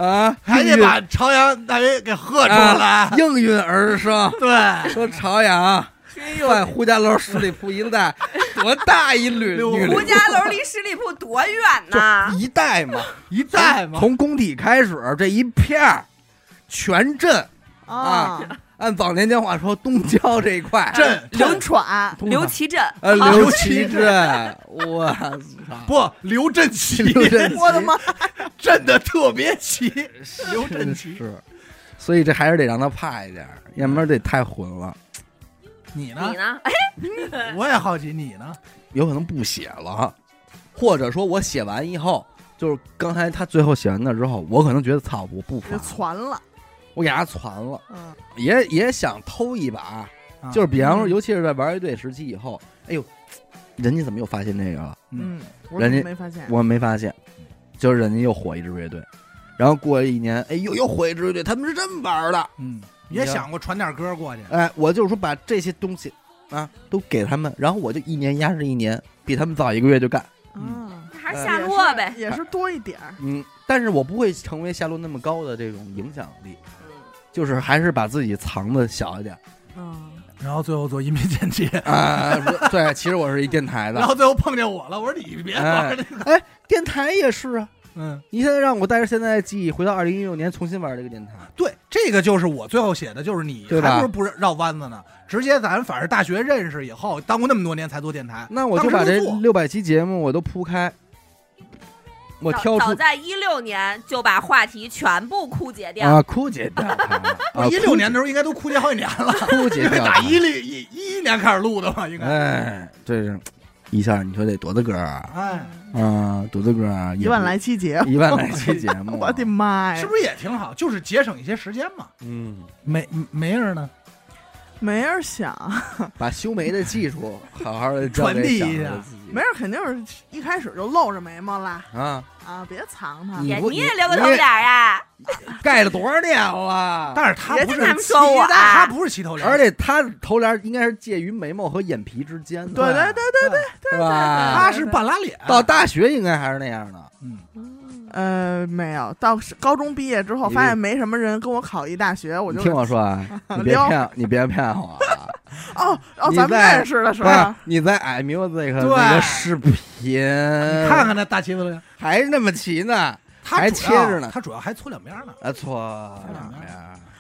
S1: 啊！
S2: 还得
S1: 应运
S2: 把啊朝阳大鱼给喝出来。
S1: 应运而生，
S2: 对，
S1: 说朝阳在胡家楼十里铺一带，多大一女
S2: 六
S1: 女
S4: 胡
S1: 流
S4: 家楼离十里铺多远
S2: 啊
S4: 呢？
S1: 一带嘛，
S2: 一代嘛，
S1: 哎从工体开始这一片儿，全镇，
S3: 啊，
S1: 按早年间话说，东郊这一块
S2: 朕
S3: 流喘，
S1: 通
S4: 刘
S1: 常
S4: 琦镇，
S1: 呃
S4: 好
S1: 刘琦镇，我操，
S2: 不刘振奇，
S1: 刘振奇
S3: 我的妈，
S2: 震的特别齐，刘振奇。
S1: 是，所以这还是得让他怕一点儿，要不然得太混了，
S2: 你呢
S4: 你？呢？哎，
S2: 我也好奇你呢。
S1: 有可能不写了，或者说我写完以后。就是刚才他最后写完那之后，我可能觉得操，我不
S3: 就
S1: 发，
S3: 传了，
S1: 我给他传了，
S3: 嗯，
S1: 也也想偷一把，
S2: 啊
S1: 就是比方说，
S3: 嗯
S1: 尤其是在玩乐队时期以后，哎呦，人家怎么又发现这个了？
S2: 嗯
S3: 嗯，我
S1: 人
S3: 怎
S1: 家
S3: 么没发现？
S1: 我没发现，就是人家又火一支乐队，然后过了一年，哎，又又火一支乐队，他们是这么玩的。
S2: 嗯，也想过传点歌过去。
S1: 哎，我就是说把这些东西啊都给他们，然后我就一年压着一年，比他们早一个月就干。
S3: 啊，
S4: 还是
S1: 呃
S4: 夏洛呗。嗯
S3: 也是啊多一点儿，
S1: 嗯，但是我不会成为夏洛那么高的这种影响力，就是还是把自己藏的小一点
S3: 嗯，
S2: 然后最后做音频剪辑，
S1: 啊。 我对，其实我是一电台
S2: 然
S1: 的，
S2: 后最后碰见我了，我说你别
S1: 哎
S2: 玩了。
S1: 电台也是啊。
S2: 嗯，
S1: 你现在让我带着现在的记忆回到二零一六年，重新玩这个电台。
S2: 对，这个就是我最后写的，就是你
S1: 对吧
S2: 还不是不绕弯子呢，直接咱反正大学认识以后，耽误那么多年才做电台。
S1: 那我就把
S2: 当时
S1: 这
S2: 就做
S1: 六百期节目我都铺开，我挑
S4: 早
S1: 出
S4: 早在一六年就把话题全部枯竭掉。
S1: 啊，枯竭掉它了啊，
S2: 一六年的时候应该都枯竭好几年了，
S1: 枯竭
S2: 因为
S1: 掉它
S2: 打一零一一一年开始录的嘛，应该。
S1: 哎，这是一下你说得多大歌啊？
S2: 哎，
S1: 啊，多大歌啊？
S3: 嗯一万来期节目，
S1: 一万来期节目，
S3: 我的妈呀，
S2: 哎是不是也挺好？就是节省一些时间嘛。
S1: 嗯，
S2: 没没人呢，
S3: 没人想，
S1: 把修眉的技术好好的
S2: 传递一下
S3: 没人肯定是一开始就露着眉毛啦，
S1: 啊，
S3: 啊，别藏它，
S1: 你
S4: 也
S1: 不
S4: 你也留个头点儿啊！
S1: 盖了多少年了？
S2: 但是他
S4: 别
S2: 不
S4: 听
S2: 是
S4: 他们
S2: 齐
S4: 说我
S2: 的他
S4: 啊
S2: 不是齐头梁，
S1: 而且他头帘应该是介于眉毛和眼皮之间
S3: 对
S1: 的，
S3: 对对对，
S2: 对
S1: 是
S2: 对，
S1: 吧？
S2: 他是半拉脸。
S1: 到大学应该还是那样的，
S2: 嗯，
S3: 呃，没有，到是高中毕业之后，
S1: 你
S3: 发现没什么人跟我考一大学，我
S1: 你
S3: 就
S1: 听我说啊，你别
S3: 撩
S1: 骗，你别骗我啊！
S3: 哦哦，
S1: 你
S3: 咱们
S1: 在
S3: 认识的时
S1: 不
S3: 候，
S1: 是你在 iMusic 那个视频，
S2: 你看看那大齐头梁，
S1: 还那么齐呢？
S2: 他
S1: 呃还
S2: 主
S1: 切
S2: 要
S1: 着呢
S2: 他主要还搓两边呢。
S1: 啊，错两边，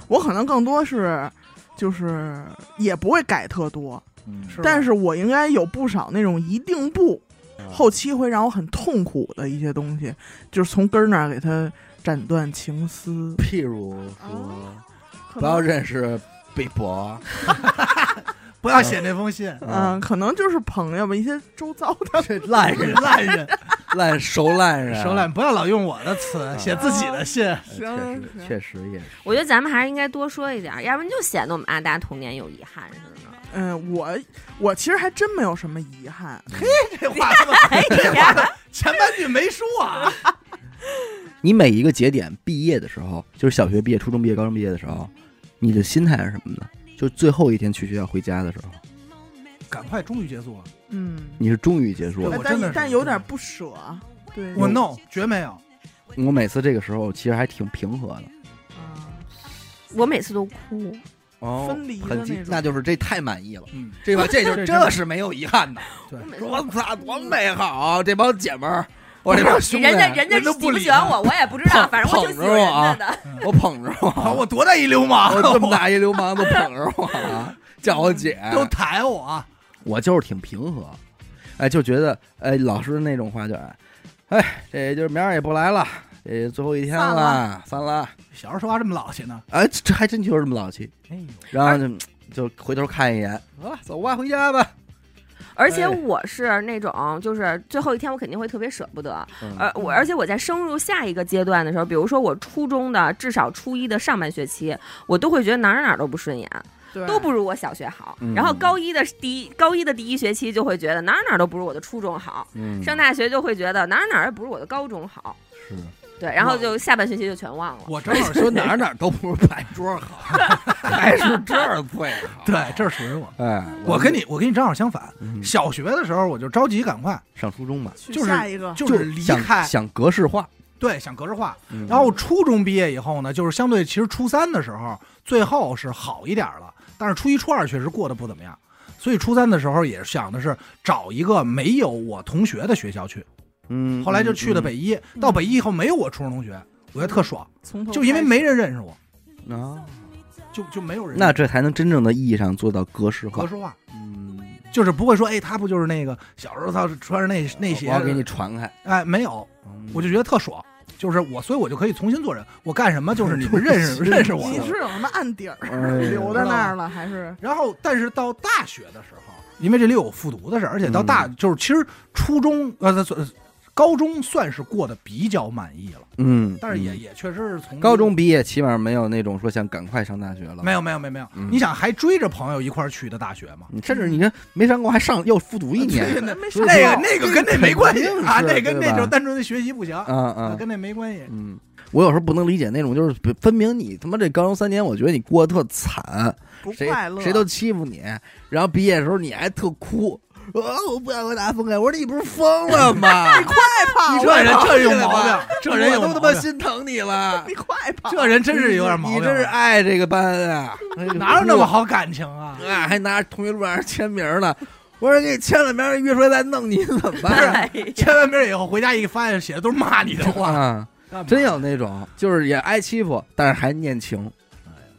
S3: 我可能更多是。就是也不会改特多，
S1: 嗯
S2: 是吧
S3: 但是我应该有不少那种一定步，
S1: 啊
S3: 后期会让我很痛苦的一些东西，就是从根儿那儿给它斩断情丝。
S1: 譬如说
S3: 哦，可
S1: 不要
S3: 能
S1: 认识贝博，
S3: 嗯
S2: 不要写那封信，
S1: 啊
S3: 嗯，可能就是朋友吧，一些周遭的
S1: 这烂人，
S2: 烂人。
S1: 烂熟烂人，
S2: 手懒，不要老用我的
S1: 嗯
S2: 词，写自己的信。
S1: 哎，确实确实也是。
S4: 我觉得咱们还是应该多说一点儿，要不然就显得我们阿达童年有遗憾似的。
S3: 嗯，我我其实还真没有什么遗憾，
S2: 这话他妈，这话前半句没说啊。
S1: 你每一个节点毕业的时候，就是小学毕业、初中毕业、高中毕业的时候，你的心态是什么呢？就最后一天去学校回家的时候，
S2: 赶快，终于结束了。
S3: 嗯，
S1: 你是终于结束
S2: 我
S1: 了
S3: 哎
S2: 对。真的
S3: 但
S2: 是
S3: 但有点不舍，啊对，
S2: 我
S1: 嗯
S3: 有
S2: no，绝没有。
S1: 我每次这个时候其实还挺平和的。
S3: 啊
S4: 我每次都哭，
S1: 哦
S3: 分离的
S1: 很激
S3: 那种
S1: 那就是这太满意了。
S2: 嗯，
S1: 这 把这就
S2: 这
S1: 这是没有遗憾的。
S2: 对
S4: 我每次
S1: 我操，多美好！这帮姐们儿，我这帮兄弟，
S4: 人家人家
S2: 人都
S4: 喜
S2: 不
S4: 不
S2: 理
S4: 喜欢
S2: 他
S4: 我，我也不知道，
S1: 捧
S4: 反正我就喜
S1: 捧
S4: 欢
S1: 着我啊
S4: 人家的。
S1: 我捧着
S2: 好，
S1: 我，
S2: 我多大一流氓，
S1: 我这么大一流氓都捧着我 啊，叫我姐，
S2: 都抬我。啊
S1: 我就是挺平和，哎，就觉得哎，老师那种话就哎，哎，这就是明儿也不来了，也最后一天
S3: 散
S1: 了，散了，
S2: 小时候说话这么老气呢？
S1: 哎，这这还真就是这么老气，
S2: 哎呦，
S1: 然后就就回头看一眼，得了，走吧，回家吧，
S4: 而且
S1: 哎
S4: 我是那种，就是最后一天我肯定会特别舍不得，
S1: 嗯
S4: 而我而且我在升入下一个阶段的时候，比如说我初中的至少初一的上半学期，我都会觉得哪儿哪儿都不顺眼，
S3: 对
S4: 都不如我小学好
S1: 嗯。
S4: 然后高一的第一高一的第一学期就会觉得哪儿哪儿都不如我的初中好，
S1: 嗯，
S4: 上大学就会觉得哪儿哪儿也不如我的高中好。
S1: 是
S4: 对，然后
S2: 哇
S4: 就下半学期就全忘了。
S2: 我正
S1: 正
S2: 好
S1: 好
S2: 说
S1: 说
S2: 哪
S1: 哪
S2: 儿
S1: 儿
S2: 哪
S1: 哪儿都不如白桌好， 还是这儿最好。
S2: 对，这是属于我。
S1: 哎，
S2: 啊我跟你，我跟你正好相反。
S1: 嗯
S2: 小学的时候我就着急，赶快
S1: 上初中吧，
S3: 去
S2: 就是
S3: 下一个，
S2: 就是离
S1: 想
S2: 开，
S1: 想格式化，
S2: 对，想格式化。
S1: 嗯
S2: 然后初中毕业以后呢，就是相对其实初三的时候，最后是好一点了，但是初一初二确实过得不怎么样，所以初三的时候也想的是找一个没有我同学的学校去，
S1: 嗯，
S2: 后来就去了北一，到北一以后没有我初中同学，我觉得特爽，
S3: 从头
S2: 就因为
S3: 开始
S2: 没人认识我，
S1: 嗯啊，
S2: 就就没有人
S1: 那这才能真正的意义上做到格式
S2: 格
S1: 化。
S2: 式化，
S1: 嗯，
S2: 就是不会说哎他不就是那个小时候他穿着那那
S1: 我
S2: 鞋
S1: 要，给你传开，
S2: 哎没有，
S1: 嗯
S2: 我就觉得特爽。就是我，所以我就可以重新做人。我干什么，就是你 们认识认识我。
S3: 你是有什么案底儿
S1: 哎呦
S3: 留在那儿了，还是
S2: 然后，但是到大学的时候，因为这里有复读的事儿，而且到大、
S1: 嗯
S2: 就是其实初中呃，算高中算是过得比较满意了，
S1: 嗯，
S2: 但是也、
S1: 嗯
S2: 也确实是从
S1: 高中毕业，起码没有那种说想赶快上大学了。
S2: 没有没有没有没有，
S1: 嗯
S2: 你想还追着朋友一块儿去的大学吗？
S1: 你嗯甚至你这没上过，还上又复 读一年。
S3: 那没啊上
S1: 那
S2: 那个
S3: 过
S2: 那个跟那没关系
S1: 肯定是
S2: 啊，那跟
S1: 对吧
S2: 那就是单纯的学习不行，
S1: 啊 啊，
S2: 跟那没关系。
S1: 嗯，我有时候不能理解那种，就是分明你他妈这高中三年，我觉得你过得特惨，
S3: 不
S1: 谁
S3: 快乐，
S1: 谁都欺负你，然后毕业的时候你还特哭，啊，我不想和大家分开。我说你不是疯了吗？ 你快
S3: 跑
S1: 你
S2: 这人
S1: 跑
S2: 这有
S1: 起来
S2: 毛
S1: 吧
S2: 病，这人有
S1: 我
S2: 毛
S1: 都他妈
S2: 病，
S1: 心疼你了
S3: 你，快跑，
S2: 这人啊真是有点毛病
S1: 你真是
S2: 了，
S1: 爱这个班啊，
S2: 哪有那么好感情啊？
S1: 啊，还拿着同学录上签名呢。我说给你签了名，约出来再弄你怎么 办？啊
S4: 哎呀
S2: 签完名以后回家一发现写的都是骂你 的话，
S1: 哇，
S2: 干嘛
S1: 真有那种就是也挨欺负，但是还念情。
S2: 哎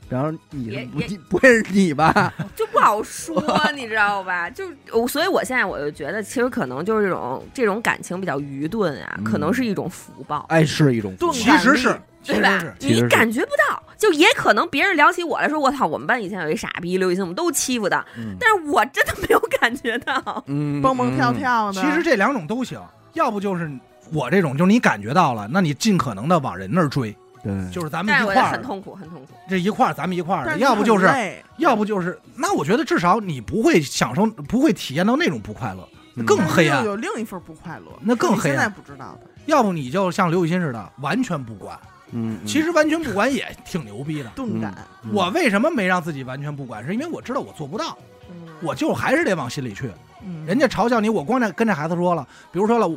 S1: 然后
S4: 也
S1: 你不
S4: 也
S1: 不会是你
S2: 嗯
S1: 吧？
S4: 就不好 说，你知道吧？就是我，所以我现在我就觉得，其实可能就是这种这种感情比较愚钝啊，
S1: 嗯
S4: 可能是一种福报，
S1: 爱是一种
S3: 钝
S2: 其
S3: 感
S2: 实
S3: 力
S2: 是，哎其
S4: 对
S2: 实
S4: 吧
S2: 是。？
S1: 其实
S4: 你
S1: 是
S4: 感觉不到，就也可能别人聊起我来说，我操，我们班以前有一傻逼刘雨欣，我们都欺负他，
S1: 嗯
S4: 但是我真的没有感觉到。
S1: 嗯
S3: 蹦蹦跳。
S1: 嗯
S3: 跳的，
S2: 其实这两种都行，要不就是我这种，就是你感觉到了，那你尽可能的往人那儿追，
S1: 对，
S2: 就是咱们
S4: 但是
S2: 嗯一
S4: 我
S2: 块
S4: 也很
S2: 儿，
S4: 痛苦，很痛苦。
S2: 这一块儿咱们一块儿
S3: 但是
S2: 的，要不就是
S3: 很累
S2: 要不就是，那我觉得至少你不会享受，不会体验到那种不快乐，
S1: 嗯
S2: 更
S3: 但是
S2: 黑暗
S3: 又有另一份不快乐，
S2: 那更
S3: 是你
S2: 黑
S3: 现在
S2: 暗
S3: 不知道的，
S2: 要不你就像刘雨欣似的完全不管，
S1: 嗯，嗯
S2: 其实完全不管也挺牛逼的。
S3: 钝感，
S1: 嗯
S2: 我为什么没让自己完全不管？是因为我知道我做不到，
S4: 嗯
S2: 我就还是得往心里去。
S3: 嗯，
S2: 人家嘲笑你，我光这跟这孩子说了，比如说了，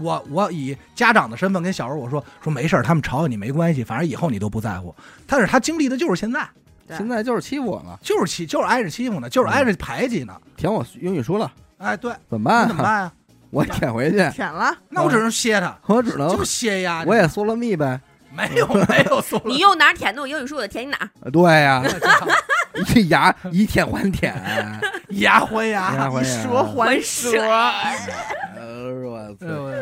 S2: 我我以家长的身份跟小时候我说说没事儿，他们嘲笑你没关系，反正以后你都不在乎。但是他经历的就是现在，
S3: 对
S1: 现在就是欺负我了，
S2: 就是欺就是挨着欺负呢，就是挨着排挤呢。
S1: 填我英语书了，
S2: 哎，对，
S1: 怎么办？
S2: 你怎么？办啊？
S1: 我舔回去，
S3: 舔了，
S2: 那我只能歇他，
S1: 我只能
S2: 就歇呀。
S1: 我也缩了密呗。
S2: 没有没有说
S4: 你用哪儿舔的我英语书，我就舔你哪儿。
S1: 呃对呀，
S2: 了，
S1: 这牙以舔还舔，
S2: 以 牙啊还
S1: 以牙
S2: 牙。
S1: 还牙。
S3: 蛇还
S4: 还
S3: 蛇
S4: 蛇，
S1: 呃，我
S2: 哎
S1: 操！
S2: 呦喂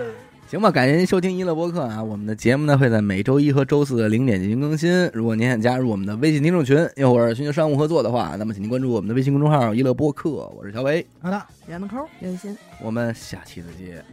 S1: 行吧，感谢您收听一乐播客啊！我们的节目呢会在每周一和周四的零点进行更新。如果您想加入我们的微信听众群，又或者寻求商务合作的话，那么请您关注我们的微
S2: 啊
S1: 信公众号“一乐播客”，我是小伟，
S2: 好的，
S3: 严的抠。
S4: 刘雨欣，
S1: 我们下期再见。